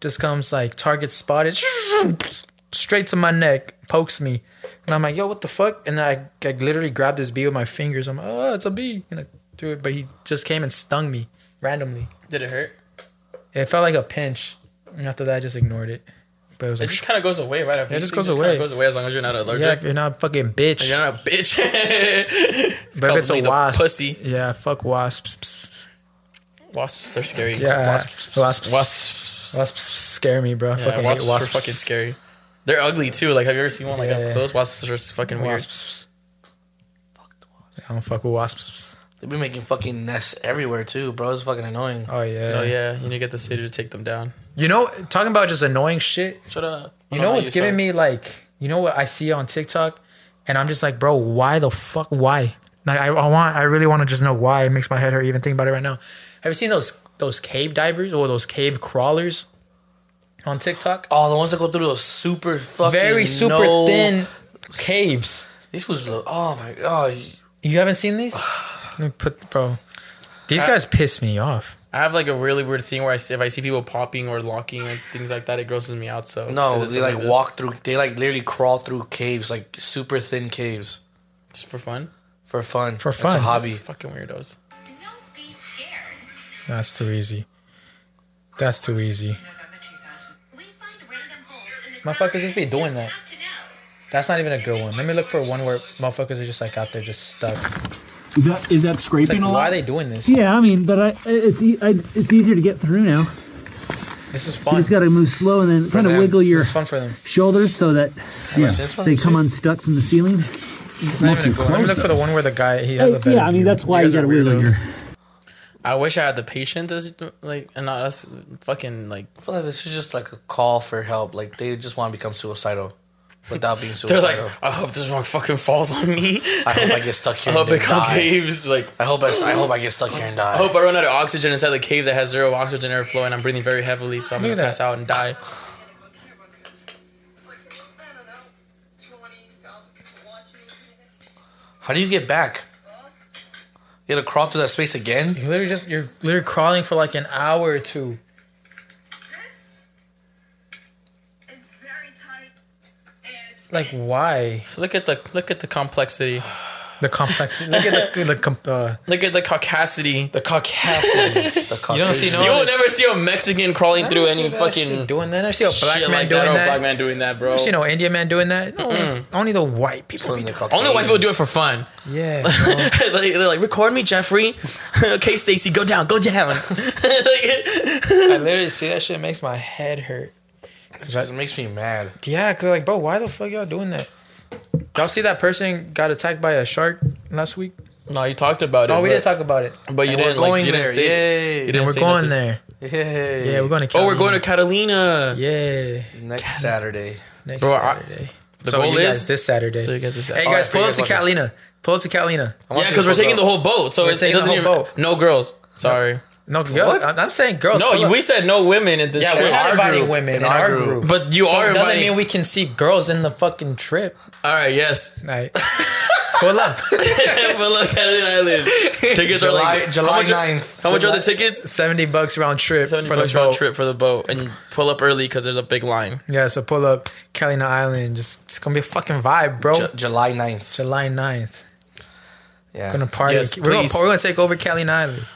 Speaker 1: Just comes like target spotted, straight to my neck, pokes me, and I'm like, yo, what the fuck? And I, I literally grabbed this bee with my fingers. I'm like, oh, it's a bee, and I threw it, but he just came and stung me randomly.
Speaker 2: Did it hurt?
Speaker 1: It felt like a pinch. And after that, I just ignored it. But it was
Speaker 2: It
Speaker 1: like,
Speaker 2: just kind of goes away right after.
Speaker 1: It
Speaker 2: you
Speaker 1: just
Speaker 2: see,
Speaker 1: goes
Speaker 2: kinda
Speaker 1: away.
Speaker 2: Goes away as long as you're not allergic.
Speaker 1: yeah, if you're not a fucking bitch.
Speaker 2: You're not a bitch. It's
Speaker 1: But
Speaker 2: called
Speaker 1: if it's a
Speaker 2: lead the
Speaker 1: wasp,
Speaker 2: pussy.
Speaker 1: yeah, fuck wasps. Pss, pss, pss.
Speaker 2: Wasps are scary.
Speaker 1: Yeah,
Speaker 2: wasps.
Speaker 1: wasps.
Speaker 2: Wasps.
Speaker 1: Wasps scare me, bro. I
Speaker 2: Yeah,
Speaker 1: fucking
Speaker 2: wasps,
Speaker 1: hate wasps.
Speaker 2: are fucking scary. They're ugly too. Like, have you ever seen one like up
Speaker 1: Yeah.
Speaker 2: close? Wasps are fucking weird.
Speaker 1: Wasps. I don't fuck with wasps.
Speaker 3: They be making fucking nests everywhere too, bro. It's fucking annoying.
Speaker 1: Oh yeah.
Speaker 2: Oh yeah, you need to get the city to take them down.
Speaker 1: You know, talking about just annoying shit.
Speaker 2: Shut up.
Speaker 1: You know what's giving me like, you know what I see on TikTok, and I'm just like, bro, why the fuck, why? Like, I, I want, I really want to just know why. It makes my head hurt even thinking about it right now. Have you seen those those cave divers or those cave crawlers? on TikTok.
Speaker 3: Oh, the ones that go through those super fucking
Speaker 1: Very super
Speaker 3: no-
Speaker 1: thin caves.
Speaker 3: This was lo- oh my god.
Speaker 1: You haven't seen these? Let me put bro. These guys piss me off.
Speaker 2: I have like a really weird thing where I see, if I see people popping or locking and things like that, it grosses me out. So
Speaker 3: No,
Speaker 2: is it
Speaker 3: they
Speaker 2: something
Speaker 3: like
Speaker 2: this-
Speaker 3: walk through. They like literally crawl through caves, like super thin caves,
Speaker 2: just for fun.
Speaker 3: for fun.
Speaker 1: For
Speaker 3: it's a
Speaker 1: fun.
Speaker 3: hobby.
Speaker 2: Fucking weirdos.
Speaker 8: Don't be scared.
Speaker 1: That's too easy. That's too easy.
Speaker 8: November 2000. We find random holes in the
Speaker 1: Motherfuckers just be doing that. That's not even a good one. Let me look for one where motherfuckers are just like out there just stuck.
Speaker 9: Is that is that
Speaker 1: It's
Speaker 9: scraping
Speaker 1: like
Speaker 9: a
Speaker 1: why
Speaker 9: lot?
Speaker 1: are they doing this?
Speaker 9: yeah, I mean, but I it's e I it's easier to get through now.
Speaker 1: This is
Speaker 9: You
Speaker 1: fun.
Speaker 9: just got to move slow and then kind of
Speaker 3: them.
Speaker 9: wiggle your
Speaker 1: It's fun for them.
Speaker 9: shoulders so that yeah,
Speaker 3: this one?
Speaker 9: they come unstuck from the ceiling.
Speaker 1: It's not even a
Speaker 9: too
Speaker 1: good one. Let me
Speaker 9: close,
Speaker 1: look for the one where the guy he has a better
Speaker 9: yeah, I mean
Speaker 1: view.
Speaker 9: that's why you,
Speaker 2: guys
Speaker 9: got
Speaker 2: are
Speaker 9: to wiggle
Speaker 2: weirdos.
Speaker 9: your.
Speaker 2: I wish I had the patience, as like, and not us fucking like.
Speaker 3: I feel like this is just like a call for help. Like they just want to become suicidal, without being
Speaker 2: They're
Speaker 3: suicidal.
Speaker 2: like, I hope this one fucking falls on me.
Speaker 3: I hope I get stuck
Speaker 2: I
Speaker 3: here.
Speaker 2: hope
Speaker 3: and
Speaker 2: it
Speaker 3: die.
Speaker 2: caves. Like,
Speaker 3: I hope I, I hope I get stuck here and die.
Speaker 2: I hope I run out of oxygen inside the cave that has zero oxygen airflow, and I'm breathing very heavily, so I'm
Speaker 1: Look
Speaker 2: gonna
Speaker 1: at that.
Speaker 2: pass out and die.
Speaker 3: How do you get back? You gotta crawl through that space again.
Speaker 1: You literally just you're literally crawling for like an hour or two. Like why?
Speaker 2: So look at the look at the complexity.
Speaker 1: The complexity. Look at the, the com- uh,
Speaker 2: Look at the caucasity.
Speaker 1: the caucasity.
Speaker 3: The
Speaker 1: you don't see
Speaker 3: Caucasian-
Speaker 1: no.
Speaker 2: You will never see a Mexican crawling
Speaker 1: I
Speaker 2: through
Speaker 1: don't see
Speaker 2: any
Speaker 1: that shit
Speaker 2: fucking
Speaker 1: doing that. I don't see a black
Speaker 2: shit
Speaker 1: man
Speaker 2: like
Speaker 1: doing
Speaker 2: that or a
Speaker 1: that.
Speaker 2: black man doing that, bro.
Speaker 1: You know, Indian man doing that. No, only the white people.
Speaker 3: Only
Speaker 1: Be
Speaker 3: the
Speaker 1: doing
Speaker 2: Only white people do it for fun.
Speaker 1: yeah, bro.
Speaker 2: like, they're like, record me, Jeffrey. okay, Stacy, go down, go down. Like,
Speaker 1: I literally see that shit makes my head hurt.
Speaker 3: It just makes me mad.
Speaker 1: Yeah, cause like, bro, why the fuck y'all doing that? Y'all see that person got attacked by a shark last week?
Speaker 2: no, you talked about it.
Speaker 1: Oh, we
Speaker 2: but-
Speaker 1: didn't talk about it.
Speaker 2: But you
Speaker 3: And we're
Speaker 2: didn't. like,
Speaker 3: going
Speaker 2: you didn't
Speaker 3: there,
Speaker 2: say-
Speaker 3: yay.
Speaker 2: you
Speaker 3: And
Speaker 2: didn't
Speaker 1: And we're
Speaker 2: say
Speaker 1: going
Speaker 2: nothing.
Speaker 1: there.
Speaker 3: Yay.
Speaker 1: Yeah, we're going to.
Speaker 2: Oh, we're going to Catalina.
Speaker 1: Yeah,
Speaker 3: next Saturday.
Speaker 1: next
Speaker 2: Bro, I-
Speaker 1: Saturday.
Speaker 2: The
Speaker 1: so
Speaker 2: goal
Speaker 1: you guys
Speaker 2: is-
Speaker 1: this Saturday.
Speaker 2: So you guys this-
Speaker 1: hey
Speaker 2: Oh, I
Speaker 1: guys, pull
Speaker 3: forget
Speaker 1: up to
Speaker 3: about that.
Speaker 1: Catalina. Pull up to Catalina.
Speaker 3: I wanna
Speaker 2: Yeah,
Speaker 3: see
Speaker 2: because we're
Speaker 3: the
Speaker 2: taking
Speaker 3: photo.
Speaker 2: the whole boat, so
Speaker 1: We're
Speaker 2: it, it
Speaker 1: taking
Speaker 2: doesn't
Speaker 1: the
Speaker 2: even.
Speaker 1: whole boat.
Speaker 2: No girls. Sorry.
Speaker 1: No, girl, I'm I'm saying girls.
Speaker 2: No,
Speaker 1: pull
Speaker 2: you-
Speaker 1: up.
Speaker 2: we said no women in this.
Speaker 1: Yeah,
Speaker 2: shit.
Speaker 1: we're not
Speaker 2: Our
Speaker 1: inviting
Speaker 2: group.
Speaker 1: women
Speaker 3: In
Speaker 1: in, our,
Speaker 3: our
Speaker 1: group.
Speaker 3: group.
Speaker 2: But you are
Speaker 1: But it doesn't
Speaker 2: inviting.
Speaker 1: mean we can see girls in the fucking trip.
Speaker 2: All right. Yes.
Speaker 1: All right. Pull up.
Speaker 2: but look, Catalina Island. Tickets are
Speaker 3: July
Speaker 2: like
Speaker 3: July
Speaker 2: how much,
Speaker 3: 9th.
Speaker 2: How much are the
Speaker 1: July-
Speaker 2: tickets?
Speaker 1: 70 bucks round trip for
Speaker 2: Seventy
Speaker 1: the
Speaker 2: bucks round
Speaker 1: boat.
Speaker 2: trip for the boat, and pull up early because there's a big line.
Speaker 1: Yeah, so pull up Kalina Island. Just It's going to be a fucking vibe, bro.
Speaker 3: Ju- July 9th.
Speaker 1: July 9th.
Speaker 3: yeah.
Speaker 1: Gonna party.
Speaker 2: Yes,
Speaker 1: we're, gonna,
Speaker 2: please.
Speaker 1: we're gonna take over Kalina Island.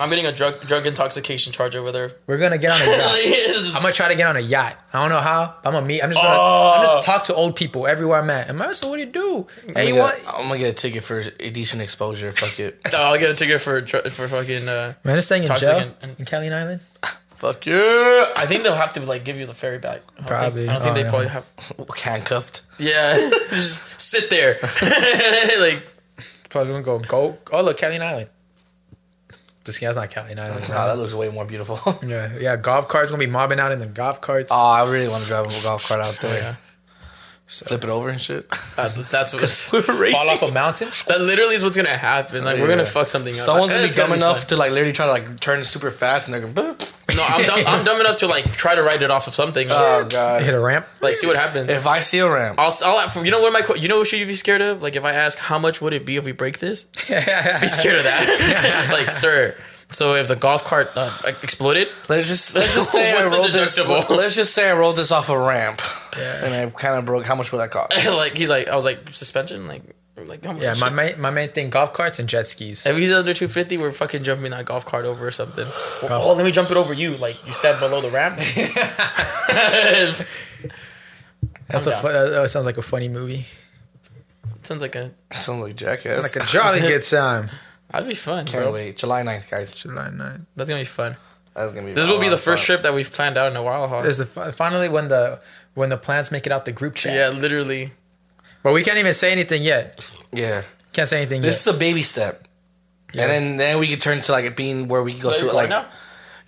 Speaker 2: I'm getting a drug drug intoxication charge over there.
Speaker 1: We're gonna get on a yacht. I'm gonna try to get on a yacht. I don't know how. but I'm gonna meet. I'm just gonna. I'm
Speaker 2: Ah.
Speaker 1: just talk to old people everywhere I'm at. And I so what do you do? Hey, you
Speaker 3: I'm, gonna
Speaker 1: want?
Speaker 3: get, I'm gonna get a ticket for a decent exposure. Fuck it.
Speaker 2: No, I'll get a ticket for dr- for fucking. Uh,
Speaker 1: Man, this thing in
Speaker 2: Toxic
Speaker 1: jail
Speaker 2: and- and-
Speaker 1: in Kalina Island.
Speaker 3: Fuck yeah.
Speaker 2: I think they'll have to like give you the ferry back. I don't
Speaker 1: Probably.
Speaker 2: Think, I don't think
Speaker 1: Oh,
Speaker 2: they
Speaker 1: yeah.
Speaker 2: probably have.
Speaker 3: Handcuffed.
Speaker 2: Yeah, just sit there. like
Speaker 1: Probably gonna go go. Oh look, Kalina Island. This guy's not Kalina Island.
Speaker 3: Nah, that looks way more beautiful. oh,
Speaker 1: Yeah, yeah. Golf carts gonna be mobbing out in the golf carts.
Speaker 2: Ah.
Speaker 3: I really want to drive a golf cart out there.
Speaker 2: yeah.
Speaker 3: Flip it over and shit.
Speaker 2: uh, that's what we're
Speaker 1: fall off
Speaker 2: racing.
Speaker 1: a mountain.
Speaker 2: That literally is what's gonna happen. Like we're gonna
Speaker 3: Yeah.
Speaker 2: fuck something up.
Speaker 3: Someone's gonna be
Speaker 2: It's
Speaker 3: dumb enough
Speaker 2: fun.
Speaker 3: to like literally try to like turn super fast, and they're gonna.
Speaker 2: No, I'm dumb, I'm dumb enough to like try to write it off of something.
Speaker 3: Oh god.
Speaker 1: Hit a ramp.
Speaker 2: like see what happens.
Speaker 3: If I see a ramp,
Speaker 2: I'll, I'll, you know what my que- you know what should you be scared of? Like if I ask how much would it be if we break this, just be scared of that. like sir, so if the golf cart uh, exploded,
Speaker 3: let's just let's just say I
Speaker 2: What's the
Speaker 3: rolled this.
Speaker 2: deductible?
Speaker 3: Let's just say I rolled this off a ramp, and I kind of broke. How much would that cost?
Speaker 2: like he's like I was like suspension, like like how much?
Speaker 1: Yeah, my main, my main thing: golf carts and jet skis.
Speaker 2: If he's under 250, we're fucking jumping that golf cart over or something. Oh, let me jump it over you. Like you stand below the ramp.
Speaker 1: That's a
Speaker 2: down.
Speaker 1: fu- that that sounds like a funny movie.
Speaker 2: Sounds like a.
Speaker 3: Sounds like jackass.
Speaker 1: Like a um, jolly good time.
Speaker 2: That'd be fun,
Speaker 3: Can't
Speaker 2: bro.
Speaker 3: wait. July 9th, guys.
Speaker 1: July 9th.
Speaker 2: That's gonna be fun.
Speaker 3: That's gonna be.
Speaker 2: This will be
Speaker 3: a
Speaker 2: the
Speaker 3: lot of
Speaker 2: first
Speaker 3: fun.
Speaker 2: trip that we've planned out in a while. Huh?
Speaker 1: There's the fi- finally when the when the plans make it out the group chat.
Speaker 2: Yeah, literally.
Speaker 1: But we can't even say anything yet.
Speaker 3: Yeah.
Speaker 1: Can't say anything
Speaker 3: This
Speaker 1: yet.
Speaker 3: is a baby step. And then, then we could turn to like it being where we can go to it. Like,
Speaker 2: now?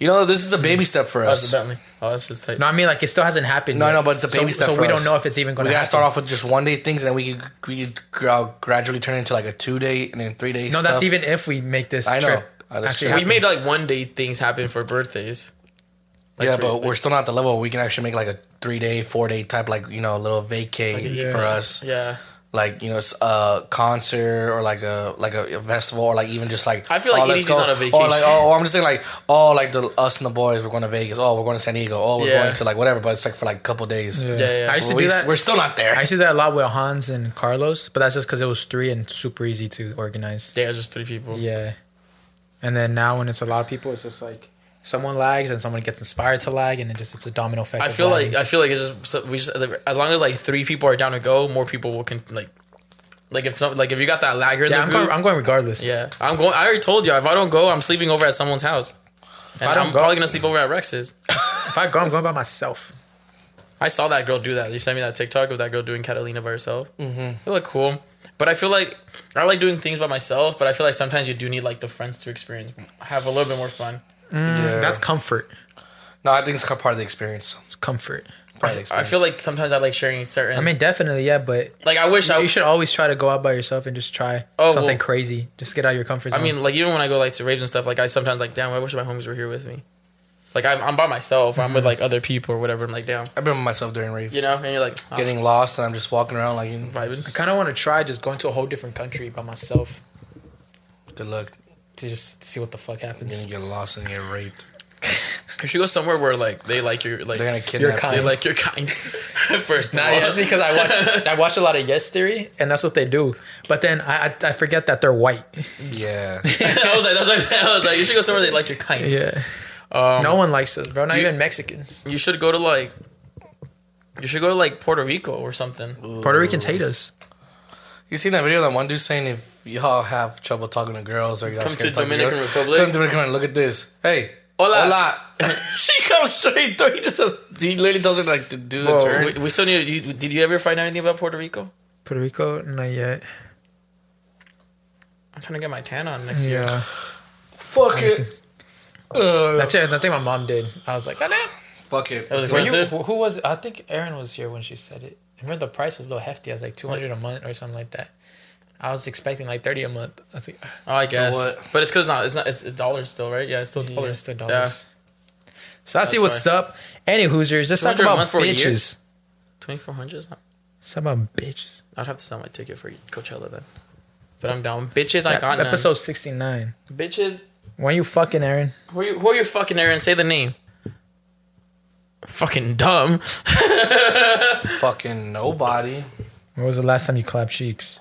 Speaker 3: you know, this is a baby step for
Speaker 2: That's
Speaker 3: us.
Speaker 2: the Bentley. Oh, that's just tight.
Speaker 1: No, I mean like it still hasn't happened.
Speaker 3: No,
Speaker 1: yet.
Speaker 3: no, but it's a baby
Speaker 1: so,
Speaker 3: step
Speaker 1: So
Speaker 3: for
Speaker 1: we
Speaker 3: us.
Speaker 1: don't know if it's even going
Speaker 3: we
Speaker 1: to
Speaker 3: gotta
Speaker 1: happen.
Speaker 3: start off with just one day things, and then we could we could gra- gradually turn into like a two day and then three days.
Speaker 1: no, that's even if we make this
Speaker 3: I know.
Speaker 1: trip.
Speaker 3: Oh, that's
Speaker 1: actually
Speaker 3: true.
Speaker 2: we
Speaker 1: happen.
Speaker 2: made like one day things happen for birthdays. Like
Speaker 3: yeah,
Speaker 2: for-
Speaker 3: but
Speaker 2: like-
Speaker 3: we're still not at the level where we can actually make like a three day, four day type, like you know, little vacate for us.
Speaker 2: yeah.
Speaker 3: Like you know, it's a concert or like a like a festival or like even just like oh,
Speaker 2: I feel like
Speaker 3: let's
Speaker 2: EDG's not a
Speaker 3: Or like
Speaker 2: vacation.
Speaker 3: oh, I'm just saying like oh, like the us and the boys, we're going to Vegas. Oh, we're going to San Diego. Oh, we're
Speaker 2: Yeah.
Speaker 3: going to like whatever. But it's like for like a couple days.
Speaker 2: Yeah, yeah.
Speaker 1: I used to
Speaker 3: We,
Speaker 1: do that.
Speaker 3: We're still not there.
Speaker 1: I used to do that a lot with Hans and Carlos, but that's just because it was three and super easy to organize.
Speaker 2: Yeah, it was just three people.
Speaker 1: Yeah. And then now when it's a lot of people, it's just like someone lags and someone gets inspired to lag, and it just it's a domino effect.
Speaker 2: I
Speaker 1: of
Speaker 2: feel
Speaker 1: lagging.
Speaker 2: like uh, I feel like it's just so we just as long as like three people are down to go, more people will can like like if some like if you got that lagger in
Speaker 1: yeah,
Speaker 2: the
Speaker 1: I'm
Speaker 2: group.
Speaker 1: going, I'm going regardless.
Speaker 2: yeah, I'm going. I already told you if I don't go, I'm sleeping over at someone's house. And
Speaker 1: I don't
Speaker 2: I'm
Speaker 1: go-
Speaker 2: probably gonna sleep over at Rex's.
Speaker 1: If I go, I'm going by myself.
Speaker 2: I saw that girl do that. You sent me that TikTok of that girl doing Catalina by herself. Mm-hmm. It looked cool, but I feel like I like doing things by myself. But I feel like sometimes you do need like the friends to experience, have a little bit more fun.
Speaker 3: Yeah.
Speaker 1: That's comfort.
Speaker 3: no, I think it's part of the experience.
Speaker 1: It's comfort.
Speaker 3: Part of the
Speaker 2: I
Speaker 3: experience.
Speaker 2: feel like sometimes I like sharing certain.
Speaker 1: I mean, definitely, yeah, but
Speaker 2: like I wish I
Speaker 1: you should always try to go out by yourself and just try
Speaker 2: Oh,
Speaker 1: something
Speaker 2: well-
Speaker 1: crazy. Just get out of your comfort
Speaker 2: I
Speaker 1: zone.
Speaker 2: mean, like even when I go like to raves and stuff, like I sometimes like, damn, I wish my homies were here with me. Like I'm, I'm by myself. or I'm with
Speaker 1: Mm-hmm.
Speaker 2: like other people or whatever. I'm like, damn,
Speaker 3: I remember myself during raves.
Speaker 2: you know. And you're like, oh,
Speaker 3: getting lost, and I'm just walking around like you know,
Speaker 1: I
Speaker 2: vibing.
Speaker 1: kind of want to try just going to a whole different country by myself
Speaker 3: good luck.
Speaker 1: to just see what the fuck
Speaker 3: You're gonna
Speaker 1: happens.
Speaker 3: get lost and get raped.
Speaker 2: You should go somewhere where like they like your like
Speaker 3: They're gonna
Speaker 2: they
Speaker 3: kidnap
Speaker 1: kind.
Speaker 3: you.
Speaker 2: like your kind. First,
Speaker 1: Nah,
Speaker 2: now
Speaker 1: yeah, that's because I watch I watch a lot of Yes Theory, and that's what they do. But then I I, I forget that they're white.
Speaker 3: Yeah,
Speaker 2: I was like, that's why I was like, you should go somewhere they like your kind.
Speaker 1: Yeah.
Speaker 2: Um,
Speaker 1: no one likes us, bro. Not even Mexicans.
Speaker 2: You should go to like, you should go to like Puerto Rico or something.
Speaker 1: Puerto Ricans hate us.
Speaker 3: you seen that video of that one dude saying if y'all have trouble talking to girls or y'all
Speaker 2: Come
Speaker 3: scared
Speaker 2: to
Speaker 3: talk
Speaker 2: Dominican
Speaker 3: girls,
Speaker 2: Republic. Oh,
Speaker 3: come to Dominican Republic. Look at this. Hey,
Speaker 2: Hola.
Speaker 3: she comes straight through. He just says, he literally doesn't like to do a turn.
Speaker 2: We, we still need. You, did you ever find out anything about Puerto Rico?
Speaker 1: Puerto Rico, not yet.
Speaker 2: I'm trying to get my tan on next year.
Speaker 1: Yeah.
Speaker 3: Fuck it. Uh,
Speaker 1: That's it. I think my mom did. I was like, I know.
Speaker 3: fuck it.
Speaker 2: was
Speaker 1: Were you,
Speaker 2: Expensive?
Speaker 1: who who was? I think Erin was here when she said it. I remember the price was a little hefty. I was like two hundred a month or something like that. I was expecting like thirty a month. I was like,
Speaker 2: Oh, I guess.
Speaker 3: what?
Speaker 2: But it's because not it's not it's, it's dollars still, right? Yeah, it's still
Speaker 1: yeah, it's
Speaker 2: dollars.
Speaker 1: the
Speaker 2: Yeah.
Speaker 1: dollars. So I see
Speaker 2: That's
Speaker 1: what's up. Any Hoosiers, let's talk
Speaker 2: 200 a
Speaker 1: about
Speaker 2: month for a year?
Speaker 1: bitches.
Speaker 2: Twenty four hundred. is not-
Speaker 1: Let's talk about bitches.
Speaker 2: I'd have to sell my ticket for Coachella then. But I'm down. Bitches, I
Speaker 1: That-
Speaker 2: got none.
Speaker 1: episode sixty nine.
Speaker 2: Bitches,
Speaker 1: When you fucking Aaron?
Speaker 2: who are you? Who are you fucking Aaron? Say the name. Fucking dumb.
Speaker 3: Fucking nobody.
Speaker 1: When was the last time you clapped cheeks?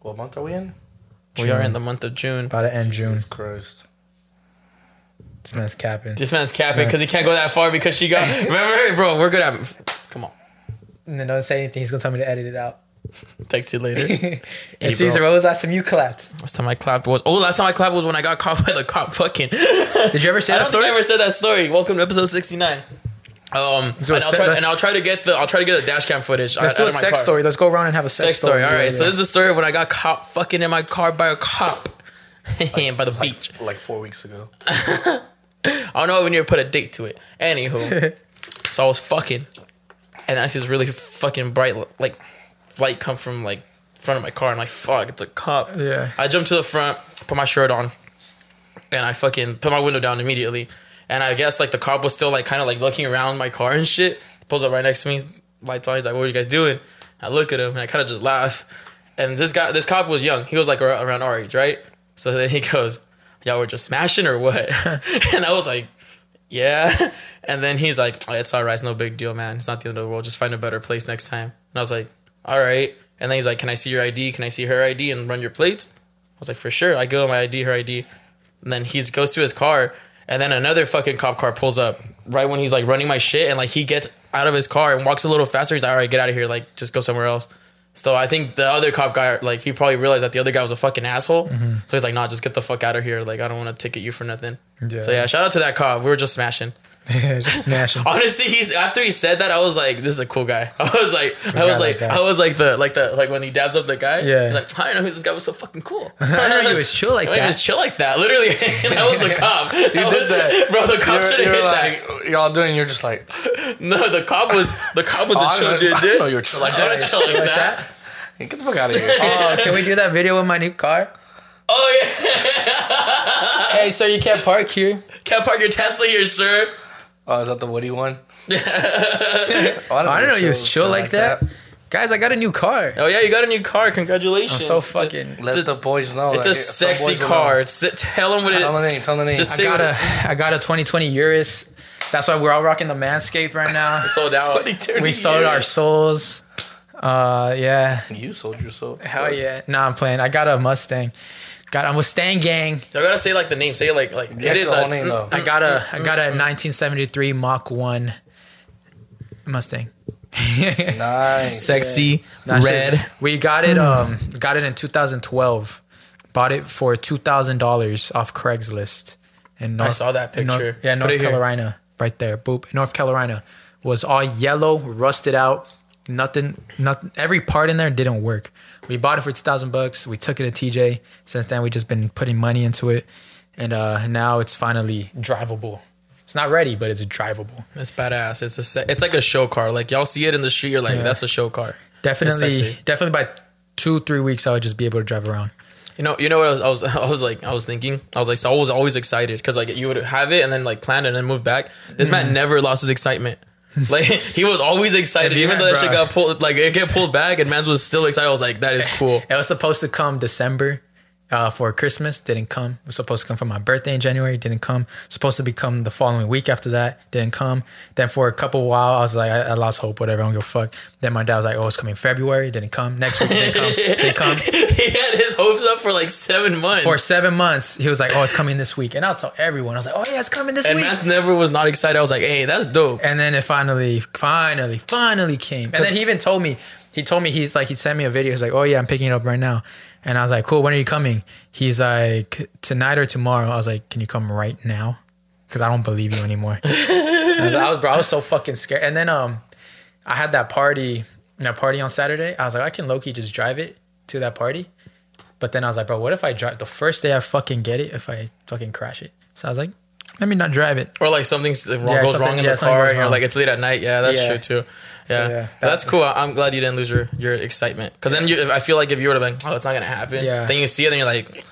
Speaker 3: What month are we in?
Speaker 2: We are in the month of June.
Speaker 1: About to end June.
Speaker 3: Jesus Christ.
Speaker 1: This man's capping.
Speaker 2: This man's capping because he can't go that far because she got. Remember, bro, we're good at. Come on,
Speaker 1: And then don't say anything. He's gonna tell me to edit it out.
Speaker 2: text you later.
Speaker 1: and
Speaker 2: Hey,
Speaker 1: Caesar,
Speaker 2: bro.
Speaker 1: when was the last time you clapped?
Speaker 2: last time I clapped was oh, last time I clapped was when I got caught by the cop. Fucking.
Speaker 1: Did you ever say
Speaker 2: I
Speaker 1: that
Speaker 2: don't think
Speaker 1: story?
Speaker 2: I ever said that story. Welcome to episode sixty nine. Um, and
Speaker 1: So
Speaker 2: I'll,
Speaker 1: it's
Speaker 2: try,
Speaker 1: set-
Speaker 2: and I'll try to get the I'll try to get the dash cam footage. uh,
Speaker 1: Let's
Speaker 2: out-
Speaker 1: do
Speaker 2: out
Speaker 1: a
Speaker 2: of my
Speaker 1: sex
Speaker 2: car.
Speaker 1: story. Let's go around and have a sex,
Speaker 2: Sex story. All right.
Speaker 1: Yeah,
Speaker 2: So
Speaker 1: yeah.
Speaker 2: this is the story of when I got caught fucking in my car by a cop by the beach.
Speaker 3: Like four weeks ago.
Speaker 2: I don't know if we need to put a date to it. Anywho, so I was fucking, and I see this really fucking bright like light come from like front of my car. I'm like, fuck, it's a cop.
Speaker 1: Yeah.
Speaker 2: I jumped to the front, put my shirt on, and I fucking put my window down immediately. And I guess like the cop was still like kind of like looking around my car and shit. Pulls up right next to me, lights on. He's like, "What are you guys doing?" I look at him and I kind of just laugh. And this guy, this cop was young. He was like ar- around our age, right? So then he goes, "Y'all were just smashing or what?" and I was like, "Yeah." And then he's like, oh, "It's all right. It's no big deal, man. It's not the end of the world. Just find a better place next time." And I was like, "All right." And then he's like, "Can I see your ID? Can I see her ID and run your plates?" I was like, "For sure." I go my ID, her ID. And then he goes to his car, and then another fucking cop car pulls up right when he's like running my shit, and like he gets out of his car and walks a little faster. He's like, "All right, get out of here. Like, just go somewhere else." So I think the other cop guy, like, he probably realized that the other guy was a fucking asshole.
Speaker 1: Mm-hmm.
Speaker 2: So he's like, "Nah, just get the fuck out of here. Like, I don't want to ticket you for nothing."
Speaker 1: Yeah.
Speaker 2: So yeah, shout out to that cop. We were just smashing.
Speaker 1: Yeah, just smashing.
Speaker 2: Honestly, he's after he said that, I was like, "This is a cool guy." I was like, I was
Speaker 1: got
Speaker 2: like,
Speaker 1: that guy.
Speaker 2: I was like the like the like when he dabs up the guy.
Speaker 1: Yeah.
Speaker 2: Like I didn't know this guy was so fucking cool.
Speaker 1: I know you was chill like
Speaker 2: I mean,
Speaker 1: that.
Speaker 2: just chill like that. Literally, that was a cop. You
Speaker 3: did that.
Speaker 2: bro. The cop
Speaker 3: You're,
Speaker 2: should have
Speaker 3: you're
Speaker 2: hit
Speaker 3: like, y'all doing, you're just like,
Speaker 2: that. No, the cop was the cop was
Speaker 3: I
Speaker 2: a chill
Speaker 3: don't-
Speaker 2: dude.
Speaker 3: I
Speaker 2: dude.
Speaker 3: don't know you're chill like
Speaker 2: I
Speaker 3: that.
Speaker 2: don't chill like that.
Speaker 3: Get the fuck out of here.
Speaker 1: Oh, can we do that video with my new car?
Speaker 2: Oh yeah.
Speaker 1: Hey, sir, you can't park here.
Speaker 2: Can't park your Tesla here, sir.
Speaker 3: Oh, is that the Woody one? Oh,
Speaker 1: I don't know. He was chill
Speaker 3: chill- chill
Speaker 1: like, that. Guys, I got a new car.
Speaker 2: Oh yeah, you got a new car. Congratulations.
Speaker 1: I'm so
Speaker 2: It's a-
Speaker 1: fucking.
Speaker 3: Let
Speaker 2: It's a-
Speaker 3: the boys know.
Speaker 2: It's a
Speaker 3: like, some
Speaker 2: sexy
Speaker 3: boys will
Speaker 2: car.
Speaker 3: know.
Speaker 2: It's, tell them what
Speaker 3: Tell them
Speaker 2: it.
Speaker 3: the name. Tell them the name.
Speaker 2: Just
Speaker 1: I
Speaker 2: say-
Speaker 1: got a. I got a 2020 Urus. That's why we're all rocking the Manscaped right now.
Speaker 2: sold out.
Speaker 1: we sold our souls. Uh, yeah.
Speaker 3: you sold your soul.
Speaker 1: Hell yeah. Nah, I'm playing. I got a Mustang. Got a Mustang gang.
Speaker 2: I gotta say like the name. Say it like like
Speaker 3: That's
Speaker 2: it is
Speaker 3: the
Speaker 2: a,
Speaker 3: whole name though.
Speaker 1: I got a. I got a 1973 Mach One Mustang.
Speaker 3: Nice.
Speaker 2: sexy
Speaker 1: That's just- we got it. Um, got it in 2012. Bought it for two thousand dollars off Craigslist. And North,
Speaker 2: saw that
Speaker 1: in North-
Speaker 2: picture.
Speaker 1: yeah,
Speaker 2: Put
Speaker 1: North
Speaker 2: it here.
Speaker 1: Carolina, right there. Boop. North Carolina was all yellow, rusted out. Nothing. Nothing. Every part in there didn't work. We bought it for two thousand bucks. We took it to TJ. Since then, we just been putting money into it, and uh, now it's finally drivable. It's not ready, but it's drivable.
Speaker 2: It's badass. It's a se- it's like a show car. Like y'all see it in the street, you're like, that's a show car.
Speaker 1: Definitely,
Speaker 2: sexy.
Speaker 1: definitely by two, three weeks, I would just be able to drive around.
Speaker 2: You know, you know what I was, I was, I was like, I was thinking, I was like, so I was always excited because like you would have it and then like plan it and then move back. This man never lost his excitement. Like he was always excited,
Speaker 1: If you
Speaker 2: even though
Speaker 1: had-
Speaker 2: that shit
Speaker 1: bruh.
Speaker 2: got pulled, like it get pulled back, and man's was still excited. I was like, that is cool.
Speaker 1: It was supposed to come December uh, for Christmas, didn't come. It was supposed to come for my birthday in January, didn't come. Supposed to become the following week after that, didn't come. Then for a couple while, I was like, I, I lost hope, whatever, I don't give a fuck. Then my dad was like, oh, it's coming February, didn't come. Next week, didn't come. Didn't come.
Speaker 2: he had his hopes up for like seven months,
Speaker 1: For seven months, he was like, oh, it's coming this week. And I'll tell everyone, I was like, oh, yeah, it's coming this
Speaker 2: and
Speaker 1: week.
Speaker 2: man's never was not excited. I was like, hey, that's dope.
Speaker 1: and then it finally, finally, finally came. And then he even told me, he told me he's like, he sent me a video. He's like, oh yeah, I'm picking it up right now. And I was like, cool. When are you coming? He's like, tonight or tomorrow. I was like, can you come right now? Because I don't believe you anymore. I was, I was- bro, I was so fucking scared. And then um, I had that party, that party on Saturday. I was like, I can low key just drive it to that party. But then I was like, bro, what if I drive the first day I fucking get it? If I fucking crash it, so I was like, let me not drive it.
Speaker 2: or like something's wrong,
Speaker 1: Yeah,
Speaker 2: goes
Speaker 1: something-
Speaker 2: wrong in
Speaker 1: yeah,
Speaker 2: the
Speaker 1: something
Speaker 2: car,
Speaker 1: goes
Speaker 2: and you're
Speaker 1: wrong.
Speaker 2: like, it's late at night. Yeah, that's
Speaker 1: Yeah.
Speaker 2: true too. Yeah,
Speaker 1: yeah, that-
Speaker 2: that's cool. I- I'm glad you didn't lose your, your excitement because then you, I feel like if you would have been, oh, it's not gonna happen.
Speaker 1: Yeah.
Speaker 2: Then you see it, and you're like,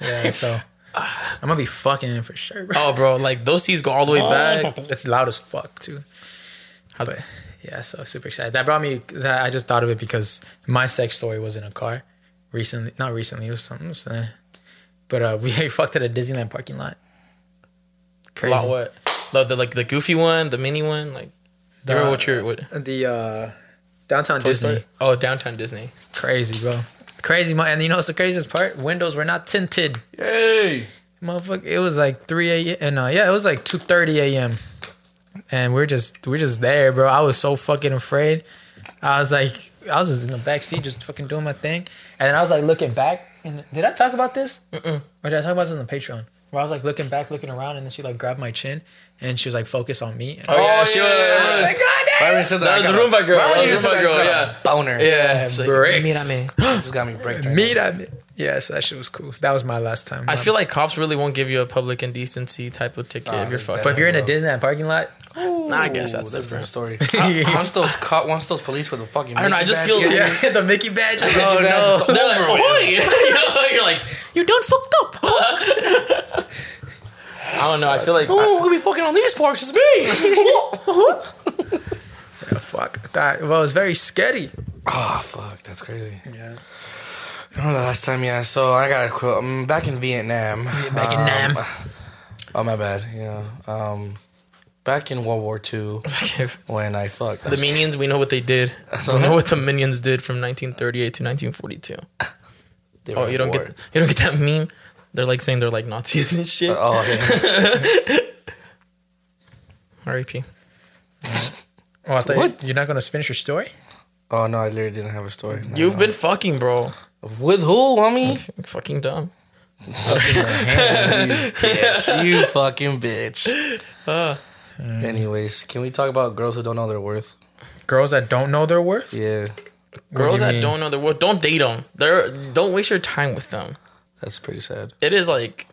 Speaker 1: Yeah, so I'm gonna be fucking in for sure, bro.
Speaker 2: oh, bro, like those seats go all the way back.
Speaker 1: It's loud as fuck too. But yeah, so super excited. That brought me. That I just thought of it because my sex story was in a car recently. Not recently. It was something. it was, uh, but uh, we fucked at a Disneyland parking lot.
Speaker 2: A
Speaker 1: Crazy.
Speaker 2: lot what? The, Oh, the like the goofy one, the mini one, like.
Speaker 1: The-
Speaker 2: you remember what your what?
Speaker 1: The uh, downtown
Speaker 2: Toy
Speaker 1: Disney.
Speaker 2: Story? Oh, downtown Disney.
Speaker 1: Crazy, bro. Crazy. mo- And you know what's the craziest part? Windows were not tinted.
Speaker 3: Hey.
Speaker 1: motherfucker it was like 3 a.m and uh, yeah it was like 2.30 a.m and we're just we're just there bro i was so fucking afraid i was like i was just in the back seat just fucking doing my thing and then i was like looking back and did i talk about this Mm-mm. or did i talk about this on the patreon where i was like looking back looking around and then she like grabbed my chin and she was like focus on me and
Speaker 2: Oh, yeah, she was.
Speaker 1: like, God damn
Speaker 3: Byron said that.
Speaker 2: That
Speaker 3: I
Speaker 2: was
Speaker 3: got
Speaker 2: a Roomba girl.
Speaker 3: Byron
Speaker 2: That was
Speaker 3: just said
Speaker 2: Roomba
Speaker 3: that I just
Speaker 2: girl,
Speaker 3: got a
Speaker 2: yeah.
Speaker 3: Boner.
Speaker 2: Yeah, she's like,
Speaker 1: bricks.
Speaker 3: Just got me bricked. Right
Speaker 1: meet at me yeah so that shit was cool that was my last time
Speaker 2: I feel like cops really won't give you a public indecency type of ticket if you're fucked.
Speaker 1: but if you're in a
Speaker 3: Bro.
Speaker 1: disneyland parking lot
Speaker 2: nah, I guess that's
Speaker 3: that's a
Speaker 2: different.
Speaker 3: different story. I, once those cop, once those police with the fucking.
Speaker 2: I don't know. I
Speaker 3: Mickey
Speaker 2: just
Speaker 3: badge
Speaker 2: feel
Speaker 3: get you,
Speaker 1: the mickey badge
Speaker 3: Mickey badge, it's
Speaker 2: They're like,
Speaker 3: over with.
Speaker 2: "Ahoy!" you know, you're like,
Speaker 1: you done fucked up
Speaker 2: I don't know. I feel like
Speaker 3: Oh, we'll be fucking on these parks. It's me.
Speaker 1: Fuck that. Well, it's very scary.
Speaker 3: oh fuck, that's crazy. Yeah. I remember the last time, yeah. So I got a quote. I'm back in Vietnam. Uh,
Speaker 1: Back in Nam.
Speaker 3: Oh my bad. Yeah. Um, back in World War II when I fucked.
Speaker 2: the minions. We know what they did. We know what the minions did from 1938 to 1942.
Speaker 3: They were
Speaker 2: Oh, you
Speaker 3: at
Speaker 2: don't
Speaker 3: war.
Speaker 2: get you don't get that meme. They're like saying they're like Nazis and shit.
Speaker 3: Oh, okay.
Speaker 2: R.I.P.
Speaker 1: Oh, I thought what? You're not gonna finish your story.
Speaker 3: oh no, I literally didn't have a story. No,
Speaker 2: You've
Speaker 3: no.
Speaker 2: been fucking, bro.
Speaker 3: with who, homie?
Speaker 2: Fucking dumb.
Speaker 3: bitch. You fucking bitch.
Speaker 2: Ah.
Speaker 3: Anyways, can we talk about girls who don't know their worth?
Speaker 1: Girls that don't know their worth.
Speaker 3: Yeah,
Speaker 1: you
Speaker 2: Girls that
Speaker 1: mean?
Speaker 2: don't know their worth, don't date them. They're don't waste your time with them.
Speaker 3: that's pretty sad.
Speaker 2: It is like.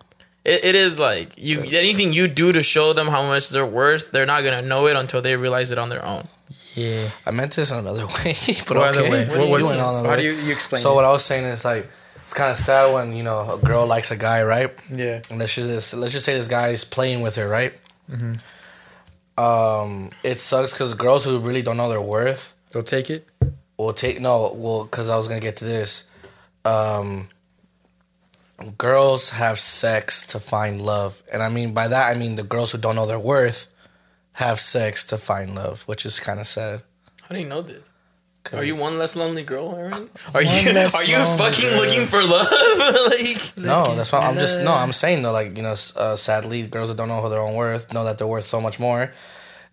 Speaker 2: It, it is like you anything you do to show them how much they're worth, they're not gonna know it until they realize it on their own.
Speaker 1: Yeah.
Speaker 3: I meant this in another way, but
Speaker 1: What other
Speaker 3: okay.
Speaker 1: way?
Speaker 3: What
Speaker 1: What-
Speaker 3: are you
Speaker 1: what's-
Speaker 3: doing all
Speaker 1: how
Speaker 3: another
Speaker 1: do you,
Speaker 3: way?
Speaker 1: you explain?
Speaker 3: So
Speaker 1: it?
Speaker 3: what I was saying is like, It's kind of sad when you know a girl likes a guy, right?
Speaker 2: Yeah.
Speaker 3: And let's just let's just say this guy's playing with her, right? Um, it sucks because girls who really don't know their worth
Speaker 1: They'll take it.
Speaker 3: will take no. Well, because I was gonna get to this. Um, girls have sex to find love, and I mean by that I mean the girls who don't know their worth have sex to find love, which is kind of sad.
Speaker 2: How do you know this?
Speaker 3: 'Cause
Speaker 2: Are you
Speaker 3: it's-
Speaker 2: one less lonely girl, Aaron? Are you
Speaker 3: less
Speaker 2: are you
Speaker 3: lonely
Speaker 2: fucking
Speaker 3: girl.
Speaker 2: looking for love? like
Speaker 3: No, that's why I'm just no. I'm saying though, like you know, s- uh, sadly, girls that don't know their own worth know that they're worth so much more.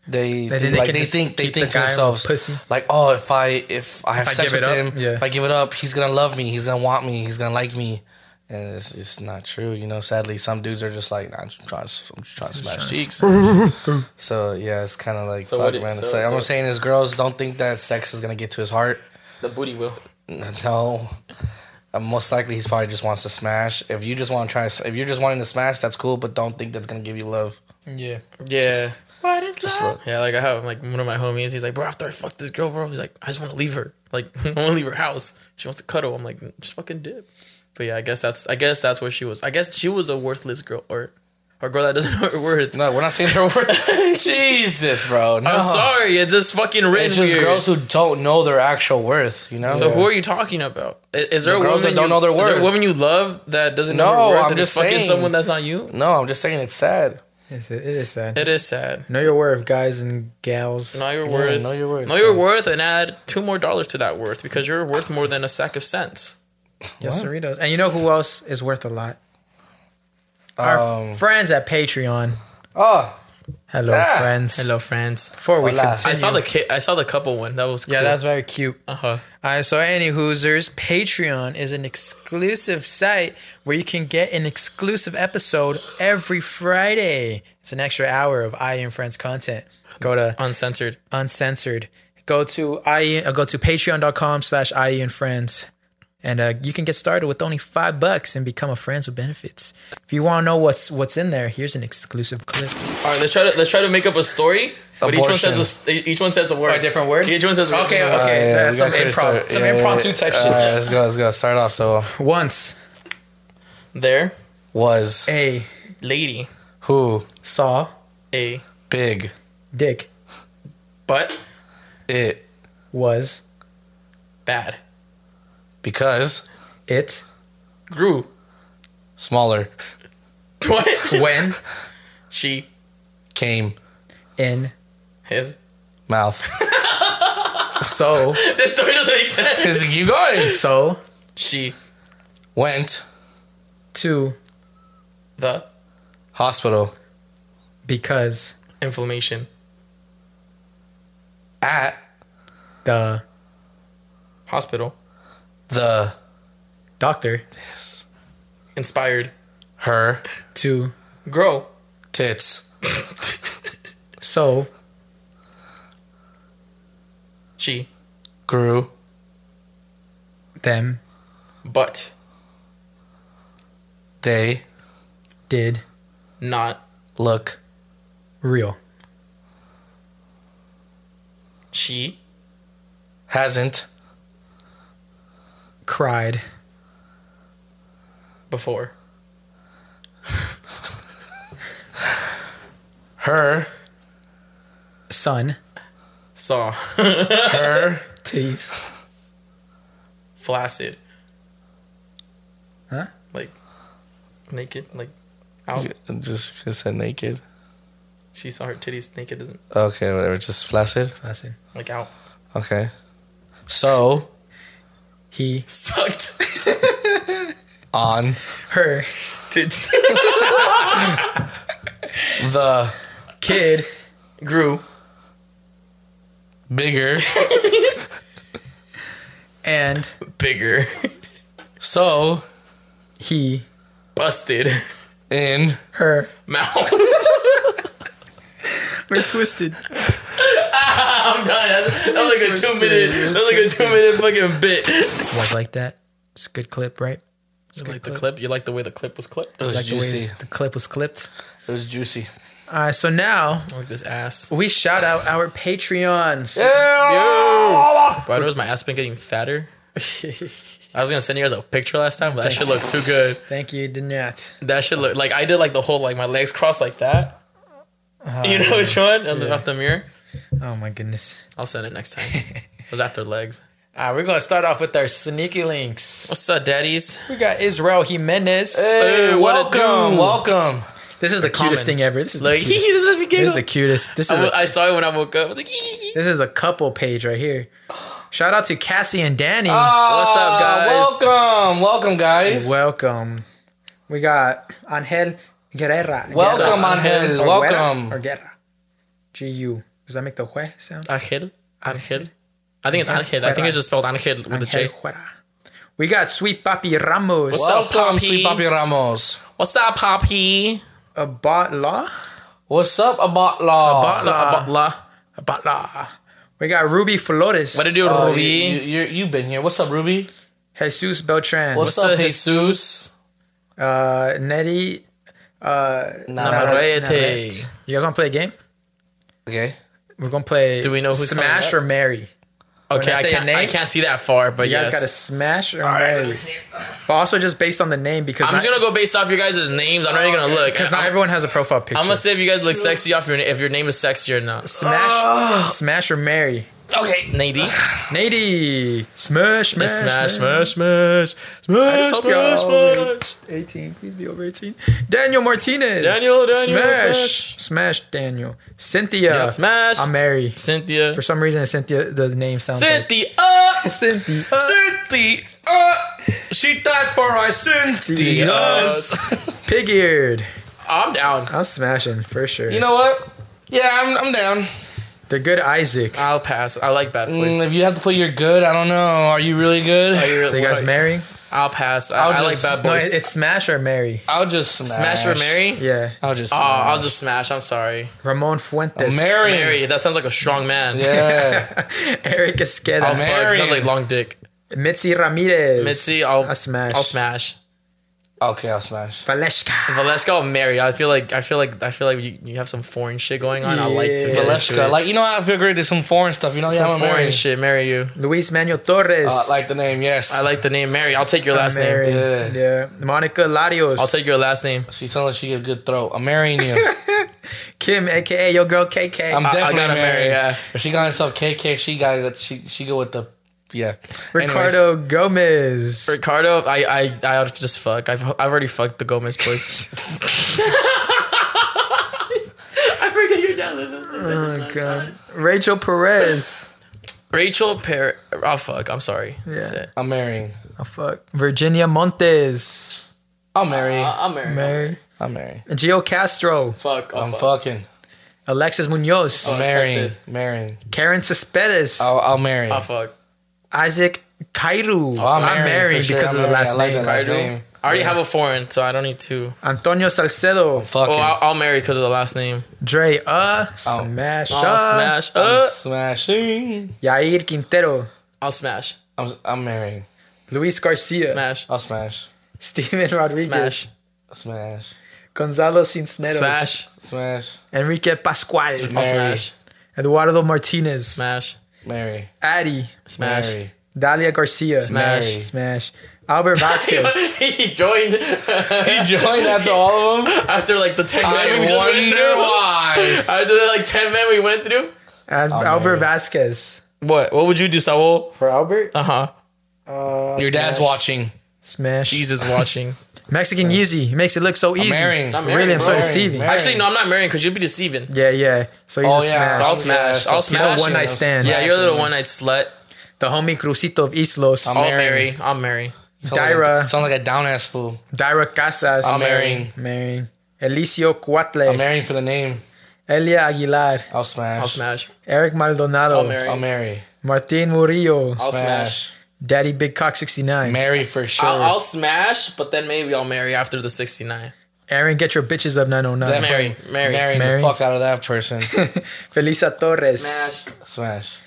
Speaker 3: They,
Speaker 1: They think they
Speaker 3: like
Speaker 1: can
Speaker 3: they
Speaker 1: just
Speaker 3: think they
Speaker 1: keep the
Speaker 3: think to
Speaker 1: guy
Speaker 3: themselves
Speaker 1: pussy.
Speaker 3: like, oh, if I if I have
Speaker 1: If I
Speaker 3: sex
Speaker 1: give
Speaker 3: with
Speaker 1: it up,
Speaker 3: him,
Speaker 1: yeah.
Speaker 3: if I give it up, he's gonna love me, he's gonna want me, he's gonna like me, and it's just not true. You know, sadly, some dudes are just like, nah, I'm just trying to, I'm just trying to smash cheeks. so yeah, it's kind of like
Speaker 2: So
Speaker 3: fuck,
Speaker 2: what do-
Speaker 3: man.
Speaker 2: so-
Speaker 3: it's like, I'm
Speaker 2: so-
Speaker 3: saying is girls don't think that sex is gonna get to his heart.
Speaker 2: the booty will.
Speaker 3: No. Uh, most likely, he's probably just wants to smash. If you just want to try, if you're just wanting to smash, that's cool. But don't think that's gonna give you love.
Speaker 1: Yeah.
Speaker 2: Yeah.
Speaker 3: What is just love?
Speaker 2: Yeah, like I have like one of my homies. He's like, bro, after I fuck this girl, bro, he's like, I just want to leave her. Like, I want to leave her house. She wants to cuddle. I'm like, "Mm, just fucking dip. But yeah, I guess that's I guess that's what she was. I guess she was a worthless girl or or girl that doesn't know her worth.
Speaker 3: No, we're not saying their word. Jesus, bro. No.
Speaker 2: I'm sorry, it's just fucking written
Speaker 3: Uh-huh. It's just
Speaker 2: weird.
Speaker 3: girls who don't know their actual worth. You know.
Speaker 2: so who are you talking about? I- Is, there
Speaker 3: The
Speaker 2: a
Speaker 3: girls
Speaker 2: woman
Speaker 3: that don't
Speaker 2: you,
Speaker 3: know their
Speaker 2: is there a
Speaker 3: worth.
Speaker 2: woman you love that doesn't know
Speaker 3: No,
Speaker 2: her worth
Speaker 3: I'm
Speaker 2: and
Speaker 3: just
Speaker 2: is fucking
Speaker 3: saying.
Speaker 2: someone that's not you?
Speaker 3: No, I'm just saying it's sad.
Speaker 1: It's, it is sad.
Speaker 2: It is sad.
Speaker 1: know your worth, guys and gals.
Speaker 2: Know your
Speaker 3: Yeah,
Speaker 2: worth.
Speaker 3: know your worth,
Speaker 2: Know your
Speaker 3: guys.
Speaker 2: worth, and add two more dollars to that worth because you're worth more than a sack of cents.
Speaker 1: Yes, Cerritos. And you know who else is worth a lot? Our friends at Patreon.
Speaker 3: Oh,
Speaker 1: Hello,
Speaker 3: Ah.
Speaker 1: friends.
Speaker 2: Hello, friends.
Speaker 1: Before we
Speaker 3: Hola.
Speaker 1: continue.
Speaker 2: I saw the ki- I saw the couple one. That was cool.
Speaker 1: Yeah, that's very cute.
Speaker 2: uh huh.
Speaker 1: All right, so any hoosers, Patreon is an exclusive site where you can get an exclusive episode every Friday. It's an extra hour of I and Friends content. Go to
Speaker 2: Uncensored.
Speaker 1: uncensored. Go to I uh, go to patreon.com slash IE and friends. And uh, you can get started with only five bucks and become a friends with benefits. If you want to know what's what's in there, here's an exclusive clip.
Speaker 2: All right, let's try to let's try to make up a story. But each one
Speaker 3: Abortion.
Speaker 2: says a, s- e, each one says a word.
Speaker 1: a different word?
Speaker 2: Each one says a word.
Speaker 1: Okay,
Speaker 2: Uh,
Speaker 1: okay,
Speaker 3: yeah,
Speaker 1: that's
Speaker 3: we
Speaker 1: some
Speaker 3: got creative
Speaker 1: improv,
Speaker 3: story.
Speaker 1: some
Speaker 3: Yeah,
Speaker 1: impromptu
Speaker 3: yeah,
Speaker 1: type
Speaker 3: all right, let's go. Let's go. Start off. So
Speaker 1: shit. Once
Speaker 2: There,
Speaker 3: was
Speaker 1: a
Speaker 2: lady,
Speaker 3: who
Speaker 1: saw
Speaker 2: a
Speaker 3: big
Speaker 1: dick
Speaker 2: butt,
Speaker 3: it
Speaker 1: was
Speaker 2: bad,
Speaker 3: because
Speaker 1: it
Speaker 2: grew.
Speaker 3: smaller
Speaker 2: What?
Speaker 1: when
Speaker 2: she
Speaker 3: came
Speaker 1: in
Speaker 2: his.
Speaker 3: mouth.
Speaker 1: so
Speaker 2: This story doesn't make sense.
Speaker 3: Just keep going.
Speaker 1: so
Speaker 2: She
Speaker 3: Went
Speaker 1: to
Speaker 2: the
Speaker 3: hospital
Speaker 1: because
Speaker 2: inflammation
Speaker 3: at
Speaker 1: the
Speaker 2: hospital
Speaker 3: the
Speaker 1: doctor
Speaker 2: inspired
Speaker 3: her
Speaker 1: to
Speaker 2: grow
Speaker 3: tits
Speaker 1: so
Speaker 2: she
Speaker 3: grew
Speaker 1: them
Speaker 2: but
Speaker 3: they
Speaker 1: did
Speaker 2: not
Speaker 3: look
Speaker 1: real
Speaker 2: she
Speaker 3: hasn't
Speaker 1: cried
Speaker 2: before
Speaker 3: her
Speaker 1: son
Speaker 2: saw
Speaker 3: her
Speaker 1: titties
Speaker 2: flaccid.
Speaker 1: Huh?
Speaker 2: Like naked, like out.
Speaker 3: just just said naked.
Speaker 2: She saw her titties naked, doesn't
Speaker 3: Okay, whatever. Just flaccid.
Speaker 1: Listen.
Speaker 2: like out.
Speaker 3: Okay. So
Speaker 1: he
Speaker 2: Sucked
Speaker 3: on
Speaker 1: her
Speaker 2: tits.
Speaker 3: the
Speaker 1: kid
Speaker 2: Grew
Speaker 3: bigger
Speaker 1: and
Speaker 2: bigger.
Speaker 3: so
Speaker 1: he
Speaker 2: Busted
Speaker 3: in
Speaker 1: her
Speaker 2: mouth.
Speaker 1: we're twisted
Speaker 2: I'm done. That's- That was like a
Speaker 1: Twisted.
Speaker 2: two minute. That was like a two minute fucking bit.
Speaker 1: was like that it's a good clip right it's a good
Speaker 2: Like the clip. You like the way the clip was clipped.
Speaker 3: it was
Speaker 1: like the way
Speaker 3: juicy.
Speaker 1: the clip was clipped
Speaker 3: It was juicy.
Speaker 1: all right so now
Speaker 2: I like this ass.
Speaker 1: we shout out our patreons
Speaker 2: Why has my ass been getting fatter? I was gonna send you guys a picture last time, but that shit looked too good.
Speaker 1: Thank you, did not.
Speaker 2: That shit look like I did like the whole like my legs crossed like that. you know which
Speaker 3: Uh,
Speaker 2: one? On the, off the mirror.
Speaker 1: Oh my goodness.
Speaker 2: I'll send it next time. it was after legs.
Speaker 1: Ah, we're gonna start off with our sneaky links.
Speaker 2: What's up, daddies?
Speaker 1: We got Israel Jimenez.
Speaker 2: Hey, what it do?
Speaker 3: welcome, welcome.
Speaker 1: This is the cutest
Speaker 2: Common.
Speaker 1: thing ever. This is
Speaker 2: Like
Speaker 1: the
Speaker 2: this
Speaker 1: cutest.
Speaker 2: is what we
Speaker 1: this is
Speaker 2: giggle.
Speaker 1: the cutest. This is
Speaker 2: I,
Speaker 1: a,
Speaker 2: I saw it when I woke up. I was like, "Ee."
Speaker 1: this is a couple page right here. Shout out to Cassie and Danny.
Speaker 2: "What's up,
Speaker 3: Uh,
Speaker 2: guys?"
Speaker 3: welcome, welcome, guys.
Speaker 1: Welcome. We got Angel Guerrera.
Speaker 3: welcome,
Speaker 2: What's up,
Speaker 3: Angel.
Speaker 1: Guerra. Or Guerra
Speaker 3: Welcome.
Speaker 1: Or Guerra. G U. Does that make the hue sound?
Speaker 2: Angel, Angel. I think it's Angel. I think it's just spelled Angel with a
Speaker 1: Angel
Speaker 2: Ah, J.
Speaker 1: Guerra. We got Sweet Papi Ramos.
Speaker 2: What's up,
Speaker 3: Welcome,
Speaker 2: Poppy?
Speaker 3: sweet Poppy Ramos.
Speaker 2: What's up, Poppy?
Speaker 1: Abat Law.
Speaker 3: What's up, Abat Law?
Speaker 1: Abat Law.
Speaker 2: La.
Speaker 1: Abat Law. We got Ruby Flores. Uh,
Speaker 2: What did you,
Speaker 3: Oh,
Speaker 2: Ruby?
Speaker 3: You, you, you, have been here. What's up, Ruby?
Speaker 1: Jesus Beltran.
Speaker 3: What's,
Speaker 2: What's
Speaker 3: up,
Speaker 2: up,
Speaker 3: Jesus?
Speaker 1: uh, Nettie.
Speaker 3: Navarrete.
Speaker 2: Navarrete.
Speaker 1: You guys want to play a game?
Speaker 3: Okay.
Speaker 1: We're gonna play.
Speaker 2: Do we know who's
Speaker 1: smash
Speaker 2: coming
Speaker 1: or marry?
Speaker 2: Okay,
Speaker 1: When I
Speaker 2: I
Speaker 1: say a
Speaker 2: can't. I
Speaker 1: name-
Speaker 2: can't see that far, but
Speaker 1: You guys
Speaker 2: yes.
Speaker 1: gotta smash or marry. But also just based on the name because
Speaker 2: I'm
Speaker 1: not,
Speaker 2: just gonna go based off your guys' names. I'm not even gonna look.
Speaker 1: because not
Speaker 2: I'm,
Speaker 1: everyone has a profile picture.
Speaker 2: I'm gonna say if you guys look sexy off your if your name is sexy or not.
Speaker 1: smash, smash or marry.
Speaker 2: Oh! Okay, Nady.
Speaker 1: Nady, smash, smash,
Speaker 2: Smash, smash, smash,
Speaker 1: I
Speaker 2: smash,
Speaker 1: just hope
Speaker 2: smash,
Speaker 1: y'all-
Speaker 2: smash.
Speaker 1: 18, please be over 18. Daniel Martinez.
Speaker 2: Daniel, Daniel,
Speaker 1: Smash,
Speaker 2: smash.
Speaker 1: smash Daniel. Cynthia.
Speaker 2: Yeah, smash.
Speaker 1: I'm Mary.
Speaker 2: Cynthia.
Speaker 1: For some reason, Cynthia, the name sounds like.
Speaker 2: Cynthia.
Speaker 1: Cynthia.
Speaker 2: Cynthia. She died for our Cynthia's.
Speaker 1: Pig eared.
Speaker 2: I'm down.
Speaker 1: I'm smashing for sure.
Speaker 3: You know what? Yeah, I'm, I'm down.
Speaker 1: the good Isaac.
Speaker 2: I'll pass. I like bad boys.
Speaker 3: Mm, if you have to put your good, I don't know. Are you really good?
Speaker 2: Are you-
Speaker 1: so you guys
Speaker 2: what-
Speaker 1: marry?
Speaker 2: I'll pass. I,
Speaker 3: I'll
Speaker 2: I like
Speaker 3: just-
Speaker 2: bad
Speaker 1: No,
Speaker 2: boys.
Speaker 1: it- it's smash or marry.
Speaker 3: I'll just smash.
Speaker 2: smash or marry?
Speaker 1: Yeah.
Speaker 3: I'll just.
Speaker 2: Oh,
Speaker 3: Smash.
Speaker 2: I'll just smash. I'm sorry.
Speaker 1: Ramon Fuentes.
Speaker 3: marry.
Speaker 2: Mary, that sounds like a strong man.
Speaker 3: Yeah.
Speaker 1: Eric Esqueda.
Speaker 2: Fuck,
Speaker 3: marry
Speaker 2: sounds like
Speaker 3: him.
Speaker 2: long dick.
Speaker 1: Mitzi Ramirez.
Speaker 2: Mitzi, I'll
Speaker 1: I smash.
Speaker 2: I'll smash. Uh,
Speaker 3: okay, I'll smash.
Speaker 1: Valeshka.
Speaker 2: Valeska, I'll marry. I feel like I feel like I feel like you, you have some foreign shit going on. I like to
Speaker 1: Yeah.
Speaker 2: get into
Speaker 3: Valeska,
Speaker 2: it.
Speaker 3: like you know, I feel great. There's some foreign stuff. You know, yeah,
Speaker 2: some
Speaker 3: I'm
Speaker 2: foreign
Speaker 3: foreign. Marry.
Speaker 2: shit. Marry you.
Speaker 1: Luis Manuel Torres.
Speaker 3: Uh, like the name, yes.
Speaker 2: I like the name Mary. I'll take your
Speaker 1: I'm
Speaker 2: last
Speaker 1: married.
Speaker 2: name.
Speaker 3: yeah.
Speaker 1: Yeah. Monica Larios.
Speaker 2: I'll take your last name.
Speaker 3: She sounds like she got a good throat. I'm marrying you.
Speaker 1: Kim, aka your girl Uh, KK.
Speaker 3: I'm
Speaker 2: I
Speaker 3: definitely
Speaker 2: gotta marry,
Speaker 3: marrying.
Speaker 2: yeah.
Speaker 3: If she got herself KK, she got she she go with the yeah. Anyways,
Speaker 1: Ricardo Gomez. Oh,
Speaker 2: Ricardo, I I I would just fuck. I've I've already fucked the Gomez boys. I forget your dad listens. To
Speaker 1: Oh, God. Rachel Perez.
Speaker 2: Rachel Perry. Oh fuck. I'm sorry. That's
Speaker 1: Yeah.
Speaker 2: it.
Speaker 3: I'm marrying.
Speaker 1: Oh, fuck. Virginia Montes.
Speaker 3: I'll marry.
Speaker 2: I'm married.
Speaker 1: Mary.
Speaker 3: I'll marry.
Speaker 1: Gio Castro.
Speaker 2: Fuck.
Speaker 3: I'm fucking
Speaker 1: Alexis Munoz.
Speaker 2: Oh,
Speaker 3: marrying.
Speaker 2: Texas.
Speaker 3: Marrying.
Speaker 1: Karen Cespedes.
Speaker 3: I'll, I'll marry.
Speaker 2: Oh fuck.
Speaker 1: Isaac Kairu.
Speaker 3: Oh,
Speaker 1: I'm,
Speaker 3: I'm marrying
Speaker 1: married
Speaker 3: for sure.
Speaker 1: because
Speaker 3: I'm
Speaker 1: of the
Speaker 3: marrying.
Speaker 1: last
Speaker 3: I like
Speaker 1: name.
Speaker 3: that last
Speaker 1: Kairu.
Speaker 3: name.
Speaker 2: I already have a foreign, so I don't need to.
Speaker 1: Antonio Salcedo.
Speaker 3: Fucking.
Speaker 2: Oh, I'll, I'll marry because of the last name.
Speaker 1: Dre. Uh. Smash.
Speaker 2: I'll
Speaker 1: uh.
Speaker 2: Oh, smash.
Speaker 3: I'm
Speaker 2: Uh,
Speaker 3: smashing.
Speaker 1: Yair Quintero.
Speaker 2: I'll smash.
Speaker 3: I'm I'm marrying.
Speaker 1: Luis Garcia.
Speaker 2: Smash.
Speaker 3: I'll smash.
Speaker 1: Steven Rodriguez.
Speaker 2: Smash.
Speaker 3: Smash.
Speaker 1: Gonzalo Cisneros.
Speaker 2: Smash.
Speaker 3: Smash.
Speaker 1: Enrique Pascual.
Speaker 2: I'll
Speaker 3: Marry.
Speaker 2: smash.
Speaker 1: Eduardo Martinez.
Speaker 2: Smash.
Speaker 3: Marry.
Speaker 1: Addy.
Speaker 2: Smash.
Speaker 3: Marry.
Speaker 1: Dalia Garcia.
Speaker 2: Smash.
Speaker 1: Smash. Albert Vasquez.
Speaker 2: he joined
Speaker 3: He joined after all of them.
Speaker 2: after like the 10
Speaker 3: I
Speaker 2: men we just went
Speaker 3: wonder
Speaker 2: through.
Speaker 3: why.
Speaker 2: After the like 10 men we went through.
Speaker 1: Al- Albert Vasquez.
Speaker 2: What? What would you do, Saul?
Speaker 1: For Albert?
Speaker 2: Uh huh.
Speaker 1: Uh,
Speaker 3: Your dad's watching.
Speaker 1: Smash.
Speaker 2: Jesus watching.
Speaker 1: Mexican Yeezy. He makes it look so easy.
Speaker 3: marrying.
Speaker 2: I'm
Speaker 1: Really, I'm so
Speaker 2: Marrying,
Speaker 1: deceiving.
Speaker 3: marrying.
Speaker 2: Actually, no, I'm not marrying because you'd be deceiving.
Speaker 1: Yeah, yeah. So he's
Speaker 3: Oh
Speaker 1: a
Speaker 3: yeah.
Speaker 1: smash.
Speaker 2: So I'll smash. I'll
Speaker 1: He's
Speaker 2: smash
Speaker 1: a one night
Speaker 2: you.
Speaker 1: stand.
Speaker 2: Yeah, you're a little one night slut.
Speaker 1: The homie Crucito of Islos.
Speaker 3: I'm
Speaker 2: I'll
Speaker 3: marrying.
Speaker 2: marry. I'll marry.
Speaker 1: Dyra.
Speaker 3: Sound like a down ass fool.
Speaker 1: Dyra Casas.
Speaker 3: I'm marrying.
Speaker 1: Marrying. Elicio
Speaker 3: I'm
Speaker 1: Cuatle.
Speaker 3: marrying for the name.
Speaker 1: Elia Aguilar.
Speaker 3: I'll smash.
Speaker 2: I'll smash.
Speaker 1: Eric Maldonado.
Speaker 2: I'll marry.
Speaker 3: I'll marry.
Speaker 1: Martin Murillo.
Speaker 2: I'll
Speaker 3: Smash.
Speaker 1: Daddy Big Cock 69.
Speaker 3: Marry for sure.
Speaker 2: I'll, I'll smash, but then maybe I'll marry after the 69.
Speaker 1: Aaron, get your bitches up 909.
Speaker 2: Smash. Marry. Marry.
Speaker 3: Marrying
Speaker 1: Marry.
Speaker 3: the fuck out of that person.
Speaker 1: Felisa Torres.
Speaker 2: Smash.
Speaker 3: smash.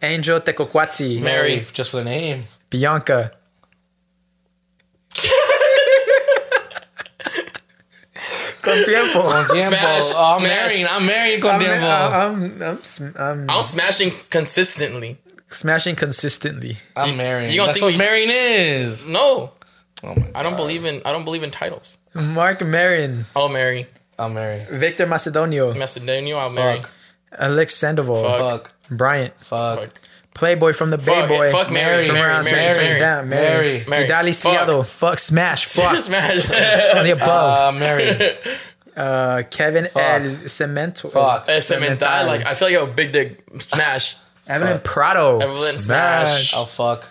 Speaker 1: Angel Tecoquatsi.
Speaker 2: Marry.
Speaker 3: Just for the name.
Speaker 1: Bianca. Con tiempo.
Speaker 2: Smash.
Speaker 3: Tiempo. Oh, I'm
Speaker 2: Smash.
Speaker 3: marrying. I'm marrying. Con
Speaker 1: I'm,
Speaker 3: tiempo.
Speaker 1: I'm, I'm, I'm,
Speaker 2: I'm smashing consistently.
Speaker 1: Smashing consistently.
Speaker 3: I'm marrying.
Speaker 2: you gonna
Speaker 3: That's
Speaker 2: think
Speaker 3: what
Speaker 2: you-
Speaker 3: marrying is.
Speaker 2: No,
Speaker 3: Oh my
Speaker 2: I don't believe in I don't believe in titles.
Speaker 1: Mark Marin,
Speaker 2: I'll marry
Speaker 3: I'm marrying.
Speaker 1: Victor Macedonio,
Speaker 2: Macedonia. I'll marry.
Speaker 3: Fuck.
Speaker 1: Alex Sandoval,
Speaker 2: Fuck.
Speaker 3: Fuck.
Speaker 1: Bryant,
Speaker 3: Fuck.
Speaker 2: Fuck.
Speaker 1: Playboy from the Bay
Speaker 2: Fuck,
Speaker 1: Boy.
Speaker 2: fuck Mary,
Speaker 1: Turn
Speaker 2: Mary,
Speaker 1: around,
Speaker 2: Mary,
Speaker 1: smash it, turn
Speaker 2: Mary,
Speaker 1: down, Mary.
Speaker 3: Mary,
Speaker 2: Mary.
Speaker 1: Idali
Speaker 2: Fuck.
Speaker 1: Stiato, fuck, smash, fuck.
Speaker 2: Smash.
Speaker 1: on the above.
Speaker 3: Uh, marrying.
Speaker 1: Uh, Kevin El Cemento.
Speaker 3: Fuck.
Speaker 2: Eh, Cemental. Like I feel like I have a big dick smash.
Speaker 1: Evelyn Prado.
Speaker 2: Evelyn Smash.
Speaker 3: I'll Oh, fuck.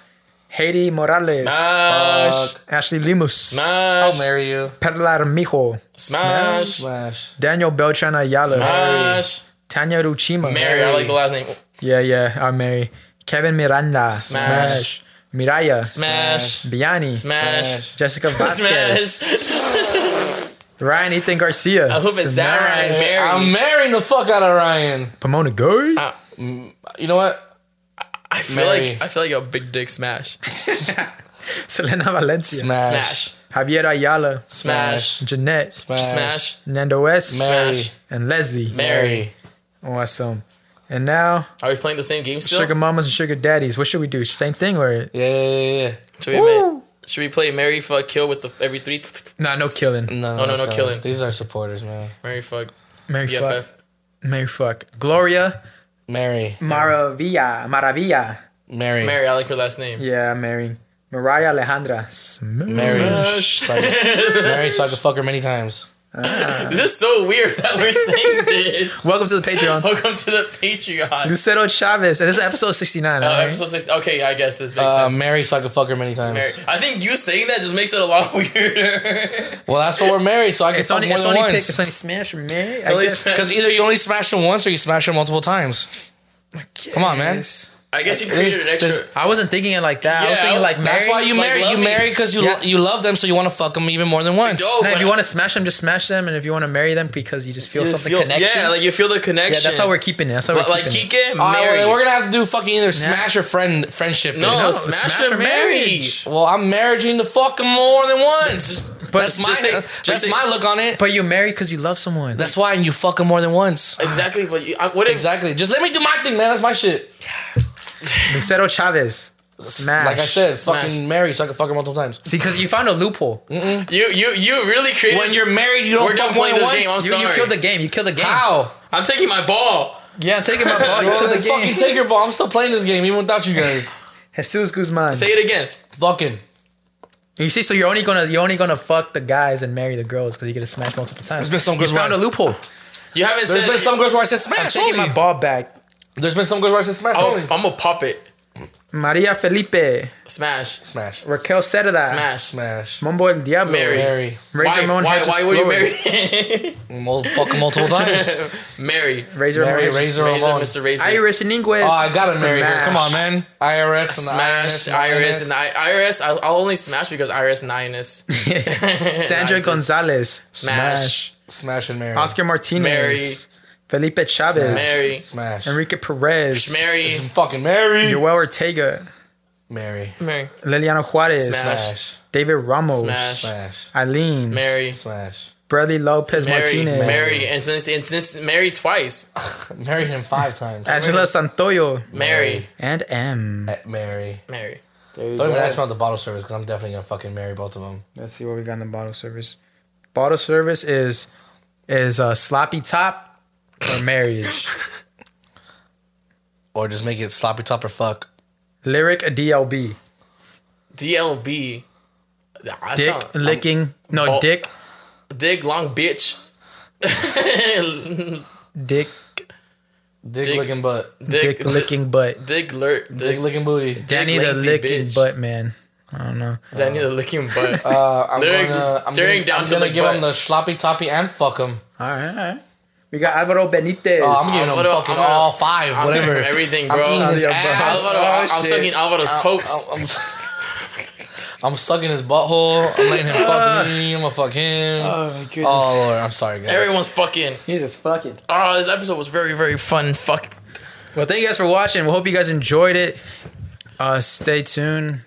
Speaker 1: Haiti Morales.
Speaker 2: Smash.
Speaker 3: Fuck. Oh,
Speaker 1: Ashley Limus.
Speaker 3: I'll
Speaker 2: Smash.
Speaker 3: marry you.
Speaker 1: Perla Armijo.
Speaker 2: Smash.
Speaker 3: Slash.
Speaker 1: Daniel Beltran Ayala.
Speaker 2: Smash.
Speaker 1: Tanya Ruchima.
Speaker 2: Mary. I like the last name.
Speaker 1: Yeah, yeah, I'm Mary. Kevin Miranda.
Speaker 2: Smash.
Speaker 1: Miraya.
Speaker 2: Smash.
Speaker 1: Biani.
Speaker 2: Smash.
Speaker 1: Jessica Vasquez.
Speaker 2: Smash.
Speaker 1: Ryan Ethan Garcia.
Speaker 2: I hope it's that Ryan Mary.
Speaker 3: I'm marrying the fuck out of Ryan.
Speaker 1: Pomona Gay.
Speaker 2: Ah.
Speaker 3: You know what?
Speaker 2: I feel
Speaker 3: Mary.
Speaker 2: like I feel like a big dick smash.
Speaker 1: Selena Valencia.
Speaker 2: Smash.
Speaker 1: Javier Ayala.
Speaker 2: Smash.
Speaker 1: Jeanette.
Speaker 2: Smash.
Speaker 1: Nando S.
Speaker 3: Mary.
Speaker 2: Smash.
Speaker 1: And Leslie.
Speaker 2: Mary.
Speaker 1: Awesome. And now,
Speaker 2: Are we playing the same game still?
Speaker 1: Sugar Mamas and Sugar Daddies. What should we do? Same thing or?
Speaker 3: Yeah, yeah, yeah,
Speaker 2: Should we, ma- should we play Mary fuck kill with the every three
Speaker 1: Nah, no killing.
Speaker 3: yeah.
Speaker 2: Oh, no, no, killing.
Speaker 3: These are supporters, man.
Speaker 2: Mary fuck
Speaker 1: Mary
Speaker 2: BFF
Speaker 1: fuck. Mary fuck. Gloria.
Speaker 3: Mary.
Speaker 1: Maravilla. Maravilla.
Speaker 3: Mary.
Speaker 2: Mary? I like her last name.
Speaker 1: Yeah, I'm marrying. Mariah Alejandra. Smith.
Speaker 3: Mary. So I can- Mary, so I can fuck her many times.
Speaker 2: This is so weird that we're saying this.
Speaker 1: Welcome to the Patreon.
Speaker 2: Welcome to the Patreon.
Speaker 1: Lucero Chavez. And this is episode 69.
Speaker 2: Uh,
Speaker 1: alright?
Speaker 2: episode six. Okay, I guess this makes
Speaker 3: Uh,
Speaker 2: sense.
Speaker 3: Mary, so I can fuck her many times.
Speaker 2: Mary. I think you saying that just makes it a lot weirder.
Speaker 3: Well, that's what we're married, so I can
Speaker 1: It's
Speaker 3: fuck
Speaker 1: only,
Speaker 3: more
Speaker 1: it's
Speaker 3: than
Speaker 1: only, pick,
Speaker 3: once.
Speaker 1: it's only smash, Mary. I
Speaker 2: only
Speaker 1: guess.
Speaker 2: smash.
Speaker 3: Because either you only smash them once or you smash them multiple times. Come on, man.
Speaker 1: Yes.
Speaker 2: I guess you created an extra.
Speaker 1: This- I wasn't thinking it like that. I was
Speaker 2: Yeah,
Speaker 1: thinking like Mary.
Speaker 3: That's why you
Speaker 2: like,
Speaker 3: marry.
Speaker 2: love
Speaker 3: You
Speaker 2: me.
Speaker 3: marry because you lo- you love them, so you want to fuck them even more than once.
Speaker 2: Yo,
Speaker 1: No, if
Speaker 2: but
Speaker 1: you
Speaker 2: I-
Speaker 1: want to smash them, just smash them. And if you want to marry them because you just feel
Speaker 2: you
Speaker 1: something
Speaker 2: feel-
Speaker 1: connection.
Speaker 2: Yeah, like you feel the connection.
Speaker 1: Yeah, that's how we're keeping it. That's how we're
Speaker 2: But, like
Speaker 1: keeping it.
Speaker 2: Kike,
Speaker 3: All right,
Speaker 2: Mary.
Speaker 3: well, Oh, we're gonna have to do fucking either smash or friend friendship.
Speaker 2: no,
Speaker 3: then.
Speaker 2: smash, or marriage.
Speaker 3: Well, I'm marrying the fucking more than once.
Speaker 1: But
Speaker 3: that's my uh,
Speaker 2: just say- just
Speaker 3: that's
Speaker 2: say-
Speaker 3: my look on it.
Speaker 1: But you marry because you love someone.
Speaker 3: That's why you fuck them more than once.
Speaker 2: Exactly, but you, I, what if
Speaker 3: Exactly. Just let me do my thing, man. That's my shit.
Speaker 1: Lucero Chavez. Smash.
Speaker 3: Like I said,
Speaker 2: Smash.
Speaker 3: fucking marry so I can fuck her multiple times.
Speaker 1: See, because you found a loophole. You,
Speaker 2: you you you really created?
Speaker 3: When you're married, you don't
Speaker 2: We're done
Speaker 3: fuck more
Speaker 2: playing
Speaker 3: than
Speaker 2: this
Speaker 3: once.
Speaker 2: game. I'm
Speaker 1: you
Speaker 2: sorry.
Speaker 1: killed the game. You killed the game.
Speaker 3: How?
Speaker 2: I'm taking my ball.
Speaker 1: Yeah, I'm taking my ball. You killed the
Speaker 3: Fucking
Speaker 1: game.
Speaker 3: take your ball. I'm still playing this game even without you guys.
Speaker 1: Jesus Guzman.
Speaker 2: Say it again.
Speaker 3: fucking.
Speaker 1: You see, so you're only gonna you're only gonna fuck the guys and marry the girls because you get to smash multiple times.
Speaker 3: There's been some
Speaker 1: you
Speaker 3: girls
Speaker 1: found a
Speaker 3: where I-
Speaker 1: loophole.
Speaker 2: You haven't
Speaker 3: There's
Speaker 2: said.
Speaker 3: been some girls where I said
Speaker 1: I'm
Speaker 3: smash.
Speaker 1: taking
Speaker 3: only.
Speaker 1: my ball back.
Speaker 3: There's been some girls where I said smash.
Speaker 2: Oh,
Speaker 3: only.
Speaker 2: I'm gonna pop it.
Speaker 1: Maria Felipe,
Speaker 2: Smash.
Speaker 3: Smash.
Speaker 1: Raquel Cerda,
Speaker 2: Smash.
Speaker 3: Smash.
Speaker 1: Mambo El Diablo,
Speaker 2: Mary.
Speaker 3: Mary.
Speaker 1: Razor
Speaker 2: Why,
Speaker 1: Ramon
Speaker 2: why,
Speaker 1: Hedges
Speaker 2: why would you
Speaker 1: Flores,
Speaker 2: marry?
Speaker 3: Mul- fuck multiple times.
Speaker 2: Mary.
Speaker 1: Razor
Speaker 3: Mary
Speaker 1: Ramon Hedges-
Speaker 3: Razor
Speaker 2: Razor,
Speaker 3: Ramon.
Speaker 2: Mr. Razor.
Speaker 1: Iris Ininguez.
Speaker 3: Oh, I gotta marry her.
Speaker 1: Smash.
Speaker 3: Come on, man. IRS and
Speaker 2: Smash,
Speaker 3: the
Speaker 2: Iris, and I, Iris. I'll, I'll only smash because Iris and Ines.
Speaker 1: Sandra
Speaker 2: Nice.
Speaker 1: Gonzalez,
Speaker 2: Smash.
Speaker 3: Smash and Mary.
Speaker 1: Oscar Martinez,
Speaker 2: Mary.
Speaker 1: Felipe Chavez,
Speaker 2: Mary.
Speaker 3: Smash.
Speaker 1: Enrique Perez,
Speaker 2: Mary.
Speaker 3: Some fucking Mary.
Speaker 1: Joel Ortega,
Speaker 3: Mary.
Speaker 2: Mary.
Speaker 1: Liliana Juarez,
Speaker 2: Smash.
Speaker 3: Smash.
Speaker 1: David Ramos,
Speaker 2: Smash.
Speaker 3: Smash.
Speaker 1: Eileen,
Speaker 2: Mary.
Speaker 3: Smash.
Speaker 1: Bradley Lopez
Speaker 2: Mary.
Speaker 1: Martinez,
Speaker 2: Mary. And since, and since Mary twice.
Speaker 3: Married him five times.
Speaker 1: Angela Santoyo,
Speaker 2: Mary.
Speaker 1: and M.
Speaker 3: Mary.
Speaker 2: Mary.
Speaker 3: Don't even ask me about the bottle service because I'm definitely gonna fucking marry both of them.
Speaker 1: Let's see what we got in the bottle service. Bottle service is is uh, sloppy top or marriage.
Speaker 3: Or just make it sloppy top or fuck.
Speaker 1: Lyric DLB.
Speaker 2: DLB. That
Speaker 1: Dick
Speaker 2: sound- I'm-
Speaker 1: licking. no,
Speaker 2: ball-
Speaker 1: dick.
Speaker 2: Dick long bitch.
Speaker 1: Dick.
Speaker 3: Dick,
Speaker 2: Dick-
Speaker 3: licking butt.
Speaker 1: Dick,
Speaker 2: Dick.
Speaker 1: licking butt.
Speaker 2: Dick lurk.
Speaker 3: Dick
Speaker 2: Dick.
Speaker 3: licking booty.
Speaker 1: Danny the
Speaker 2: lengthy
Speaker 1: licking
Speaker 2: bitch.
Speaker 1: butt man. I don't know.
Speaker 2: Danny the licking butt.
Speaker 3: Uh, I'm
Speaker 2: During-
Speaker 3: gonna, I'm
Speaker 2: during
Speaker 3: gonna,
Speaker 2: down
Speaker 3: I'm
Speaker 2: to
Speaker 3: gonna
Speaker 2: lick
Speaker 3: give
Speaker 2: butt.
Speaker 3: him the sloppy toppy and fuck him.
Speaker 1: All right, all right. We got Alvaro Benitez.
Speaker 3: Oh, I'm giving him
Speaker 2: what do I-
Speaker 3: fucking
Speaker 2: I'm gonna-
Speaker 3: all five,
Speaker 2: I'm
Speaker 3: whatever.
Speaker 2: Everything,
Speaker 3: I'm
Speaker 2: bro.
Speaker 3: eating his
Speaker 1: Yeah,
Speaker 3: ass.
Speaker 2: Alvaro,
Speaker 1: Oh,
Speaker 2: I'm
Speaker 1: shit.
Speaker 2: sucking Alvaro's toes.
Speaker 3: I'm, I'm sucking his butthole. I'm letting him fuck me. I'm gonna fuck him.
Speaker 1: Oh my goodness.
Speaker 3: Oh Lord, I'm sorry, guys.
Speaker 2: Everyone's fucking.
Speaker 1: He's just fucking.
Speaker 2: Oh, this episode was very, very fun. Fuck.
Speaker 1: Well, thank you guys for watching. We hope you guys enjoyed it. Uh, stay tuned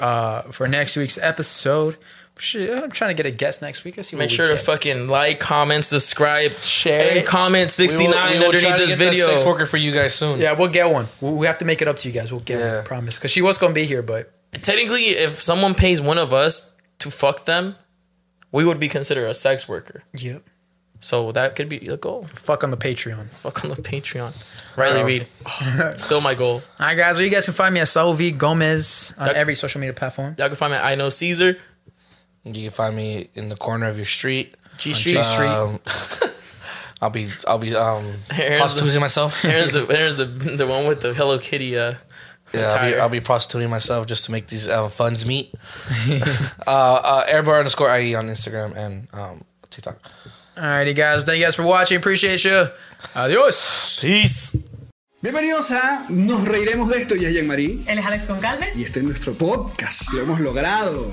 Speaker 1: uh, for next week's episode. Shit, I'm trying to get a guest next week. I see.
Speaker 2: Make
Speaker 1: what
Speaker 2: sure
Speaker 1: we
Speaker 2: to
Speaker 1: get.
Speaker 2: fucking like, comment, subscribe,
Speaker 3: Share
Speaker 2: and
Speaker 3: it.
Speaker 2: comment
Speaker 3: We will-
Speaker 2: 69
Speaker 3: we will try
Speaker 2: underneath
Speaker 3: to
Speaker 2: this
Speaker 3: get that
Speaker 2: video.
Speaker 3: sex worker for you guys soon.
Speaker 1: Yeah, we'll get one. We we have to make it up to you guys. We'll get
Speaker 3: Yeah.
Speaker 1: one. I promise. Because she was gonna be here, but
Speaker 2: Technically, if someone pays one of us to fuck them, we would be considered a sex worker.
Speaker 1: yep.
Speaker 2: So that could be the goal.
Speaker 1: Fuck on the Patreon.
Speaker 2: Fuck on the Patreon. Riley Reed. Still my goal.
Speaker 1: All right, guys. Well, you guys can find me at Saul V Gomez on
Speaker 2: Yep.
Speaker 1: every social media platform.
Speaker 2: Y'all can find me at I Know Caesar.
Speaker 3: You can find me in the corner of your street.
Speaker 2: G
Speaker 1: On
Speaker 2: Street.
Speaker 1: G Street.
Speaker 3: Um, I'll be I'll be um
Speaker 2: Here's
Speaker 3: prostituting myself.
Speaker 2: There's the there's the the one with the Hello Kitty. Uh,
Speaker 3: Yeah, I'll be,
Speaker 2: attire.
Speaker 3: I'll be prostituting myself just to make these uh, funds meet. uh, uh, airbar underscore IE on Instagram and um, TikTok.
Speaker 1: All righty, guys. Thank you guys for watching. Appreciate you. Adios.
Speaker 2: peace.
Speaker 10: Bienvenidos a Nos Reiremos de Esto, ya es Marie.
Speaker 11: Él es Alex Goncalves.
Speaker 10: Y este es nuestro podcast, lo hemos logrado,